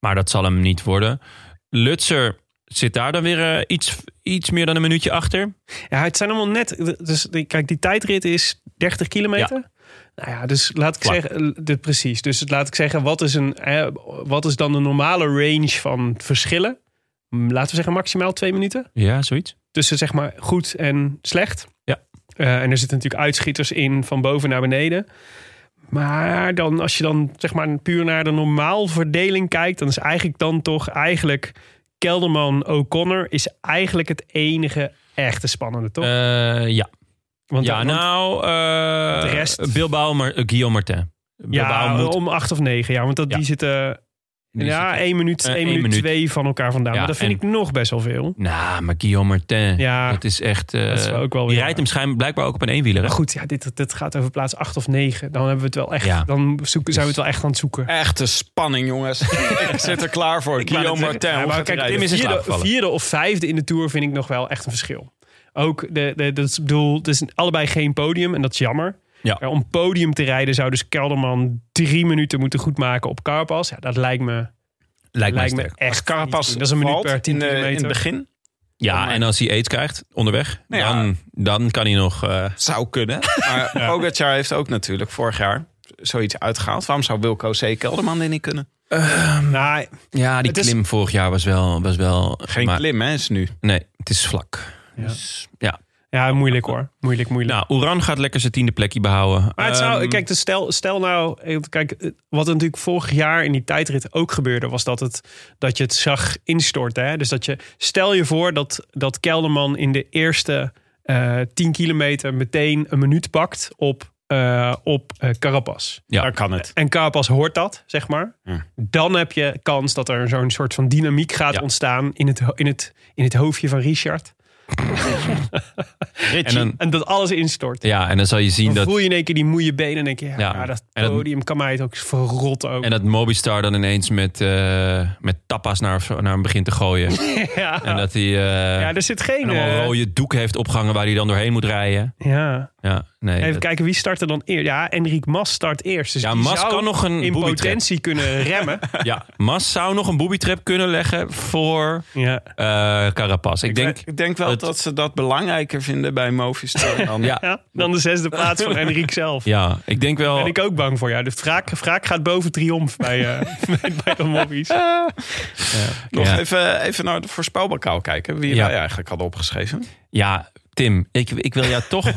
Speaker 2: Maar dat zal hem niet worden. Lutzer zit daar dan weer eh, iets, iets meer dan een minuutje achter.
Speaker 3: Ja, het zijn allemaal net... Dus, die- kijk, die tijdrit is 30 kilometer. Nou ja, dus laat ik
Speaker 2: Vlak.
Speaker 3: zeggen... De, precies, dus laat ik zeggen, wat is, een, eh, wat is dan de normale range van verschillen? Hm, Laten we zeggen maximaal twee minuten.
Speaker 2: Ja, zoiets.
Speaker 3: tussen zeg maar goed en slecht.
Speaker 2: Ja.
Speaker 3: Eh, en er zitten natuurlijk uitschieters in van boven naar beneden. Maar dan, als je dan zeg maar puur naar de normaal verdeling kijkt, dan is eigenlijk dan toch eigenlijk Kelderman O'Connor is eigenlijk het enige echte spannende, toch?
Speaker 2: Eh, ja,
Speaker 3: want
Speaker 2: ja
Speaker 3: want-
Speaker 2: nou, eh,
Speaker 3: de rest-
Speaker 2: Bilbao, maar, eh, Guillaume Martin. Bilbao
Speaker 3: ja,
Speaker 2: moet,
Speaker 3: om acht of negen, ja, want dat,
Speaker 2: Ja.
Speaker 3: die zitten
Speaker 2: die
Speaker 3: ja,
Speaker 2: zit-
Speaker 3: 1 minuut,
Speaker 2: Eh,
Speaker 3: één
Speaker 2: één
Speaker 3: minuut
Speaker 2: minuut.
Speaker 3: 2 van elkaar vandaan.
Speaker 2: Ja,
Speaker 3: maar dat vind
Speaker 2: en-
Speaker 3: ik nog best wel veel.
Speaker 2: Nou, maar Guillaume Martin.
Speaker 3: Ja.
Speaker 2: dat is echt. eh,
Speaker 3: Dat is wel ook wel
Speaker 2: die
Speaker 3: weer-
Speaker 2: rijdt hem schijn, blijkbaar ook op een eenwieler. Hè?
Speaker 3: Maar goed, ja, dit, dit gaat over plaats 8 of 9. Dan hebben we het wel echt.
Speaker 2: Ja. Dus-
Speaker 3: Dan zoeken, zijn we het wel echt aan het zoeken.
Speaker 7: Echte spanning, jongens. *laughs* ik zit er klaar voor.
Speaker 2: wou
Speaker 7: Guillaume
Speaker 2: net
Speaker 7: Martin.
Speaker 2: zeggen.
Speaker 7: hoe
Speaker 2: Ja,
Speaker 7: gaat hij
Speaker 2: kijk,
Speaker 7: rijden?
Speaker 2: Tim is in slaap
Speaker 3: vierde,
Speaker 2: gevallen.
Speaker 3: vierde of vijfde in de Tour vind ik nog wel echt een verschil. Ook, de, de, dat is, ik bedoel, het is allebei geen podium en dat is jammer.
Speaker 2: Ja.
Speaker 3: Maar om podium te rijden zou dus Kelderman drie minuten moeten goedmaken op Carpas. Ja, dat lijkt me,
Speaker 2: Lijkt, mij
Speaker 3: lijkt me
Speaker 2: sterk.
Speaker 3: echt
Speaker 7: Als
Speaker 3: niet
Speaker 7: Carapaz
Speaker 3: doen. Dat is een minuut
Speaker 7: valt
Speaker 3: per 10
Speaker 7: in, de- in het
Speaker 3: kilometer.
Speaker 7: begin.
Speaker 3: Oh
Speaker 2: Ja,
Speaker 7: maar-
Speaker 2: Ah, en als hij aids krijgt onderweg,
Speaker 7: Nou ja.
Speaker 2: dan, dan kan hij nog. eh,
Speaker 7: Zou kunnen. Maar
Speaker 2: *laughs*
Speaker 7: Pogacar heeft ook natuurlijk vorig jaar zoiets uitgehaald. Waarom zou Wilco C. Kelderman dit niet kunnen?
Speaker 3: Nou,
Speaker 2: ja, die
Speaker 3: Het is-
Speaker 2: klim vorig jaar was wel. Was wel
Speaker 7: Geen
Speaker 2: maar-
Speaker 7: klim, hè, is nu.
Speaker 2: Nee, het is vlak.
Speaker 3: Ja.
Speaker 2: Dus, ja.
Speaker 3: ja, moeilijk hoor. Moeilijk, moeilijk.
Speaker 2: Nou, Oeran gaat lekker zijn tiende plekje behouden.
Speaker 3: Maar het zou,
Speaker 2: Ehm,
Speaker 3: kijk, dus stel, stel nou, kijk, eh, wat er natuurlijk vorig jaar in die tijdrit ook gebeurde, was dat, het, dat je het zag instorten. Hè? Dus dat je, stel je voor dat, dat Kelderman in de eerste eh 10 kilometer meteen een minuut pakt op, eh op eh Carapaz.
Speaker 2: Ja.
Speaker 7: Daar kan het.
Speaker 3: En Carapaz hoort dat, zeg maar.
Speaker 7: Ja.
Speaker 3: Dan heb je kans dat er zo'n soort van dynamiek gaat
Speaker 2: Ja.
Speaker 3: ontstaan in het, ho- in, het, in het hoofdje van
Speaker 7: *laughs*
Speaker 3: Richard.
Speaker 2: en dan,
Speaker 3: En dat alles instort.
Speaker 2: ja, en dan zal je zien
Speaker 3: Dan
Speaker 2: dat.
Speaker 3: voel je in één keer die moeie benen en denk je, ja,
Speaker 2: Ja.
Speaker 3: maar dat
Speaker 2: En dat-
Speaker 3: podium kan mij het ook verrotten ook.
Speaker 2: En dat Mobistar dan ineens met, eh, met tapas naar, naar hem begint te gooien.
Speaker 3: ja.
Speaker 2: En dat hij eh,
Speaker 3: ja, er zit geen...
Speaker 2: en allemaal
Speaker 3: eh,
Speaker 2: rode doek heeft opgehangen waar hij dan doorheen moet rijden.
Speaker 3: ja.
Speaker 2: Ja, nee.
Speaker 3: Even
Speaker 2: dat-
Speaker 3: kijken, wie start er dan eerst? Ja, Enrique Mas start eerst. Dus
Speaker 2: Ja,
Speaker 3: die
Speaker 2: Mas
Speaker 3: zou
Speaker 2: kan nog een
Speaker 3: in
Speaker 2: booby trap.
Speaker 3: potentie
Speaker 2: *laughs*
Speaker 3: kunnen remmen.
Speaker 2: ja, Mas zou nog een boobytrap kunnen leggen voor
Speaker 3: ja.
Speaker 2: eh Carapaz. Ik denk,
Speaker 7: ik denk wel
Speaker 2: het-
Speaker 7: dat ze dat belangrijker vinden bij
Speaker 2: *laughs*
Speaker 7: Movistar dan
Speaker 2: ja,
Speaker 3: ja, dan de zesde plaats
Speaker 2: *laughs*
Speaker 3: van Enrique zelf.
Speaker 2: ja, ik denk
Speaker 3: Ben
Speaker 2: wel.
Speaker 3: ik ook bang voor jou. De wraak, wraak gaat boven triomf bij, eh *laughs* bij, bij de mobbies.
Speaker 7: Nog
Speaker 2: Ja.
Speaker 7: even, even naar de voorspelbokaal kijken. Wie
Speaker 2: Ja.
Speaker 7: wij eigenlijk hadden opgeschreven.
Speaker 2: Ja, Tim, ik, ik wil jou
Speaker 7: *laughs*
Speaker 2: toch.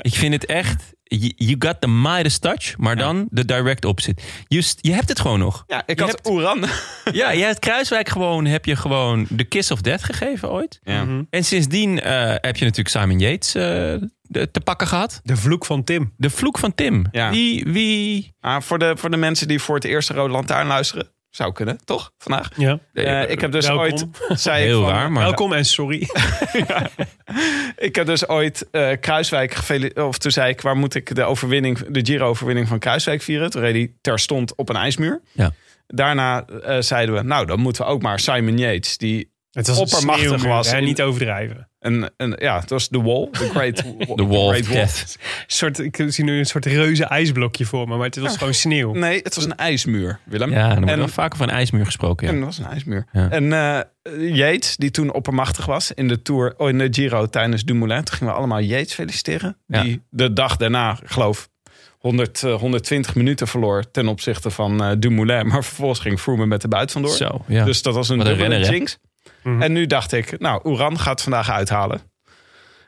Speaker 2: ik vind het echt. You you got the Midas touch, maar dan de direct opposite. Just, je hebt het gewoon nog.
Speaker 7: Ja, ik
Speaker 2: Je
Speaker 7: had
Speaker 2: hebt-
Speaker 7: Oeran.
Speaker 2: *laughs*
Speaker 7: *laughs*
Speaker 2: Ja, jij hebt Kruiswijk gewoon. Heb je gewoon de kiss of death gegeven ooit?
Speaker 7: Mhm.
Speaker 2: En sindsdien eh, heb je natuurlijk Simon Yates eh, de- te pakken gehad.
Speaker 3: De vloek van Tim.
Speaker 2: De vloek van Tim.
Speaker 7: Ja.
Speaker 2: Wie, wie...
Speaker 7: Ah, voor, de, voor de mensen die voor het eerst Rode Lantaarn luisteren. Zou kunnen, toch? Vandaag.
Speaker 3: Ja.
Speaker 7: Eh, ik heb dus
Speaker 3: welkom.
Speaker 7: ooit... Zei ik
Speaker 2: Heel
Speaker 7: van,
Speaker 2: raar, maar
Speaker 3: Welkom en sorry.
Speaker 7: Ik heb dus ooit eh, Kruiswijk gefeliciteerd. Of toen zei ik, waar moet ik de overwinning, de Giro-overwinning van Kruiswijk vieren? Toen reed hij terstond op een ijsmuur.
Speaker 2: Ja.
Speaker 7: Daarna eh, zeiden we, nou dan moeten we ook maar Simon Yates, die
Speaker 3: Het was
Speaker 7: Oppermachtig
Speaker 3: oppermachtig
Speaker 7: was.
Speaker 3: was. En niet overdrijven.
Speaker 7: een, een ja, het was de wall, the
Speaker 2: *laughs*
Speaker 7: great, the
Speaker 2: De Wall
Speaker 7: great
Speaker 2: of Death.
Speaker 3: soort, ik zie nu een soort reuze ijsblokje voor me, maar het was gewoon
Speaker 2: *laughs*
Speaker 3: sneeuw.
Speaker 7: Nee, het was een ijsmuur, Willem.
Speaker 2: Ja, dan wordt
Speaker 7: en,
Speaker 2: wel vaker van ijsmuur gesproken. ja.
Speaker 7: en dat was een ijsmuur.
Speaker 2: Ja.
Speaker 7: En eh Yates, die toen oppermachtig was in de Tour, oh, in de Giro tijdens Dumoulin, toen gingen we allemaal Yates feliciteren.
Speaker 2: Ja.
Speaker 7: Die de dag daarna, ik geloof 100, eh, 120 minuten verloor ten opzichte van eh, Dumoulin. Maar vervolgens ging Froome met de buit vandoor.
Speaker 2: Zo, ja.
Speaker 7: Dus dat was een
Speaker 2: Wat een
Speaker 7: dubbele
Speaker 2: renner, hè?
Speaker 7: jinx.
Speaker 3: Mhm.
Speaker 7: En nu dacht ik, nou, Oeran gaat vandaag uithalen.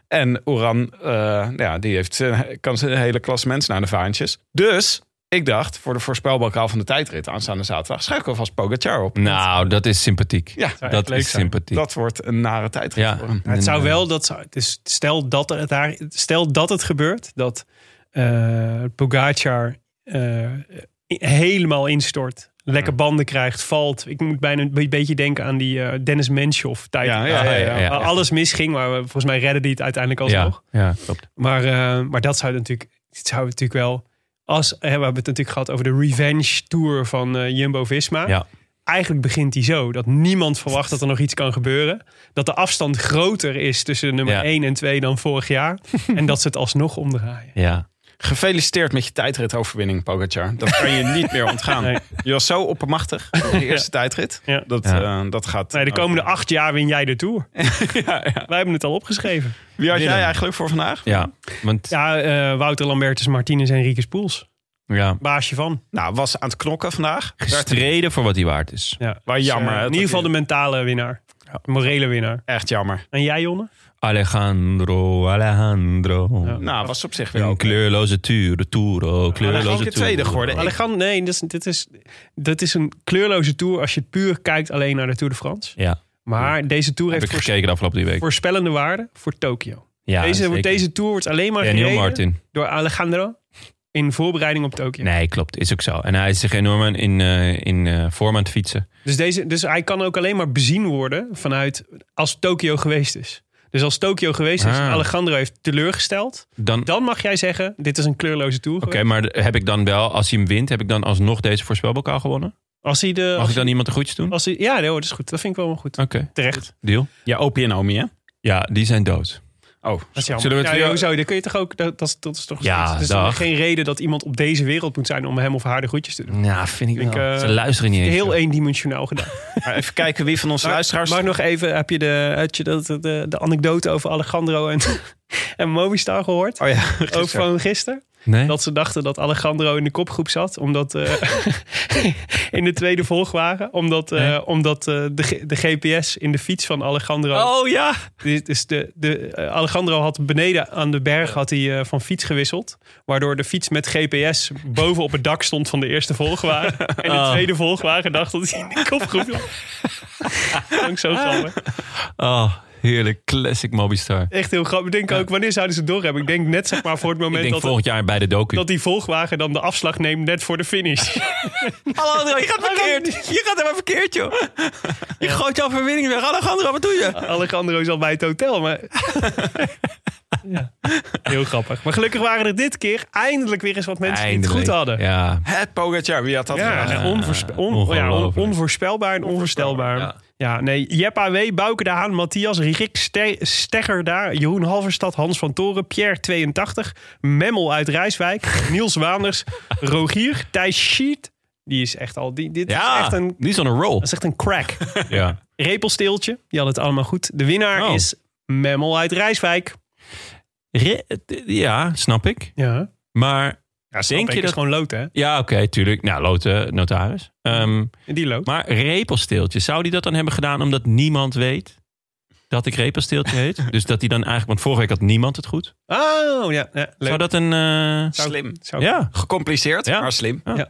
Speaker 7: En Oeran, eh, ja, die heeft, zijn- kan zijn hele klas mensen naar de vaantjes. Dus ik dacht, voor de voorspelbokaal van de tijdrit aanstaande zaterdag... schuif ik alvast Pogacar op.
Speaker 2: nou, dat is sympathiek.
Speaker 7: Ja,
Speaker 3: zou echt
Speaker 2: dat
Speaker 3: leuk
Speaker 2: is
Speaker 3: zijn.
Speaker 2: sympathiek.
Speaker 7: dat wordt een nare tijdrit
Speaker 2: ja.
Speaker 7: voor hem.
Speaker 3: Maar het zou wel dat zou, dus stel dat er het daar, stel dat het gebeurt dat eh Pogacar eh, helemaal instort, lekker banden krijgt, valt. Ik moet bijna een be- beetje denken aan die eh, Dennis Menshoff tijd.
Speaker 7: Ja, ja, ja, ja.
Speaker 2: ja.
Speaker 3: Waar alles misging, maar we- volgens mij redden die het uiteindelijk alsnog.
Speaker 2: Ja, ja, klopt.
Speaker 3: Maar, eh, maar dat zou natuurlijk, het zou natuurlijk wel. Als, hè, we hebben het natuurlijk gehad over de revenge tour van eh, Jumbo Visma.
Speaker 2: Ja.
Speaker 3: Eigenlijk begint die zo. Dat niemand verwacht dat er nog iets kan gebeuren. Dat de afstand groter is tussen nummer
Speaker 2: Ja.
Speaker 3: 1 en 2 dan vorig *laughs* jaar. en dat ze het alsnog omdraaien.
Speaker 2: Ja.
Speaker 7: Gefeliciteerd met je tijdritoverwinning, Pogacar. Dat
Speaker 2: *laughs*
Speaker 7: kan je niet meer ontgaan.
Speaker 3: Nee.
Speaker 7: Je was zo oppermachtig in
Speaker 3: *laughs*
Speaker 7: de eerste tijdrit.
Speaker 3: Ja.
Speaker 7: Dat,
Speaker 2: Ja.
Speaker 7: eh, dat gaat...
Speaker 3: Nee, de komende acht jaar win jij de *laughs* tour. Wij hebben het al opgeschreven.
Speaker 7: Wie had jij
Speaker 2: Willem.
Speaker 7: eigenlijk voor vandaag?
Speaker 2: ja, want ja.
Speaker 3: Ja, eh, Wouter Lambertus, Martinez en Riekes Poels. Baasje van.
Speaker 7: Nou, was aan het knokken vandaag.
Speaker 2: gestreden voor wat hij waard is.
Speaker 3: Ja.
Speaker 7: Waar jammer. hè,
Speaker 3: Eh, in
Speaker 7: dat
Speaker 3: ieder geval
Speaker 7: hij-
Speaker 3: de mentale winnaar. De morele winnaar.
Speaker 7: Echt jammer.
Speaker 3: En jij, Jonne?
Speaker 2: Alejandro, Alejandro.
Speaker 3: Ja.
Speaker 7: Nou, was op zich weer
Speaker 2: Een
Speaker 7: ook.
Speaker 2: kleurloze tuur, de
Speaker 3: Nou,
Speaker 2: tour,
Speaker 7: hij is
Speaker 2: kleurloze
Speaker 7: ook
Speaker 2: tour.
Speaker 7: een tweede geworden. Ik-
Speaker 3: Alejandro, nee, dit is, dit, is, dit is een kleurloze tour als je puur kijkt alleen naar de Tour de France.
Speaker 2: Ja,
Speaker 3: Maar deze tour
Speaker 2: heb
Speaker 3: heeft
Speaker 2: ik
Speaker 3: voors-
Speaker 2: gekeken de afgelopen drie weken.
Speaker 3: voorspellende waarde voor Tokio.
Speaker 2: Ja,
Speaker 3: deze,
Speaker 2: zeker.
Speaker 3: deze tour wordt alleen maar
Speaker 2: Daniel
Speaker 3: gereden
Speaker 2: Martin.
Speaker 3: door Alejandro in voorbereiding op Tokio.
Speaker 2: Nee, klopt. Is ook zo. En hij is zich enorm aan in, eh, in eh, vorm aan het fietsen.
Speaker 3: Dus, deze, dus hij kan ook alleen maar bezien worden vanuit als Tokio geweest is. Dus als Tokio geweest is,
Speaker 2: Ah.
Speaker 3: Alejandro heeft teleurgesteld.
Speaker 2: Dan, Oké,
Speaker 3: Dan mag jij zeggen, dit is een kleurloze tour. geweest.
Speaker 2: maar heb ik dan wel, als hij hem wint, heb ik dan alsnog deze voorspelbokaal gewonnen?
Speaker 3: Als hij de...
Speaker 2: Mag
Speaker 3: Als,
Speaker 2: ik dan iemand de groetjes doen? Ah. Oké,
Speaker 3: als hij, ja, nee, hoor, dat is goed. Dat vind ik wel goed. Terecht.
Speaker 2: deal.
Speaker 7: Ja, opie en Omi, hè?
Speaker 2: Ja, die zijn dood.
Speaker 7: Oh,
Speaker 3: Dat is jammer.
Speaker 2: Zullen we het
Speaker 3: ja,
Speaker 2: weer-
Speaker 3: hoezo? Dan kun je toch ook... Dat, dat, is- dat is toch...
Speaker 2: Ja,
Speaker 3: dat is
Speaker 2: dag.
Speaker 3: geen reden dat iemand op deze wereld moet zijn om hem of haar de groetjes te doen.
Speaker 2: Ja, vind ik,
Speaker 3: Ik,
Speaker 2: wel.
Speaker 3: eh,
Speaker 2: Ze luisteren niet eens.
Speaker 3: Heel
Speaker 2: joh.
Speaker 3: eendimensionaal gedaan.
Speaker 7: *laughs* maar even kijken wie van onze
Speaker 3: Maar-
Speaker 7: luisteraars...
Speaker 3: Maar nog even, heb je de, heb je dat- de, de, anekdote over Alejandro en, *laughs* en Movistar gehoord?
Speaker 7: Oh ja, *laughs*
Speaker 3: Ook
Speaker 7: gisteren.
Speaker 3: van gisteren.
Speaker 2: Nee?
Speaker 3: Dat ze dachten dat Alejandro in de kopgroep zat. Omdat eh, *laughs* in de tweede volgwagen. Omdat, eh,
Speaker 2: Nee.
Speaker 3: omdat eh, de, G- de GPS in de fiets van Alejandro.
Speaker 2: Oh ja!
Speaker 3: Dus, dus de, de, eh, Alejandro had beneden aan de berg had hij, eh, van fiets gewisseld. Waardoor de fiets met GPS boven op het dak stond van de eerste
Speaker 2: *laughs*
Speaker 3: volgwagen. En de
Speaker 2: Oh.
Speaker 3: tweede volgwagen dacht dat hij in de kopgroep
Speaker 2: *laughs*
Speaker 3: lag. Vond ik zo
Speaker 2: Ah.
Speaker 3: grappig.
Speaker 2: Oh, heerlijk. Classic Mobistar.
Speaker 3: Echt heel grappig. Ik denk ook, wanneer zouden ze het doorhebben? Ik denk net zeg maar voor het
Speaker 2: Ik
Speaker 3: moment
Speaker 2: denk
Speaker 3: dat,
Speaker 2: volgend jaar bij de docu.
Speaker 3: dat die volgwagen dan de afslag neemt net voor de
Speaker 2: *laughs*
Speaker 3: finish.
Speaker 2: Alejandro, je gaat verkeerd. Je gaat helemaal verkeerd, joh. Je gooit jouw verwinning weg. Alejandro, wat doe je?
Speaker 3: Alejandro is al bij het hotel,
Speaker 2: *laughs*
Speaker 3: maar... ja. Heel grappig. Maar gelukkig waren er dit keer eindelijk weer eens wat mensen die het goed hadden.
Speaker 2: Ja.
Speaker 7: Het Pogacar, wie had dat
Speaker 3: Ja,
Speaker 7: gedacht?
Speaker 3: en onvoorspe- on- ja, on-
Speaker 2: ongelooflijk.
Speaker 3: onvoorspelbaar en onvoorstelbaar. Ja.
Speaker 2: Ja.
Speaker 3: nee. Jep AW, Bouke de Haan, Matthias, Rick Ste Stegger daar, Jeroen Halverstad, Hans van Toren, Pierre 82, Memmel uit
Speaker 2: *laughs*
Speaker 3: Rijswijk, Niels Waanders, Rogier, Thijs Sheet. Die is echt al, die, dit
Speaker 2: Ja,
Speaker 3: is echt een,
Speaker 2: die is on a roll.
Speaker 3: dat is echt een
Speaker 2: *laughs*
Speaker 3: crack.
Speaker 2: Ja.
Speaker 3: Repelsteeltje, die had het allemaal goed. De winnaar
Speaker 2: Oh.
Speaker 3: is Memmel uit Rijswijk.
Speaker 2: Re- d- ja, snap ik.
Speaker 3: Ja,
Speaker 2: Maar
Speaker 3: snap
Speaker 2: denk
Speaker 3: ik,
Speaker 2: je
Speaker 3: is
Speaker 2: dat...
Speaker 3: gewoon lood hè?
Speaker 2: Ja, oké, tuurlijk. Nou, Lotte, notaris. Ehm,
Speaker 3: Die lood.
Speaker 2: maar repelsteeltje, zou die dat dan hebben gedaan omdat niemand weet dat ik repelsteeltje
Speaker 3: *laughs*
Speaker 2: heet? dus dat hij dan eigenlijk... Want vorige week had niemand het goed.
Speaker 3: Oh, ja. ja leuk.
Speaker 2: Zou dat een... eh,
Speaker 7: Slim.
Speaker 3: Zou-
Speaker 2: ja.
Speaker 7: Gecompliceerd,
Speaker 2: Ja.
Speaker 7: maar slim.
Speaker 3: *laughs* Ja.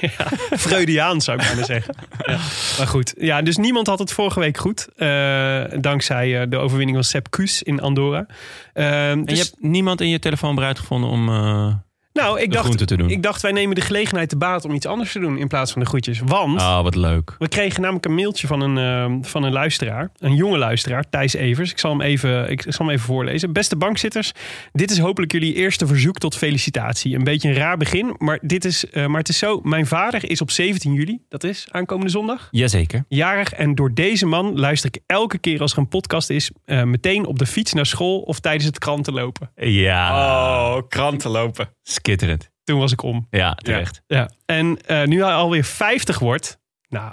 Speaker 3: ja. Freudiaans zou ik bijna zeggen. Ja. Maar goed, ja, dus niemand had het vorige week goed. eh, dankzij eh, de overwinning van Sepp Kuss in Andorra. Ehm,
Speaker 2: En
Speaker 3: dus-
Speaker 2: je hebt niemand in je telefoon bereid gevonden om... eh,
Speaker 3: nou, ik
Speaker 2: de
Speaker 3: dacht,
Speaker 2: groente te doen.
Speaker 3: ik dacht, wij nemen de gelegenheid te baat om iets anders te doen in plaats van de groetjes. Want
Speaker 2: Ah, wat leuk.
Speaker 3: we kregen namelijk een mailtje van een, ehm, van een luisteraar. Een jonge luisteraar, Thijs Evers. Ik zal, hem even, ik, zal hem even voorlezen. Beste bankzitters, dit is hopelijk jullie eerste verzoek tot felicitatie. Een beetje een raar begin, maar, dit is, eh, maar het is zo. Mijn vader is op 17 juli, dat is aankomende zondag,
Speaker 2: Jazeker.
Speaker 3: jarig. En door deze man luister ik elke keer als er een podcast is... eh, meteen op de fiets naar school of tijdens het krantenlopen.
Speaker 2: Ja,
Speaker 7: Oh, kranten lopen.
Speaker 2: skitterend.
Speaker 3: Toen was ik om.
Speaker 2: Ja, terecht.
Speaker 3: Ja. En eh, nu hij alweer 50 wordt. Nou,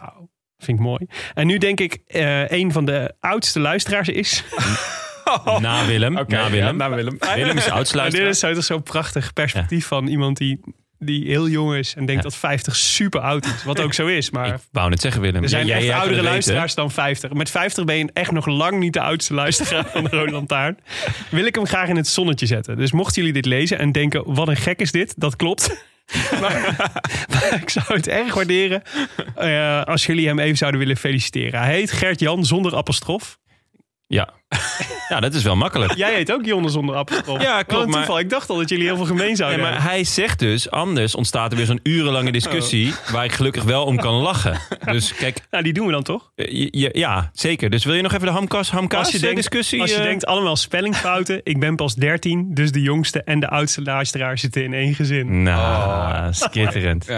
Speaker 3: vind ik mooi. En nu denk ik eh, een van de oudste luisteraars is. Oh.
Speaker 2: Na Willem. na Willem.
Speaker 7: ja, naar Willem.
Speaker 2: Willem is oudste
Speaker 3: Maar dit
Speaker 2: luisteraar.
Speaker 3: is zo- toch zo'n prachtig perspectief van iemand die, die heel jong is en denkt
Speaker 2: Ja.
Speaker 3: dat 50 super oud is. Wat ook zo is. Maar
Speaker 2: Ik wou net zeggen, Willem.
Speaker 3: er zijn
Speaker 2: Jij-
Speaker 3: echt
Speaker 2: jij kan
Speaker 3: oudere
Speaker 2: het weten.
Speaker 3: luisteraars dan 50. Met 50 ben je echt nog lang niet de oudste luisteraar van de Rode Lantaarn. Wil ik hem graag in het zonnetje zetten. Dus mochten jullie dit lezen en denken, wat een gek is dit. Dat klopt. *laughs* maar, maar ik zou het erg waarderen eh, als jullie hem even zouden willen feliciteren. Hij heet Gert-Jan zonder apostrof.
Speaker 2: Ja. ja, dat is wel makkelijk.
Speaker 3: Jij heet ook Jonne zonder apostrof.
Speaker 2: Ja,
Speaker 3: Wat
Speaker 2: klopt,
Speaker 3: een
Speaker 2: maar-
Speaker 3: toeval. Ik dacht al dat jullie heel veel gemeen
Speaker 2: Nee,
Speaker 3: zouden
Speaker 2: maar hij zegt dus, anders ontstaat er weer zo'n urenlange
Speaker 3: Oh.
Speaker 2: discussie... waar ik gelukkig wel om kan lachen. Dus kijk,
Speaker 3: hebben. Nou, die doen we dan toch?
Speaker 2: eh, je- je- ja, zeker. Dus wil je nog even de hamkas, hamkas eh, discussie?
Speaker 3: als je
Speaker 2: eh,
Speaker 3: denkt allemaal spellingfouten. Ik ben pas 13, dus de jongste en de oudste luisteraar zitten in één gezin. Oh.
Speaker 2: Nou, skitterend.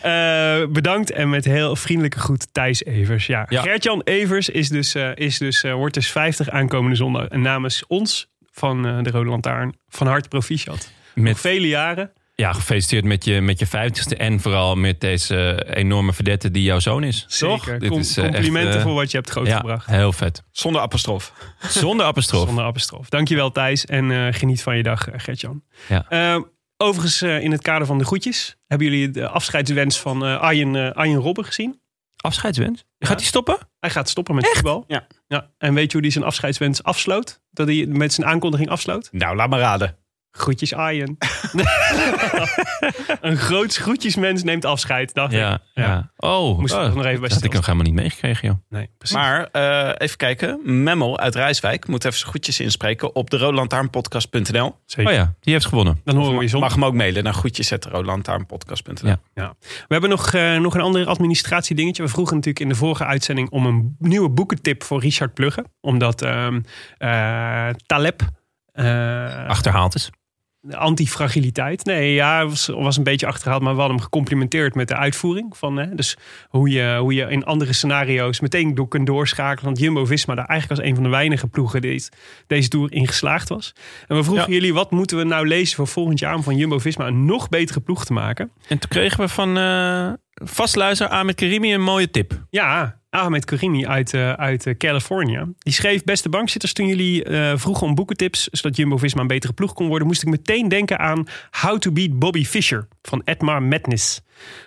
Speaker 3: Eh, bedankt en met heel vriendelijke groet Thijs Evers. Ja.
Speaker 2: Ja.
Speaker 3: Gert-Jan Evers is dus, eh, is dus, eh, wordt dus 50 aankomende zondag. En namens ons van eh, de Rode Lantaarn van harte proficiat. Met
Speaker 2: Met,
Speaker 3: vele jaren.
Speaker 2: ja, gefeliciteerd met je, met je 50ste en vooral met deze enorme verdette die jouw zoon is.
Speaker 3: Zeker.
Speaker 2: Toch? Dit
Speaker 3: Com-
Speaker 2: is, eh, echt,
Speaker 3: complimenten
Speaker 2: eh,
Speaker 3: voor wat je hebt
Speaker 2: Ja,
Speaker 3: grootgebracht.
Speaker 2: heel vet.
Speaker 7: Zonder apostrof.
Speaker 2: *laughs* Zonder apostrof.
Speaker 3: Zonder apostrof. Dankjewel Thijs en eh, geniet van je dag eh, Gert-Jan.
Speaker 2: Ja.
Speaker 3: Eh, overigens eh, in het kader van de groetjes. Hebben jullie de afscheidswens van eh Arjen, eh, Arjen Robben gezien?
Speaker 2: Afscheidswens? Gaat hij stoppen?
Speaker 3: Hij gaat stoppen met voetbal.
Speaker 7: Ja.
Speaker 3: Ja. En weet je hoe hij zijn afscheidswens afsloot? Dat hij met zijn aankondiging afsloot?
Speaker 7: Nou, laat maar raden.
Speaker 3: Groetjes
Speaker 2: *laughs*
Speaker 3: Arjen. een groots groetjesmens neemt afscheid, dacht ik.
Speaker 2: Ja, ja.
Speaker 3: Ja.
Speaker 2: Oh,
Speaker 3: Moest ik
Speaker 2: oh,
Speaker 3: nog even bij
Speaker 2: dat had ik
Speaker 3: stilstaan.
Speaker 2: nog helemaal niet meegekregen, joh.
Speaker 3: Nee, precies.
Speaker 7: Maar eh, even kijken. Memmel uit Rijswijk moet even zijn goedjes inspreken op de roodlantaarnpodcast.nl.
Speaker 3: Zeker.
Speaker 2: Oh ja, die heeft gewonnen.
Speaker 3: Dan horen we je zondag.
Speaker 7: Mag hem ook mailen naar goedjes.roodlantaarnpodcast.nl.
Speaker 2: Ja.
Speaker 3: We hebben nog, eh, nog een ander administratiedingetje. We vroegen natuurlijk in de vorige uitzending om een nieuwe boekentip voor Richard Plugge. Omdat ehm, eh, Taleb... eh,
Speaker 2: Achterhaald is.
Speaker 3: antifragiliteit. Nee, ja, was, was een beetje achterhaald, maar we hadden hem gecomplimenteerd met de uitvoering. Van, hè, dus hoe je, hoe je in andere scenario's meteen door kunt doorschakelen. Want Jumbo-Visma daar eigenlijk als een van de weinige ploegen die deze tour in geslaagd was. En we vroegen jullie, wat moeten we nou lezen voor volgend jaar om van Jumbo-Visma een nog betere ploeg te maken?
Speaker 2: En toen kregen we van eh vastluizer Ahmed Karimi een mooie tip.
Speaker 3: Ja, Ahmed Karimi uit, eh, uit eh, California. Die schreef, beste bankzitters, toen jullie eh, vroegen om boekentips... zodat Jumbo-Visma een betere ploeg kon worden... moest ik meteen denken aan How to Beat Bobby Fischer van Edmar Madness.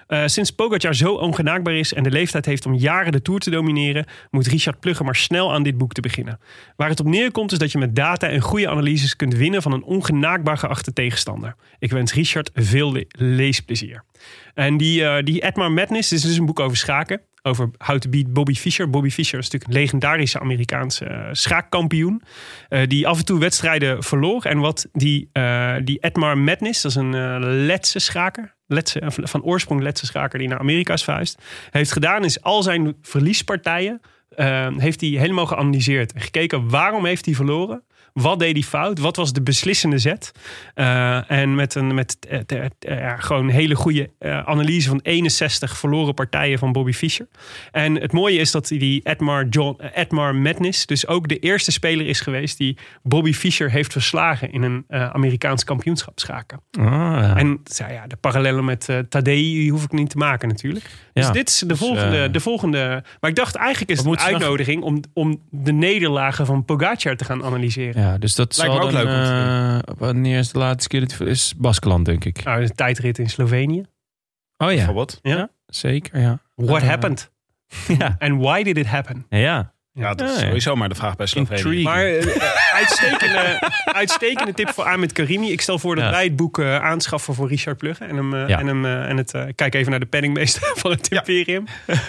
Speaker 3: Eh, sinds Pogacar zo ongenaakbaar is en de leeftijd heeft om jaren de Tour te domineren... moet Richard Plugge maar snel aan dit boek te beginnen. Waar het op neerkomt is dat je met data en goede analyses kunt winnen... van een ongenaakbaar geachte tegenstander. Ik wens Richard veel le- leesplezier. En die, eh die Edmar Madness is dus een boek over schaken. Over how to beat Bobby Fischer. Bobby Fischer is natuurlijk een legendarische Amerikaanse eh, schaakkampioen. eh, die af en toe wedstrijden verloor. En wat die, eh, die Edmar Madness, dat is een eh, Letse schaker. Letse, eh, van oorsprong Letse schaker die naar Amerika is verhuisd. Heeft gedaan is al zijn verliespartijen eh, heeft hij helemaal geanalyseerd. En gekeken waarom heeft hij verloren. Wat deed hij fout? Wat was de beslissende zet? Eh, en met een met, eh, eh, eh, ja, gewoon hele goede eh, analyse van 61 verloren partijen van Bobby Fischer. En het mooie is dat die Edmar, John, eh, Edmar Madness dus ook de eerste speler is geweest die Bobby Fischer heeft verslagen in een eh, Amerikaans kampioenschap schaken.
Speaker 2: Ah, ja.
Speaker 3: En ja, ja, de parallellen met eh Tadei die hoef ik niet te maken natuurlijk. Dus
Speaker 2: Ja.
Speaker 3: dit is de volgende,
Speaker 2: eh,
Speaker 3: de volgende. Maar ik dacht eigenlijk is het
Speaker 2: Wat
Speaker 3: een
Speaker 2: moeten ze dan-
Speaker 3: uitnodiging om, om de nederlagen van Pogacar te gaan analyseren.
Speaker 2: Ja, dus dat
Speaker 7: Lijkt me
Speaker 2: zal
Speaker 7: ook
Speaker 2: dan,
Speaker 7: leuk om te
Speaker 2: eh, wanneer is de laatste keer dat is Baskeland denk ik.
Speaker 3: Nou, een tijdrit in Slovenië.
Speaker 2: Oh ja,
Speaker 7: Bijvoorbeeld.
Speaker 2: zeker ja.
Speaker 3: What
Speaker 2: Eh,
Speaker 3: happened?
Speaker 2: *laughs* Ja,
Speaker 3: And why did it happen?
Speaker 2: ja.
Speaker 7: Ja, dat is
Speaker 2: Ja, ja.
Speaker 7: sowieso maar de vraag bij Slovenië.
Speaker 2: Intrigue.
Speaker 3: Maar eh, *laughs* uitstekende, uitstekende tip voor Ahmed Karimi. Ik stel voor dat
Speaker 2: Ja.
Speaker 3: wij het boek eh, aanschaffen voor Richard Plugge. En, hem, eh,
Speaker 2: Ja.
Speaker 3: en, hem, eh, en het, eh, kijk even naar de penningmeester *laughs* van het imperium. Maar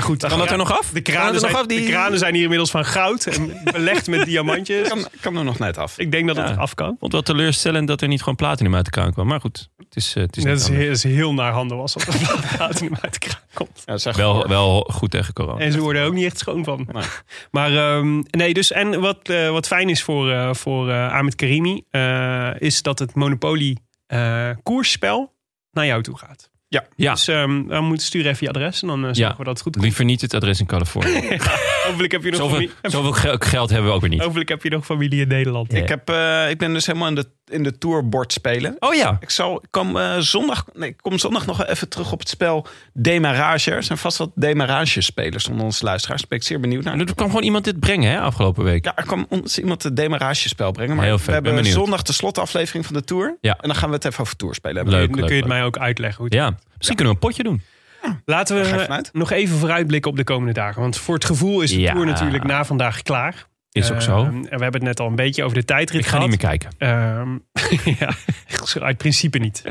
Speaker 3: goed,
Speaker 2: Kan dat er nog af?
Speaker 3: De
Speaker 2: Kan
Speaker 3: kranen,
Speaker 2: dat er
Speaker 3: zijn,
Speaker 2: nog af? Die-
Speaker 3: de kranen zijn hier inmiddels van goud en belegd
Speaker 2: *laughs*
Speaker 3: met diamantjes.
Speaker 7: Kan, kan er nog net af.
Speaker 3: Ik denk dat het
Speaker 2: Ja.
Speaker 3: er af kan.
Speaker 2: vond wel teleurstellend dat er niet gewoon platinum uit de kraan kwam. Maar goed, het is, eh, het is
Speaker 3: Dat
Speaker 2: niet
Speaker 3: is,
Speaker 2: anders.
Speaker 3: heel- is heel naar handen was dat er platinum uit de kraan komt.
Speaker 7: Ja, zeg
Speaker 2: wel,
Speaker 7: gewoon.
Speaker 2: wel goed tegen corona.
Speaker 3: En ze worden er ook niet echt schoon van.
Speaker 7: Nee.
Speaker 3: *laughs* Maar ehm, nee, dus en wat, eh, wat fijn is voor, eh voor eh, Ahmed Karimi, eh, is dat het Monopoly eh, koersspel naar jou toe gaat.
Speaker 2: Ja.
Speaker 3: Dus ehm dan moet stuur even je adres en dan eh, zorgen
Speaker 2: Ja.
Speaker 3: we dat het goed komt.
Speaker 2: Liever niet het adres in
Speaker 3: *laughs*
Speaker 2: Californië.
Speaker 3: Hopelijk heb je nog
Speaker 2: Zoveel,
Speaker 3: familie.
Speaker 2: zoveel gel- geld hebben we ook weer niet.
Speaker 3: Hopelijk heb je nog familie in Nederland.
Speaker 2: Ja.
Speaker 3: Ja.
Speaker 7: Ik, heb, eh, ik ben dus helemaal in de, in de tourbord spelen.
Speaker 2: Oh ja.
Speaker 7: Ik, zal, ik, kom, eh, zondag, nee, ik kom zondag nog wel even terug op het spel Demarage. Er zijn vast wat Demarage-spelers onder onze luisteraars. Daar ben ik zeer benieuwd naar.
Speaker 2: Er kwam gewoon iemand dit brengen, hè, afgelopen week.
Speaker 7: Ja, er kwam ons iemand het Demarage-spel brengen. Maar
Speaker 2: Heel vet,
Speaker 7: we hebben
Speaker 2: ben benieuwd.
Speaker 7: zondag de slotaflevering van de Tour.
Speaker 2: Ja.
Speaker 7: En dan gaan we het even over Tour spelen. hebben.
Speaker 2: Leuk,
Speaker 3: dan
Speaker 2: leuk,
Speaker 3: kun je het
Speaker 2: leuk.
Speaker 3: mij ook uitleggen. Hoe het-
Speaker 2: Ja, misschien kunnen we een potje doen.
Speaker 3: Laten
Speaker 7: Daar ga ik
Speaker 3: we
Speaker 7: vanuit.
Speaker 3: eh, nog even vooruitblikken op de komende dagen. Want voor het gevoel is de
Speaker 2: Ja.
Speaker 3: tour natuurlijk na vandaag klaar.
Speaker 2: Is ook zo.
Speaker 3: Ehm, en we hebben het net al een beetje over de tijdrit
Speaker 2: Ik ga
Speaker 3: gehad.
Speaker 2: niet meer kijken.
Speaker 3: Ehm, *laughs* ja, echt uit principe niet.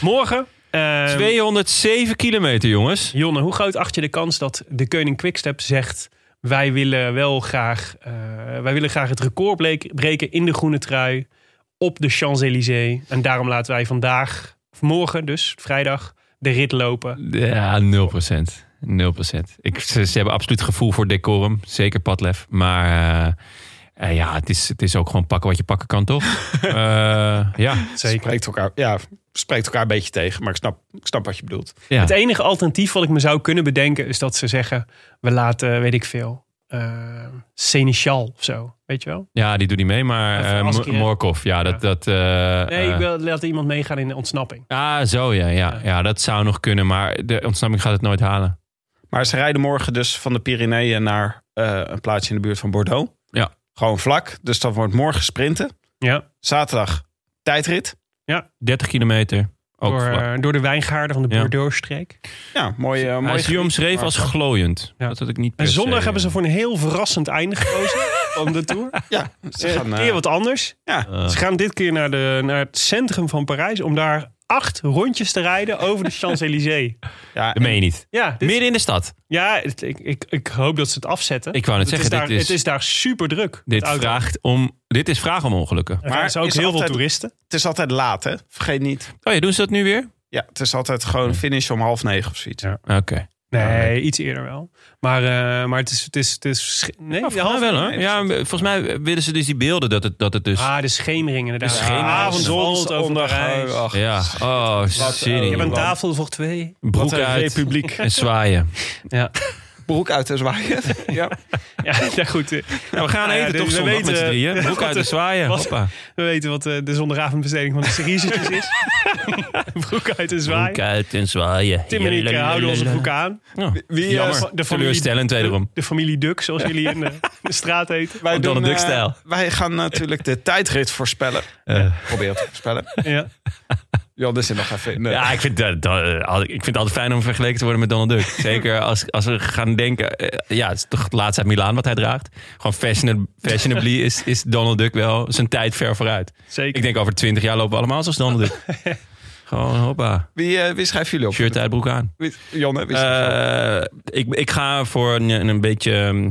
Speaker 3: Morgen. ehm,
Speaker 2: 207 kilometer, jongens.
Speaker 3: Jonne, hoe groot acht je de kans dat de koning Quickstep zegt... wij willen wel graag, eh, wij willen graag het record bleek- breken in de groene trui... op de Champs-Élysées. En daarom laten wij vandaag, of morgen dus, vrijdag, de rit lopen.
Speaker 2: Ja, 0%. 0%. Ik, ze, ze hebben absoluut gevoel voor decorum. Zeker padlef. Maar eh, eh, ja, het is, het is ook gewoon pakken wat je pakken kan,
Speaker 3: *laughs*
Speaker 2: toch? Eh, ja.
Speaker 7: Spreekt elkaar, ja, spreekt elkaar een beetje tegen. Maar ik snap, ik snap wat je bedoelt.
Speaker 2: ja.
Speaker 3: Het enige alternatief wat ik me zou kunnen bedenken... is dat ze zeggen, we laten, weet ik veel... eh Seneschal of zo, weet je wel?
Speaker 2: ja, die doet niet mee. Maar
Speaker 3: Even
Speaker 2: eh, Mo-
Speaker 3: maskeren.
Speaker 2: Morkov, ja, dat... dat eh,
Speaker 3: Nee, ik
Speaker 2: eh,
Speaker 3: wil laten iemand meegaan in de ontsnapping.
Speaker 2: Ah, zo ja, ja. Ja, dat zou nog kunnen. Maar de ontsnapping gaat het nooit halen.
Speaker 7: Maar ze rijden morgen dus van de Pyreneeën naar eh, een plaatsje in de buurt van Bordeaux.
Speaker 2: Ja.
Speaker 7: Gewoon vlak. Dus dat wordt morgen sprinten.
Speaker 3: Ja,
Speaker 7: Zaterdag tijdrit.
Speaker 2: 30 kilometer. Ook
Speaker 3: door,
Speaker 2: vlak.
Speaker 3: eh, door de wijngaarden van de
Speaker 2: Ja. Dus,
Speaker 3: Bordeaux-streek.
Speaker 7: Ja, mooie, mooie
Speaker 2: Hij is hier
Speaker 7: gebied.
Speaker 2: omschreven als glooiend.
Speaker 3: Ja.
Speaker 2: Dat had ik niet per
Speaker 3: En zondag
Speaker 2: se,
Speaker 3: hebben ze
Speaker 2: eh, *laughs*
Speaker 3: voor een heel verrassend einde gekozen. van de Tour.
Speaker 7: Ja, ze
Speaker 3: Eh,
Speaker 7: gaan, eh,
Speaker 3: keer wat anders.
Speaker 7: ja.
Speaker 3: Ze gaan dit keer naar, de, naar het centrum van Parijs om daar acht rondjes te rijden over de Champs-Élysées.
Speaker 7: ja,
Speaker 2: Dat meen je niet.
Speaker 3: Ja, dit-
Speaker 2: Midden in de stad.
Speaker 3: ja het- ik, ik, ik hoop dat ze het afzetten.
Speaker 2: Ik wou net
Speaker 3: het,
Speaker 2: zeggen,
Speaker 3: is daar,
Speaker 2: dit is,
Speaker 3: het is daar super druk.
Speaker 2: dit vraagt om, dit is vraag om ongelukken.
Speaker 3: maar er zijn ook
Speaker 7: is
Speaker 3: heel
Speaker 7: altijd-
Speaker 3: veel toeristen.
Speaker 7: Het is altijd laat, hè? Vergeet niet.
Speaker 2: Oh ja, doen ze dat nu weer?
Speaker 7: Ja, het is altijd gewoon finish om half negen of zoiets.
Speaker 3: Ja.
Speaker 2: Oké.
Speaker 3: Nee, iets eerder wel. Maar, eh, maar het is... Het is, het is sch- nee,
Speaker 2: Ja,
Speaker 3: de
Speaker 2: volgens mij wel hoor.
Speaker 3: nee,
Speaker 2: Ja, volgens mij willen ze dus die beelden dat het, dat het dus...
Speaker 3: Ah, de schemering inderdaad.
Speaker 2: De schemering.
Speaker 3: Avondzon over Parijs.
Speaker 7: Ach,
Speaker 2: ja. Oh,
Speaker 3: Je hebt
Speaker 2: serie.
Speaker 3: eh, een tafel voor twee.
Speaker 2: Broek
Speaker 7: een
Speaker 2: uit
Speaker 7: republiek.
Speaker 2: en *laughs* zwaaien.
Speaker 3: Ja,
Speaker 7: broek uit en *laughs* zwaaien. ja.
Speaker 3: ja, ja goed. eh,
Speaker 2: Nou, we gaan
Speaker 3: Nou *laughs* ja,
Speaker 2: eten
Speaker 3: dus
Speaker 2: toch
Speaker 3: we
Speaker 2: zondag met z'n
Speaker 3: weten-
Speaker 2: drieën. *laughs* Broek
Speaker 3: Wat
Speaker 2: uit en
Speaker 3: een-
Speaker 2: zwaaien.
Speaker 3: wat-
Speaker 2: Hoppa.
Speaker 3: *laughs* We weten wat eh, de zondagavondbesteding van de seriezetjes *laughs* is. broek uit en
Speaker 2: Broek
Speaker 3: zwaai.
Speaker 2: uit en zwaaien.
Speaker 3: Tim en ik eh, houden onze broek aan.
Speaker 2: Nou,
Speaker 7: Wie, eh,
Speaker 2: jammer.
Speaker 3: de familie-
Speaker 2: Teleurstellend wederom.
Speaker 3: De familie Duk, zoals jullie
Speaker 2: *laughs*
Speaker 3: in de, de straat heten.
Speaker 7: Wij,
Speaker 2: Op Donald
Speaker 7: doen,
Speaker 2: Duck
Speaker 7: eh,
Speaker 2: stijl.
Speaker 7: wij gaan natuurlijk de tijdrit voorspellen. Probeer te voorspellen.
Speaker 3: Ja.
Speaker 7: Jan is er nog even in. eh,
Speaker 2: Ja, ik vind, dat, dat- al- ik vind het altijd fijn om vergeleken te worden met Donald
Speaker 3: *laughs*
Speaker 2: Duck. Zeker als, als we gaan denken... eh, ja, het is toch het laatste uit Milaan wat hij draagt. Gewoon
Speaker 3: *laughs*
Speaker 2: fashion- fashionably is, is Donald Duck wel zijn tijd ver vooruit.
Speaker 3: Zeker.
Speaker 2: Ik denk over twintig jaar lopen we allemaal zoals Donald Duck.
Speaker 3: *laughs*
Speaker 2: Gewoon hoppa,
Speaker 7: Wie, eh, wie schrijven jullie op?
Speaker 2: shirt uit broek aan.
Speaker 7: Wie- Jonne, wie schrijf je op?
Speaker 2: Eh, ik, ik ga voor een, een beetje... ehm,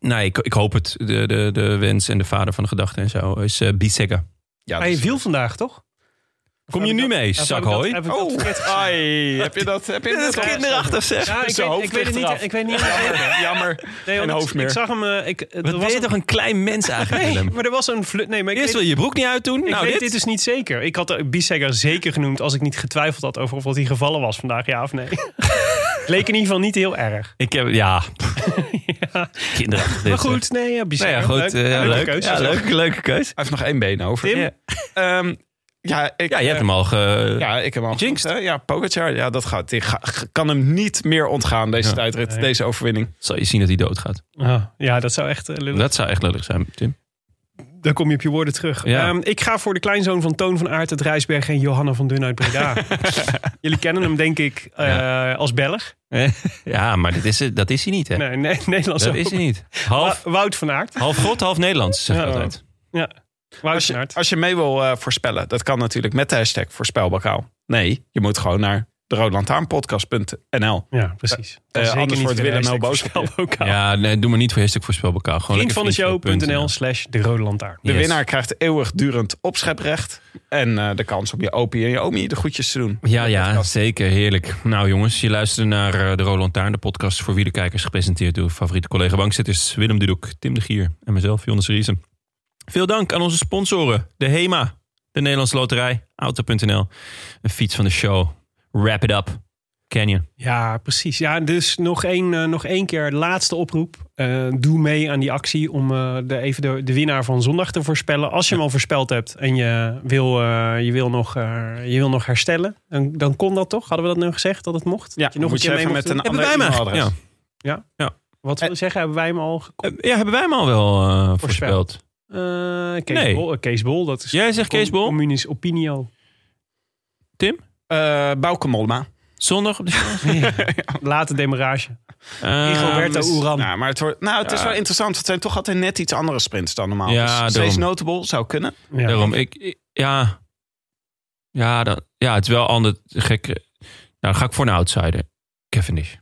Speaker 2: Nee, ik, ik hoop het. De, de, de wens en de vader van de gedachte en zo is eh Bissegger.
Speaker 7: Ja,
Speaker 3: Maar je
Speaker 7: dus-
Speaker 3: viel vandaag, toch?
Speaker 2: Kom je nu mee, zakhooi?
Speaker 3: Heb ik dat- heb ik
Speaker 7: Oh,
Speaker 3: dat verkeerd
Speaker 2: *laughs*
Speaker 3: gezien?
Speaker 7: ai, heb je dat? Heb je
Speaker 2: Dit is
Speaker 7: dat
Speaker 2: kinderachtig zeg.
Speaker 3: Ja, ik,
Speaker 7: Zijn
Speaker 3: weet,
Speaker 7: hoofd
Speaker 3: ik weet het
Speaker 7: ligt
Speaker 3: niet.
Speaker 7: eraf.
Speaker 3: Ik weet niet.
Speaker 7: Jammer.
Speaker 3: Nee,
Speaker 7: Geen
Speaker 3: want
Speaker 7: hoofd meer.
Speaker 3: Ik zag hem. eh, Ik, er
Speaker 2: Wat ben
Speaker 3: was
Speaker 2: je
Speaker 3: een,
Speaker 2: toch een klein mens eigenlijk,
Speaker 3: nee,
Speaker 2: Willem?
Speaker 3: maar er was een flu- Nee, maar ik weet,
Speaker 2: Eerst wil je je broek niet uitdoen.
Speaker 3: ik
Speaker 2: Nou,
Speaker 3: weet
Speaker 2: dit.
Speaker 3: dit dus niet zeker. Ik had eh, Bissegger zeker genoemd als ik niet getwijfeld had over of dat hij gevallen was vandaag, ja
Speaker 2: *laughs*
Speaker 3: of nee. Leek in ieder geval niet heel erg.
Speaker 2: Ik heb, ja. Kinderachtig dit.
Speaker 3: Maar goed, nee, ja,
Speaker 2: Nou ja,
Speaker 3: Bissegger.
Speaker 2: goed. eh,
Speaker 3: Ja,
Speaker 2: ja,
Speaker 3: leuke
Speaker 2: leuk.
Speaker 3: keuze.
Speaker 2: Ja, leuke, leuke keus.
Speaker 7: Hij heeft nog één been over.
Speaker 3: Tim?
Speaker 2: Ja.
Speaker 7: Ehm, ja, ik,
Speaker 2: Ja, je hebt
Speaker 3: eh,
Speaker 2: hem al ge...
Speaker 7: Ja, ik heb hem al
Speaker 2: Jinxed.
Speaker 7: gezien, hè? Ja, Pogacar, ja, dat gaat. Ik ga- g- kan hem niet meer ontgaan, deze
Speaker 2: Ja.
Speaker 7: tijdrit,
Speaker 3: Nee.
Speaker 7: deze overwinning.
Speaker 2: Zal je zien dat hij doodgaat.
Speaker 3: Ah, ja, dat zou echt... eh, lullig-
Speaker 2: Dat zou echt lullig zijn, Tim.
Speaker 3: Dan kom je op je woorden terug.
Speaker 2: Ja.
Speaker 3: Ehm, ik ga voor de kleinzoon van Toon van Aert uit Rijsberg en Johanna van Dun uit
Speaker 2: *laughs*
Speaker 3: Breda. Jullie kennen hem denk ik eh, als Belg.
Speaker 2: Ja, maar dat is, het- dat is hij niet, hè?
Speaker 3: Nee, nee *laughs* Nederlands
Speaker 2: dat
Speaker 3: ook.
Speaker 2: is hij niet. Half,
Speaker 3: Wa- Wout van Aert.
Speaker 2: half God, half Nederlands, zeg ik
Speaker 3: Ja.
Speaker 2: altijd.
Speaker 3: Ja. Wout
Speaker 7: Als
Speaker 3: van
Speaker 7: je,
Speaker 3: Aert.
Speaker 7: als je mee wil eh, voorspellen, dat kan natuurlijk met de hashtag voorspelbokaal. Nee, je moet gewoon naar de roodlantaarnpodcast.nl.
Speaker 3: Ja, precies.
Speaker 7: eh, anders wordt Willem heel boos op je.
Speaker 3: *laughs* Spelbokaal.
Speaker 2: Ja, nee, doe maar niet voor hashtag voorspelbokaal. Gewoon
Speaker 3: Vriend van de
Speaker 2: lekker
Speaker 3: show.nl
Speaker 2: vriendvandeshow.nl.
Speaker 3: slash de rode lantaarn.
Speaker 7: De
Speaker 2: Yes.
Speaker 7: winnaar krijgt eeuwigdurend opscheprecht en eh, de kans om je opie en je omi de goedjes te doen.
Speaker 2: Ja, ja, zeker. Heerlijk. Nou jongens, je luistert naar eh, De Roland Taarn, de podcast voor wielerkijkers. Gepresenteerd door favoriete collega bankzitters Willem Dudok, Tim de Gier en mezelf, Jonas Riesen. Veel dank aan onze sponsoren. De HEMA, de Nederlandse Loterij, Auto.nl, een fiets van de show. Wrap it up.
Speaker 7: Nou,
Speaker 2: Canyon.
Speaker 3: Ja, precies. Ja, dus nog één, eh, nog één keer laatste oproep. Eh, doe mee aan die actie om eh, de, even de, de winnaar van zondag te voorspellen. Als je hem al voorspeld hebt en je wil, eh, je wil, nog, eh, je wil nog herstellen, dan, dan kon dat toch? Hadden we dat nu gezegd dat het mocht?
Speaker 7: Ja,
Speaker 3: dat je nog
Speaker 7: moet
Speaker 3: een
Speaker 7: je
Speaker 3: keer mee
Speaker 7: even
Speaker 3: mocht
Speaker 7: met
Speaker 3: doen?
Speaker 7: een
Speaker 2: Hebben
Speaker 7: ander
Speaker 2: wij hem
Speaker 7: e-mailadres.
Speaker 2: eigenlijk?
Speaker 3: Wat
Speaker 2: Eh,
Speaker 3: wil je zeggen? Hebben wij hem al gekocht?
Speaker 2: Ja. Eh, ja, hebben wij hem al wel eh, voorspeld.
Speaker 3: Eh Kees,
Speaker 2: Nee.
Speaker 3: Bol, eh, Kees Bol, dat is...
Speaker 2: Jij zegt Kees Bol,
Speaker 3: Communis Opinio.
Speaker 7: Eh, Bauke Mollema.
Speaker 2: zondag op
Speaker 7: *laughs*
Speaker 2: de show.
Speaker 3: Late demarrage.
Speaker 2: Eh,
Speaker 3: Rigoberto
Speaker 7: dus-
Speaker 3: Uran.
Speaker 7: Nou, maar het, wordt, nou, het is
Speaker 2: Ja.
Speaker 7: wel interessant. want Het zijn toch altijd net iets andere sprints dan normaal.
Speaker 2: Ja,
Speaker 7: dus
Speaker 2: daarom.
Speaker 7: steeds notable zou kunnen.
Speaker 3: Ja.
Speaker 2: Daarom, ik, ik- ja. Ja, dat, ja, het is wel ander gek. Nou, dan ga ik voor een outsider. Kevin Nish.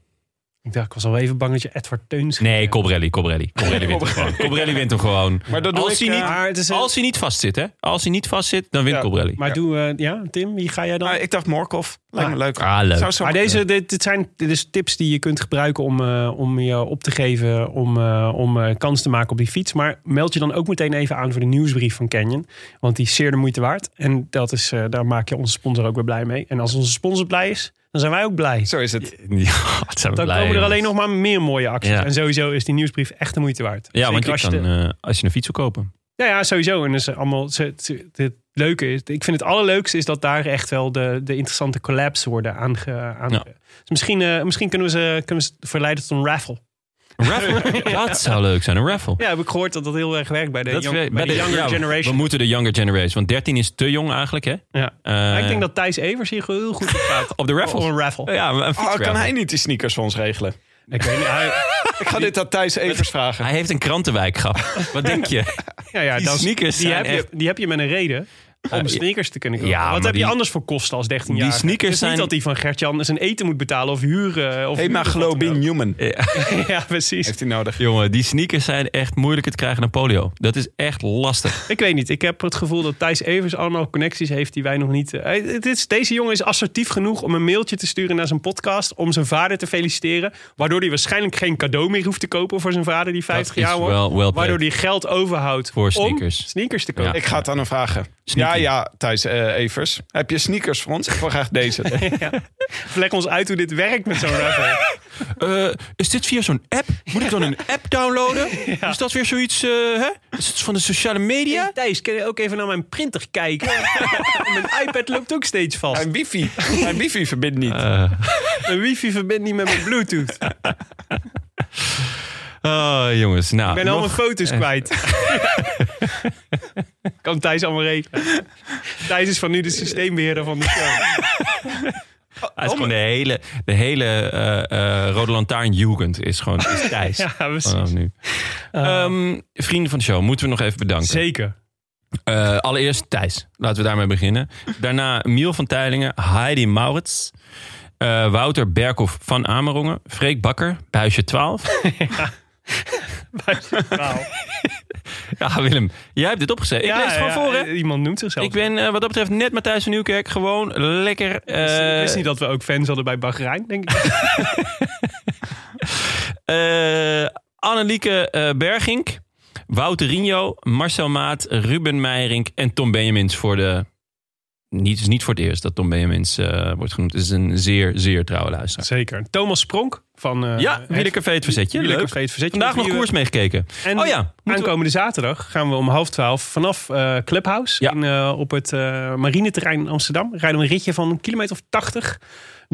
Speaker 3: Ik dacht, ik was al even bang dat je Edward Teuns... ging eh,
Speaker 2: Nee,
Speaker 3: zeggen.
Speaker 2: Cobrelli, Cobrelli. Cobrelli wint hem
Speaker 3: *laughs*
Speaker 2: gewoon. Cobrelli wint hem gewoon.
Speaker 7: Maar dat doe
Speaker 2: Als
Speaker 7: ik,
Speaker 2: hij
Speaker 7: eh,
Speaker 2: niet-
Speaker 3: Maar het is een-
Speaker 2: Als hij niet vastzit, hè? Als hij niet vastzit, dan wint
Speaker 7: Ja,
Speaker 2: Cobrelli.
Speaker 3: Maar
Speaker 7: Ja.
Speaker 3: doe, eh, ja, Tim, wie ga jij dan?
Speaker 7: Nou, ik dacht Morkov. Lijkt me leuk.
Speaker 2: Ah, leuk.
Speaker 7: Zou zo
Speaker 3: maar deze, dit, dit zijn dit is tips die je kunt gebruiken om, eh, om je op te geven, om, eh, om eh, kans te maken op die fiets. Maar meld je dan ook meteen even aan voor de nieuwsbrief van Canyon. Want die is zeer de moeite waard. En dat is, eh, daar maak je onze sponsor ook weer blij mee. En als onze sponsor blij is, dan zijn wij ook blij.
Speaker 7: Zo is het.
Speaker 2: *laughs* Ja, wat zijn we
Speaker 3: Dan
Speaker 2: blij,
Speaker 3: komen er
Speaker 2: jongens.
Speaker 3: alleen nog maar meer mooie acties.
Speaker 2: Ja.
Speaker 3: En sowieso is die nieuwsbrief echt de moeite waard.
Speaker 2: Ja,
Speaker 3: Zeker
Speaker 2: want je
Speaker 3: als
Speaker 2: kan,
Speaker 3: de-
Speaker 2: eh, als je een fiets
Speaker 3: *laughs*
Speaker 2: wil kopen.
Speaker 3: Ja, ja, sowieso. En dus allemaal, ze- ze- het leuke is, ik vind het allerleukste is dat daar echt wel de, de interessante collabs worden aange. aange
Speaker 2: Ja.
Speaker 3: Dus misschien, eh, misschien kunnen we ze kunnen we ze verleiden tot een raffle.
Speaker 2: Een raffle. Dat zou leuk zijn, een raffle.
Speaker 3: Ja, heb ik gehoord dat dat heel erg werkt bij de,
Speaker 2: Dat
Speaker 3: young-
Speaker 2: we-
Speaker 3: bij
Speaker 2: bij
Speaker 3: de, younger
Speaker 2: ja,
Speaker 3: generation.
Speaker 2: We moeten de younger generation. Want 13 is te jong eigenlijk, hè?
Speaker 3: ja.
Speaker 2: Eh,
Speaker 3: Maar ik denk dat Thijs Evers hier heel goed op gaat.
Speaker 2: *laughs* Op de raffle.
Speaker 3: Voor een raffle.
Speaker 2: Ja, een
Speaker 7: Oh,
Speaker 2: fietsraffle.
Speaker 7: kan hij niet die sneakers voor ons regelen?
Speaker 3: Ik weet niet, hij-
Speaker 7: Ik ga dit aan Thijs Evers
Speaker 2: *laughs*
Speaker 7: vragen.
Speaker 2: Hij heeft een *laughs* krantenwijkgrap. Wat denk je?
Speaker 3: Ja, ja,
Speaker 2: Die
Speaker 3: dat is-
Speaker 2: sneakers
Speaker 3: die,
Speaker 2: zijn
Speaker 3: heb je,
Speaker 2: echt-
Speaker 3: die heb je met een reden om
Speaker 2: ja.
Speaker 3: sneakers te kunnen kopen.
Speaker 2: Ja,
Speaker 3: Wat
Speaker 2: maar
Speaker 3: heb je
Speaker 2: die-
Speaker 3: anders voor kosten als 13
Speaker 2: Die
Speaker 3: jaar?
Speaker 2: sneakers
Speaker 3: het is
Speaker 2: zijn-
Speaker 3: niet dat die van Gertjan zijn eten moet betalen of huren. Of
Speaker 7: Hemaglobin Newman
Speaker 3: *laughs* Ja, precies.
Speaker 7: heeft hij nodig.
Speaker 2: Jongen, die sneakers zijn echt moeilijker te krijgen dan polio. Dat is echt lastig.
Speaker 3: Ik weet niet. Ik heb het gevoel dat Thijs Evers allemaal connecties heeft die wij nog niet... eh, hij- het is, deze jongen is assertief genoeg om een mailtje te sturen naar zijn podcast... om zijn vader te feliciteren. Waardoor hij waarschijnlijk geen cadeau meer hoeft te kopen voor zijn vader die 50
Speaker 2: is
Speaker 3: jaar wordt.
Speaker 2: wel- wel
Speaker 3: waardoor hij geld overhoudt
Speaker 2: Voor
Speaker 3: om
Speaker 2: sneakers.
Speaker 3: sneakers te kopen.
Speaker 7: Ik ga het aan hem vragen.
Speaker 2: Sneaky.
Speaker 7: Ja, ja, Thijs eh, Evers. Heb je sneakers voor ons? Ik wil graag deze.
Speaker 3: Vlek ons uit hoe dit werkt met zo'n raffel.
Speaker 2: *laughs* Eh, is dit via zo'n app? Moet ik dan een app downloaden? *laughs* Is dat weer zoiets eh, hè? Is het van de sociale media?
Speaker 3: Hey, Thijs, kun je ook even naar mijn printer *laughs* kijken? mijn iPad loopt ook steeds vast.
Speaker 7: Mijn wifi. Mijn wifi verbindt niet.
Speaker 2: Eh.
Speaker 3: *laughs* Mijn wifi verbindt niet met mijn Bluetooth. Ik
Speaker 2: Oh, jongens. Nou,
Speaker 3: ben al
Speaker 2: nog-
Speaker 3: mijn foto's kwijt. *laughs* kan Thijs allemaal regelen. Thijs is van nu de systeembeheerder van de show.
Speaker 2: Hij is gewoon de hele, de hele eh, eh, Rode Lantaarn Jugend is gewoon *laughs* is Thijs.
Speaker 3: Ja, precies.
Speaker 2: Vanaf nu. Ehm, vrienden van de show, moeten we nog even bedanken.
Speaker 3: Zeker.
Speaker 2: Eh, allereerst Thijs. Laten we daarmee beginnen. Daarna Miel van Teilingen, Heidi Maurits. eh, Wouter Berkhoff van Amerongen. Freek Bakker, Buisje 12.
Speaker 3: Wauw.
Speaker 2: *laughs* Ja, Willem, jij hebt dit opgezet. ik lees het gewoon voor, hè?
Speaker 3: eh, Iemand noemt zichzelf.
Speaker 2: ik ben eh, wat dat betreft net Matthijs van Nieuwkerk. Gewoon lekker... eh,
Speaker 3: ik wist niet dat we ook fans hadden bij Bahrein, denk ik.
Speaker 2: Eh, Annelieke eh, Bergink, Wouter Rinjo, Marcel Maat, Ruben Meijering en Tom Benjamins voor de... Niet, het is niet voor het eerst dat Tom Benjamins eh, wordt genoemd. Het is een zeer, zeer trouwe luisteraar.
Speaker 3: *laughs* Zeker. Thomas Spronk van... eh,
Speaker 2: ja, Wielercafé het Verzetje.
Speaker 3: Wielercafé
Speaker 2: Leuk.
Speaker 3: Het Verzetje,
Speaker 2: Vandaag
Speaker 3: met
Speaker 2: nog
Speaker 3: wie we-
Speaker 2: koers meegekeken.
Speaker 3: En
Speaker 2: oh ja, moeten we-
Speaker 3: aankomende zaterdag gaan we om half twaalf vanaf eh, Clubhouse
Speaker 2: Ja.
Speaker 3: in, eh, op het eh, marineterrein in Amsterdam. Rijden we een ritje van een kilometer of tachtig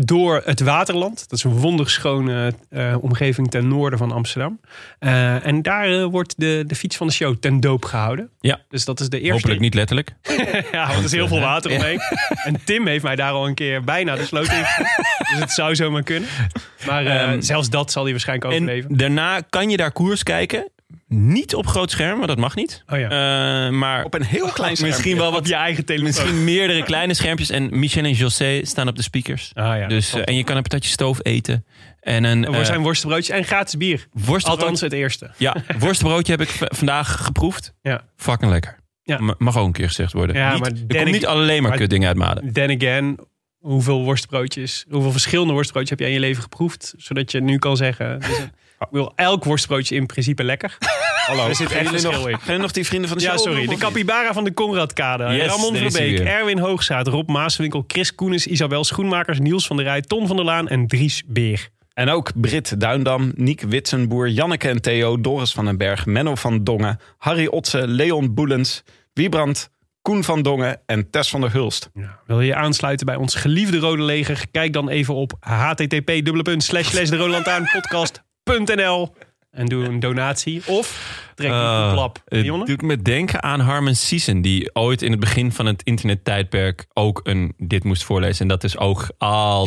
Speaker 3: door het Waterland. Dat is een wonderschone eh, omgeving ten noorden van Amsterdam. Eh, en daar eh, wordt de, de fiets van de show ten doop gehouden.
Speaker 2: Ja.
Speaker 3: Dus dat is de eerste.
Speaker 2: hopelijk niet letterlijk.
Speaker 3: Ja, want er is heel veel water omheen. En Tim heeft mij daar al een keer bijna de sloot in. gegooid. dus het zou zomaar kunnen. Maar eh,
Speaker 2: Ehm,
Speaker 3: zelfs dat zal hij waarschijnlijk overleven.
Speaker 2: En daarna kan je daar koers kijken. Niet op groot scherm, want dat mag niet.
Speaker 3: Oh ja.
Speaker 2: Eh, maar
Speaker 7: Op een heel klein scherm.
Speaker 2: misschien wel wat...
Speaker 3: je eigen telefoon.
Speaker 2: Misschien meerdere kleine schermpjes. En Michel en José staan op de speakers.
Speaker 3: Ah ja,
Speaker 2: dus,
Speaker 3: klopt.
Speaker 2: eh, en je kan een patatje stoof eten. En een
Speaker 3: Er
Speaker 2: eh,
Speaker 3: zijn worstenbroodjes en gratis bier.
Speaker 2: worstenbrood-
Speaker 3: Althans, het eerste.
Speaker 2: Ja, worstenbroodje heb ik v- vandaag geproefd.
Speaker 3: Ja.
Speaker 2: Fucking lekker.
Speaker 3: Ja.
Speaker 2: M- Mag ook een keer gezegd worden.
Speaker 3: Ja,
Speaker 2: niet,
Speaker 3: maar
Speaker 2: er
Speaker 3: Danny-
Speaker 2: komt niet alleen maar,
Speaker 3: maar-
Speaker 2: kutdingen uit Maden.
Speaker 3: Then again, hoeveel worstbroodjes, hoeveel verschillende worstbroodjes heb jij in je leven geproefd? Zodat je nu kan
Speaker 2: *laughs*
Speaker 3: zeggen, dus, eh, ik wil elk worstbroodje in principe lekker.
Speaker 7: Hallo.
Speaker 3: Er zit echt verschil in.
Speaker 7: Gaan jullie nog die vrienden van de
Speaker 3: Ja,
Speaker 7: show
Speaker 3: sorry. De
Speaker 7: oproepen?
Speaker 3: capybara van de Conradkade.
Speaker 2: Yes,
Speaker 3: Ramon
Speaker 2: daar is hij
Speaker 3: Verbeek,
Speaker 2: weer.
Speaker 3: Erwin Hoogzaad, Rob Maaswinkel, Chris Koenis, Isabel Schoenmakers, Niels van der Rij, Ton van der Laan en Dries Beer.
Speaker 7: En ook Brit Duindam, Niek Witsenboer, Janneke en Theo, Doris van den Berg, Menno van Dongen, Harry Otse, Leon Boelens, Wiebrand, Koen van Dongen en Tess van der Hulst.
Speaker 3: Ja, wil je je aansluiten bij ons geliefde Rode Leger? Kijk dan even op http://derodelantaarnpodcast.nl en doe een donatie of trek een
Speaker 2: Eh,
Speaker 3: klap.
Speaker 2: het
Speaker 3: Dionne?
Speaker 2: doet me denken aan Harmon Siessen, die ooit in het begin van het internettijdperk ook een dit moest voorlezen. En dat is ook al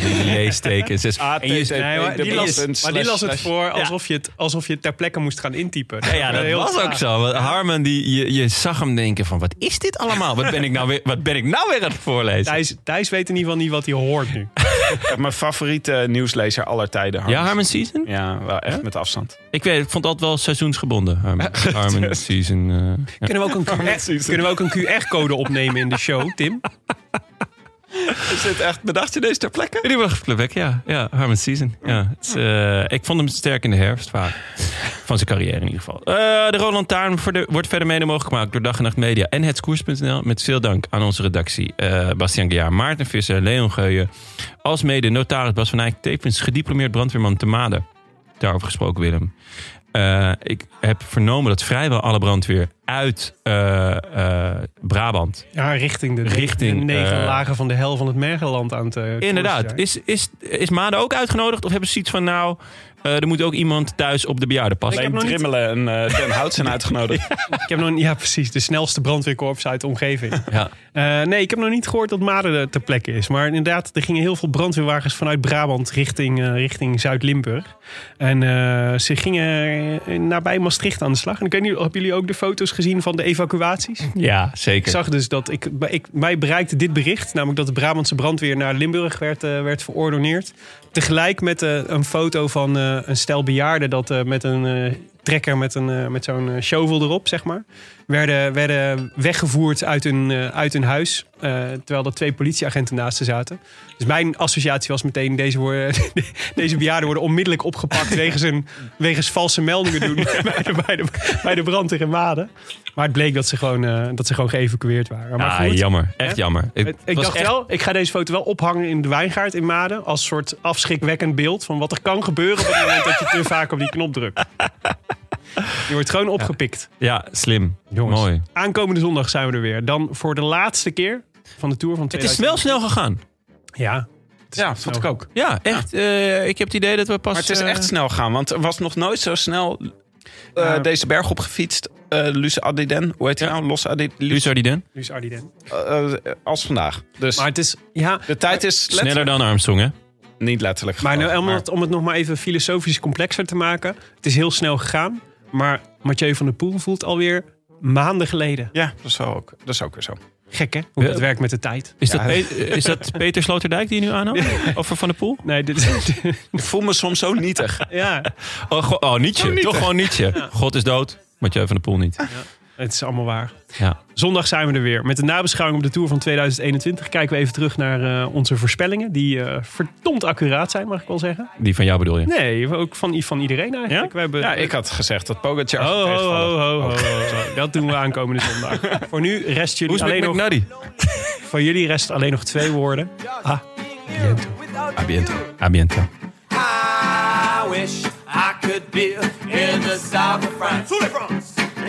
Speaker 7: *laughs*
Speaker 2: die leestekens. Dus, en je-
Speaker 7: ATT.
Speaker 3: Nee, maar die, las,
Speaker 7: Slash,
Speaker 3: maar die las het
Speaker 7: slash.
Speaker 3: voor alsof je het, alsof je het ter plekke moest gaan intypen.
Speaker 2: ja, ja, dat
Speaker 3: Heel
Speaker 2: was
Speaker 3: raar.
Speaker 2: ook zo. Want Harmon, die, je, je zag hem denken van, wat is dit allemaal? Wat ben ik nou weer, wat ben ik nou weer aan het voorlezen?
Speaker 3: Thijs, Thijs weet in ieder geval niet wat hij hoort nu.
Speaker 7: Echt Mijn favoriete nieuwslezer aller tijden. Harm.
Speaker 2: Ja, Harmon Siessen?
Speaker 7: Ja, wel echt met afstand.
Speaker 2: Ik weet, ik vond altijd wel
Speaker 7: *laughs*
Speaker 2: seizoensgebonden. Harmon, Harmon Siessen. eh,
Speaker 3: *laughs*
Speaker 2: ja.
Speaker 3: Kunnen we ook een, QR kunnen we ook een QR-code opnemen in de show, Tim?
Speaker 7: Is dit echt, bedacht je deze ter plekke?
Speaker 2: Die wordt Plebek, ja. Ja, Harmon Season. Ja. Het is, eh, ik vond hem sterk in de herfst vaak. Van zijn carrière in ieder geval. Eh, de Roland Taarn voor de, wordt verder mede mogelijk gemaakt door Dag en Nacht Media en Hetskoers.nl. Met veel dank aan onze redactie. eh Bastiaan Gejaar, Maarten Visser, Leon Geuyen. Als mede notaris Bas van Eyck, tevens gediplomeerd brandweerman te Maden. Daarover gesproken Willem. Eh, ik heb vernomen dat vrijwel alle brandweer uit eh, eh, Brabant.
Speaker 3: Ja, richting de,
Speaker 2: Richting,
Speaker 3: de negen
Speaker 2: eh,
Speaker 3: lagen van de hel van het Mergeland aan het eh, koersen
Speaker 2: Inderdaad.
Speaker 3: zijn.
Speaker 2: Is, is, is Maden ook uitgenodigd? Of hebben ze iets van, nou, eh, er moet ook iemand thuis op de bejaardenpas?
Speaker 3: Ik heb
Speaker 7: Alleen
Speaker 3: nog niet-
Speaker 7: Trimmelen en eh Ten Hout
Speaker 2: *laughs*
Speaker 7: zijn uitgenodigd.
Speaker 3: Ik heb nog, niet- ja, precies. De snelste brandweerkorps uit de omgeving.
Speaker 2: Ja.
Speaker 3: Eh, nee, ik heb nog niet gehoord dat Maden er ter plekke is. Maar inderdaad, er gingen heel veel brandweerwagens vanuit Brabant richting, eh, richting Zuid-Limburg. En eh, ze gingen eh, nabij Maastricht aan de slag. En ik weet niet, hebben jullie ook de foto's gezien van de evacuaties?
Speaker 2: ja, zeker.
Speaker 3: Ik zag dus dat ik, ik, mij bereikte dit bericht, namelijk dat de Brabantse brandweer naar Limburg werd, eh, werd verordoneerd. Tegelijk met eh, een foto van eh, een stel bejaarden dat eh, met een eh, trekker met, een, eh, met zo'n eh, shovel erop, zeg maar, werden, werden weggevoerd uit hun, eh, uit hun huis. eh, terwijl er twee politieagenten naast ze zaten. Dus mijn associatie was meteen, deze, worden, *laughs* deze bejaarden worden onmiddellijk
Speaker 2: *laughs*
Speaker 3: opgepakt wegens, een, wegens valse meldingen doen *laughs* bij de, bij de, bij de brand tegen Maden. Maar het bleek dat ze gewoon, eh, dat ze gewoon geëvacueerd waren. Maar
Speaker 2: ah,
Speaker 3: goed,
Speaker 2: jammer. Echt
Speaker 3: Hè?
Speaker 2: jammer. Het
Speaker 3: het-
Speaker 2: was
Speaker 3: ik dacht
Speaker 2: echt-
Speaker 3: wel, ik ga deze foto wel ophangen in de wijngaard in Maden. Als soort afschrikwekkend beeld van wat er kan gebeuren op het moment dat je te vaak op die knop drukt. Je wordt gewoon opgepikt.
Speaker 2: Ja, slim.
Speaker 3: Jongens.
Speaker 2: Mooi.
Speaker 3: Aankomende zondag zijn we er weer. Dan voor de laatste keer van de Tour van
Speaker 2: Het is
Speaker 3: 2000.
Speaker 2: wel snel gegaan.
Speaker 3: Ja,
Speaker 7: ja, vond ik ook.
Speaker 2: Ja, echt. eh, ik heb het idee dat we pas...
Speaker 7: Maar het is
Speaker 2: eh,
Speaker 7: echt snel gaan, want er was nog nooit zo snel eh,
Speaker 2: Nou,
Speaker 3: Ja.
Speaker 7: deze berg op gefietst. Eh Luce Adiden, hoe heet hij nou? Los Adiden,
Speaker 2: Luus Ardiden.
Speaker 3: Luus Ardiden.
Speaker 7: eh, als vandaag. Dus
Speaker 3: Maar het is, ja,
Speaker 7: de tijd is letterlijk-
Speaker 2: Sneller dan Armstrong, hè?
Speaker 7: niet letterlijk.
Speaker 3: Maar nou,
Speaker 7: gevallen,
Speaker 3: om, het, om het nog maar even filosofisch complexer te maken. Het is heel snel gegaan. Maar Mathieu van der Poel voelt alweer maanden geleden.
Speaker 7: Ja, dat is, wel ook, dat is ook weer zo.
Speaker 3: Gek hè? Hoe
Speaker 2: Ja.
Speaker 3: dat werkt met de tijd.
Speaker 2: Is, dat, Pe- is dat Peter Sloterdijk die je nu aanhoudt? Of Van der Poel?
Speaker 3: Nee, dit,
Speaker 7: Ik voel me soms zo nietig.
Speaker 3: ja,
Speaker 2: Oh, go- oh, Nietzsche. Toch gewoon Nietzsche. God is dood. Mathieu van der Poel niet.
Speaker 3: het is allemaal waar.
Speaker 2: Ja.
Speaker 3: Zondag zijn we er weer. Met de nabeschouwing op de Tour van 2021 kijken we even terug naar eh, onze voorspellingen. Die eh, verdomd accuraat zijn, mag ik wel zeggen.
Speaker 2: Die van jou bedoel je.
Speaker 3: Nee, ook van, van iedereen eigenlijk.
Speaker 7: Ja?
Speaker 3: We hebben, Oh,
Speaker 7: Ja, ik had gezegd dat Pogacar...
Speaker 3: Ho, ho,
Speaker 7: tegenvallen.
Speaker 3: ho, ho, ho, ho. Dat doen we aankomende zondag. *laughs* Voor nu rest jullie
Speaker 2: Hoe is het
Speaker 3: alleen
Speaker 2: met
Speaker 3: nog,
Speaker 2: McNuddy?
Speaker 3: voor jullie rest alleen nog twee woorden.
Speaker 6: Without
Speaker 2: Abiento. Abiento.
Speaker 6: I wish I could be in the south of France.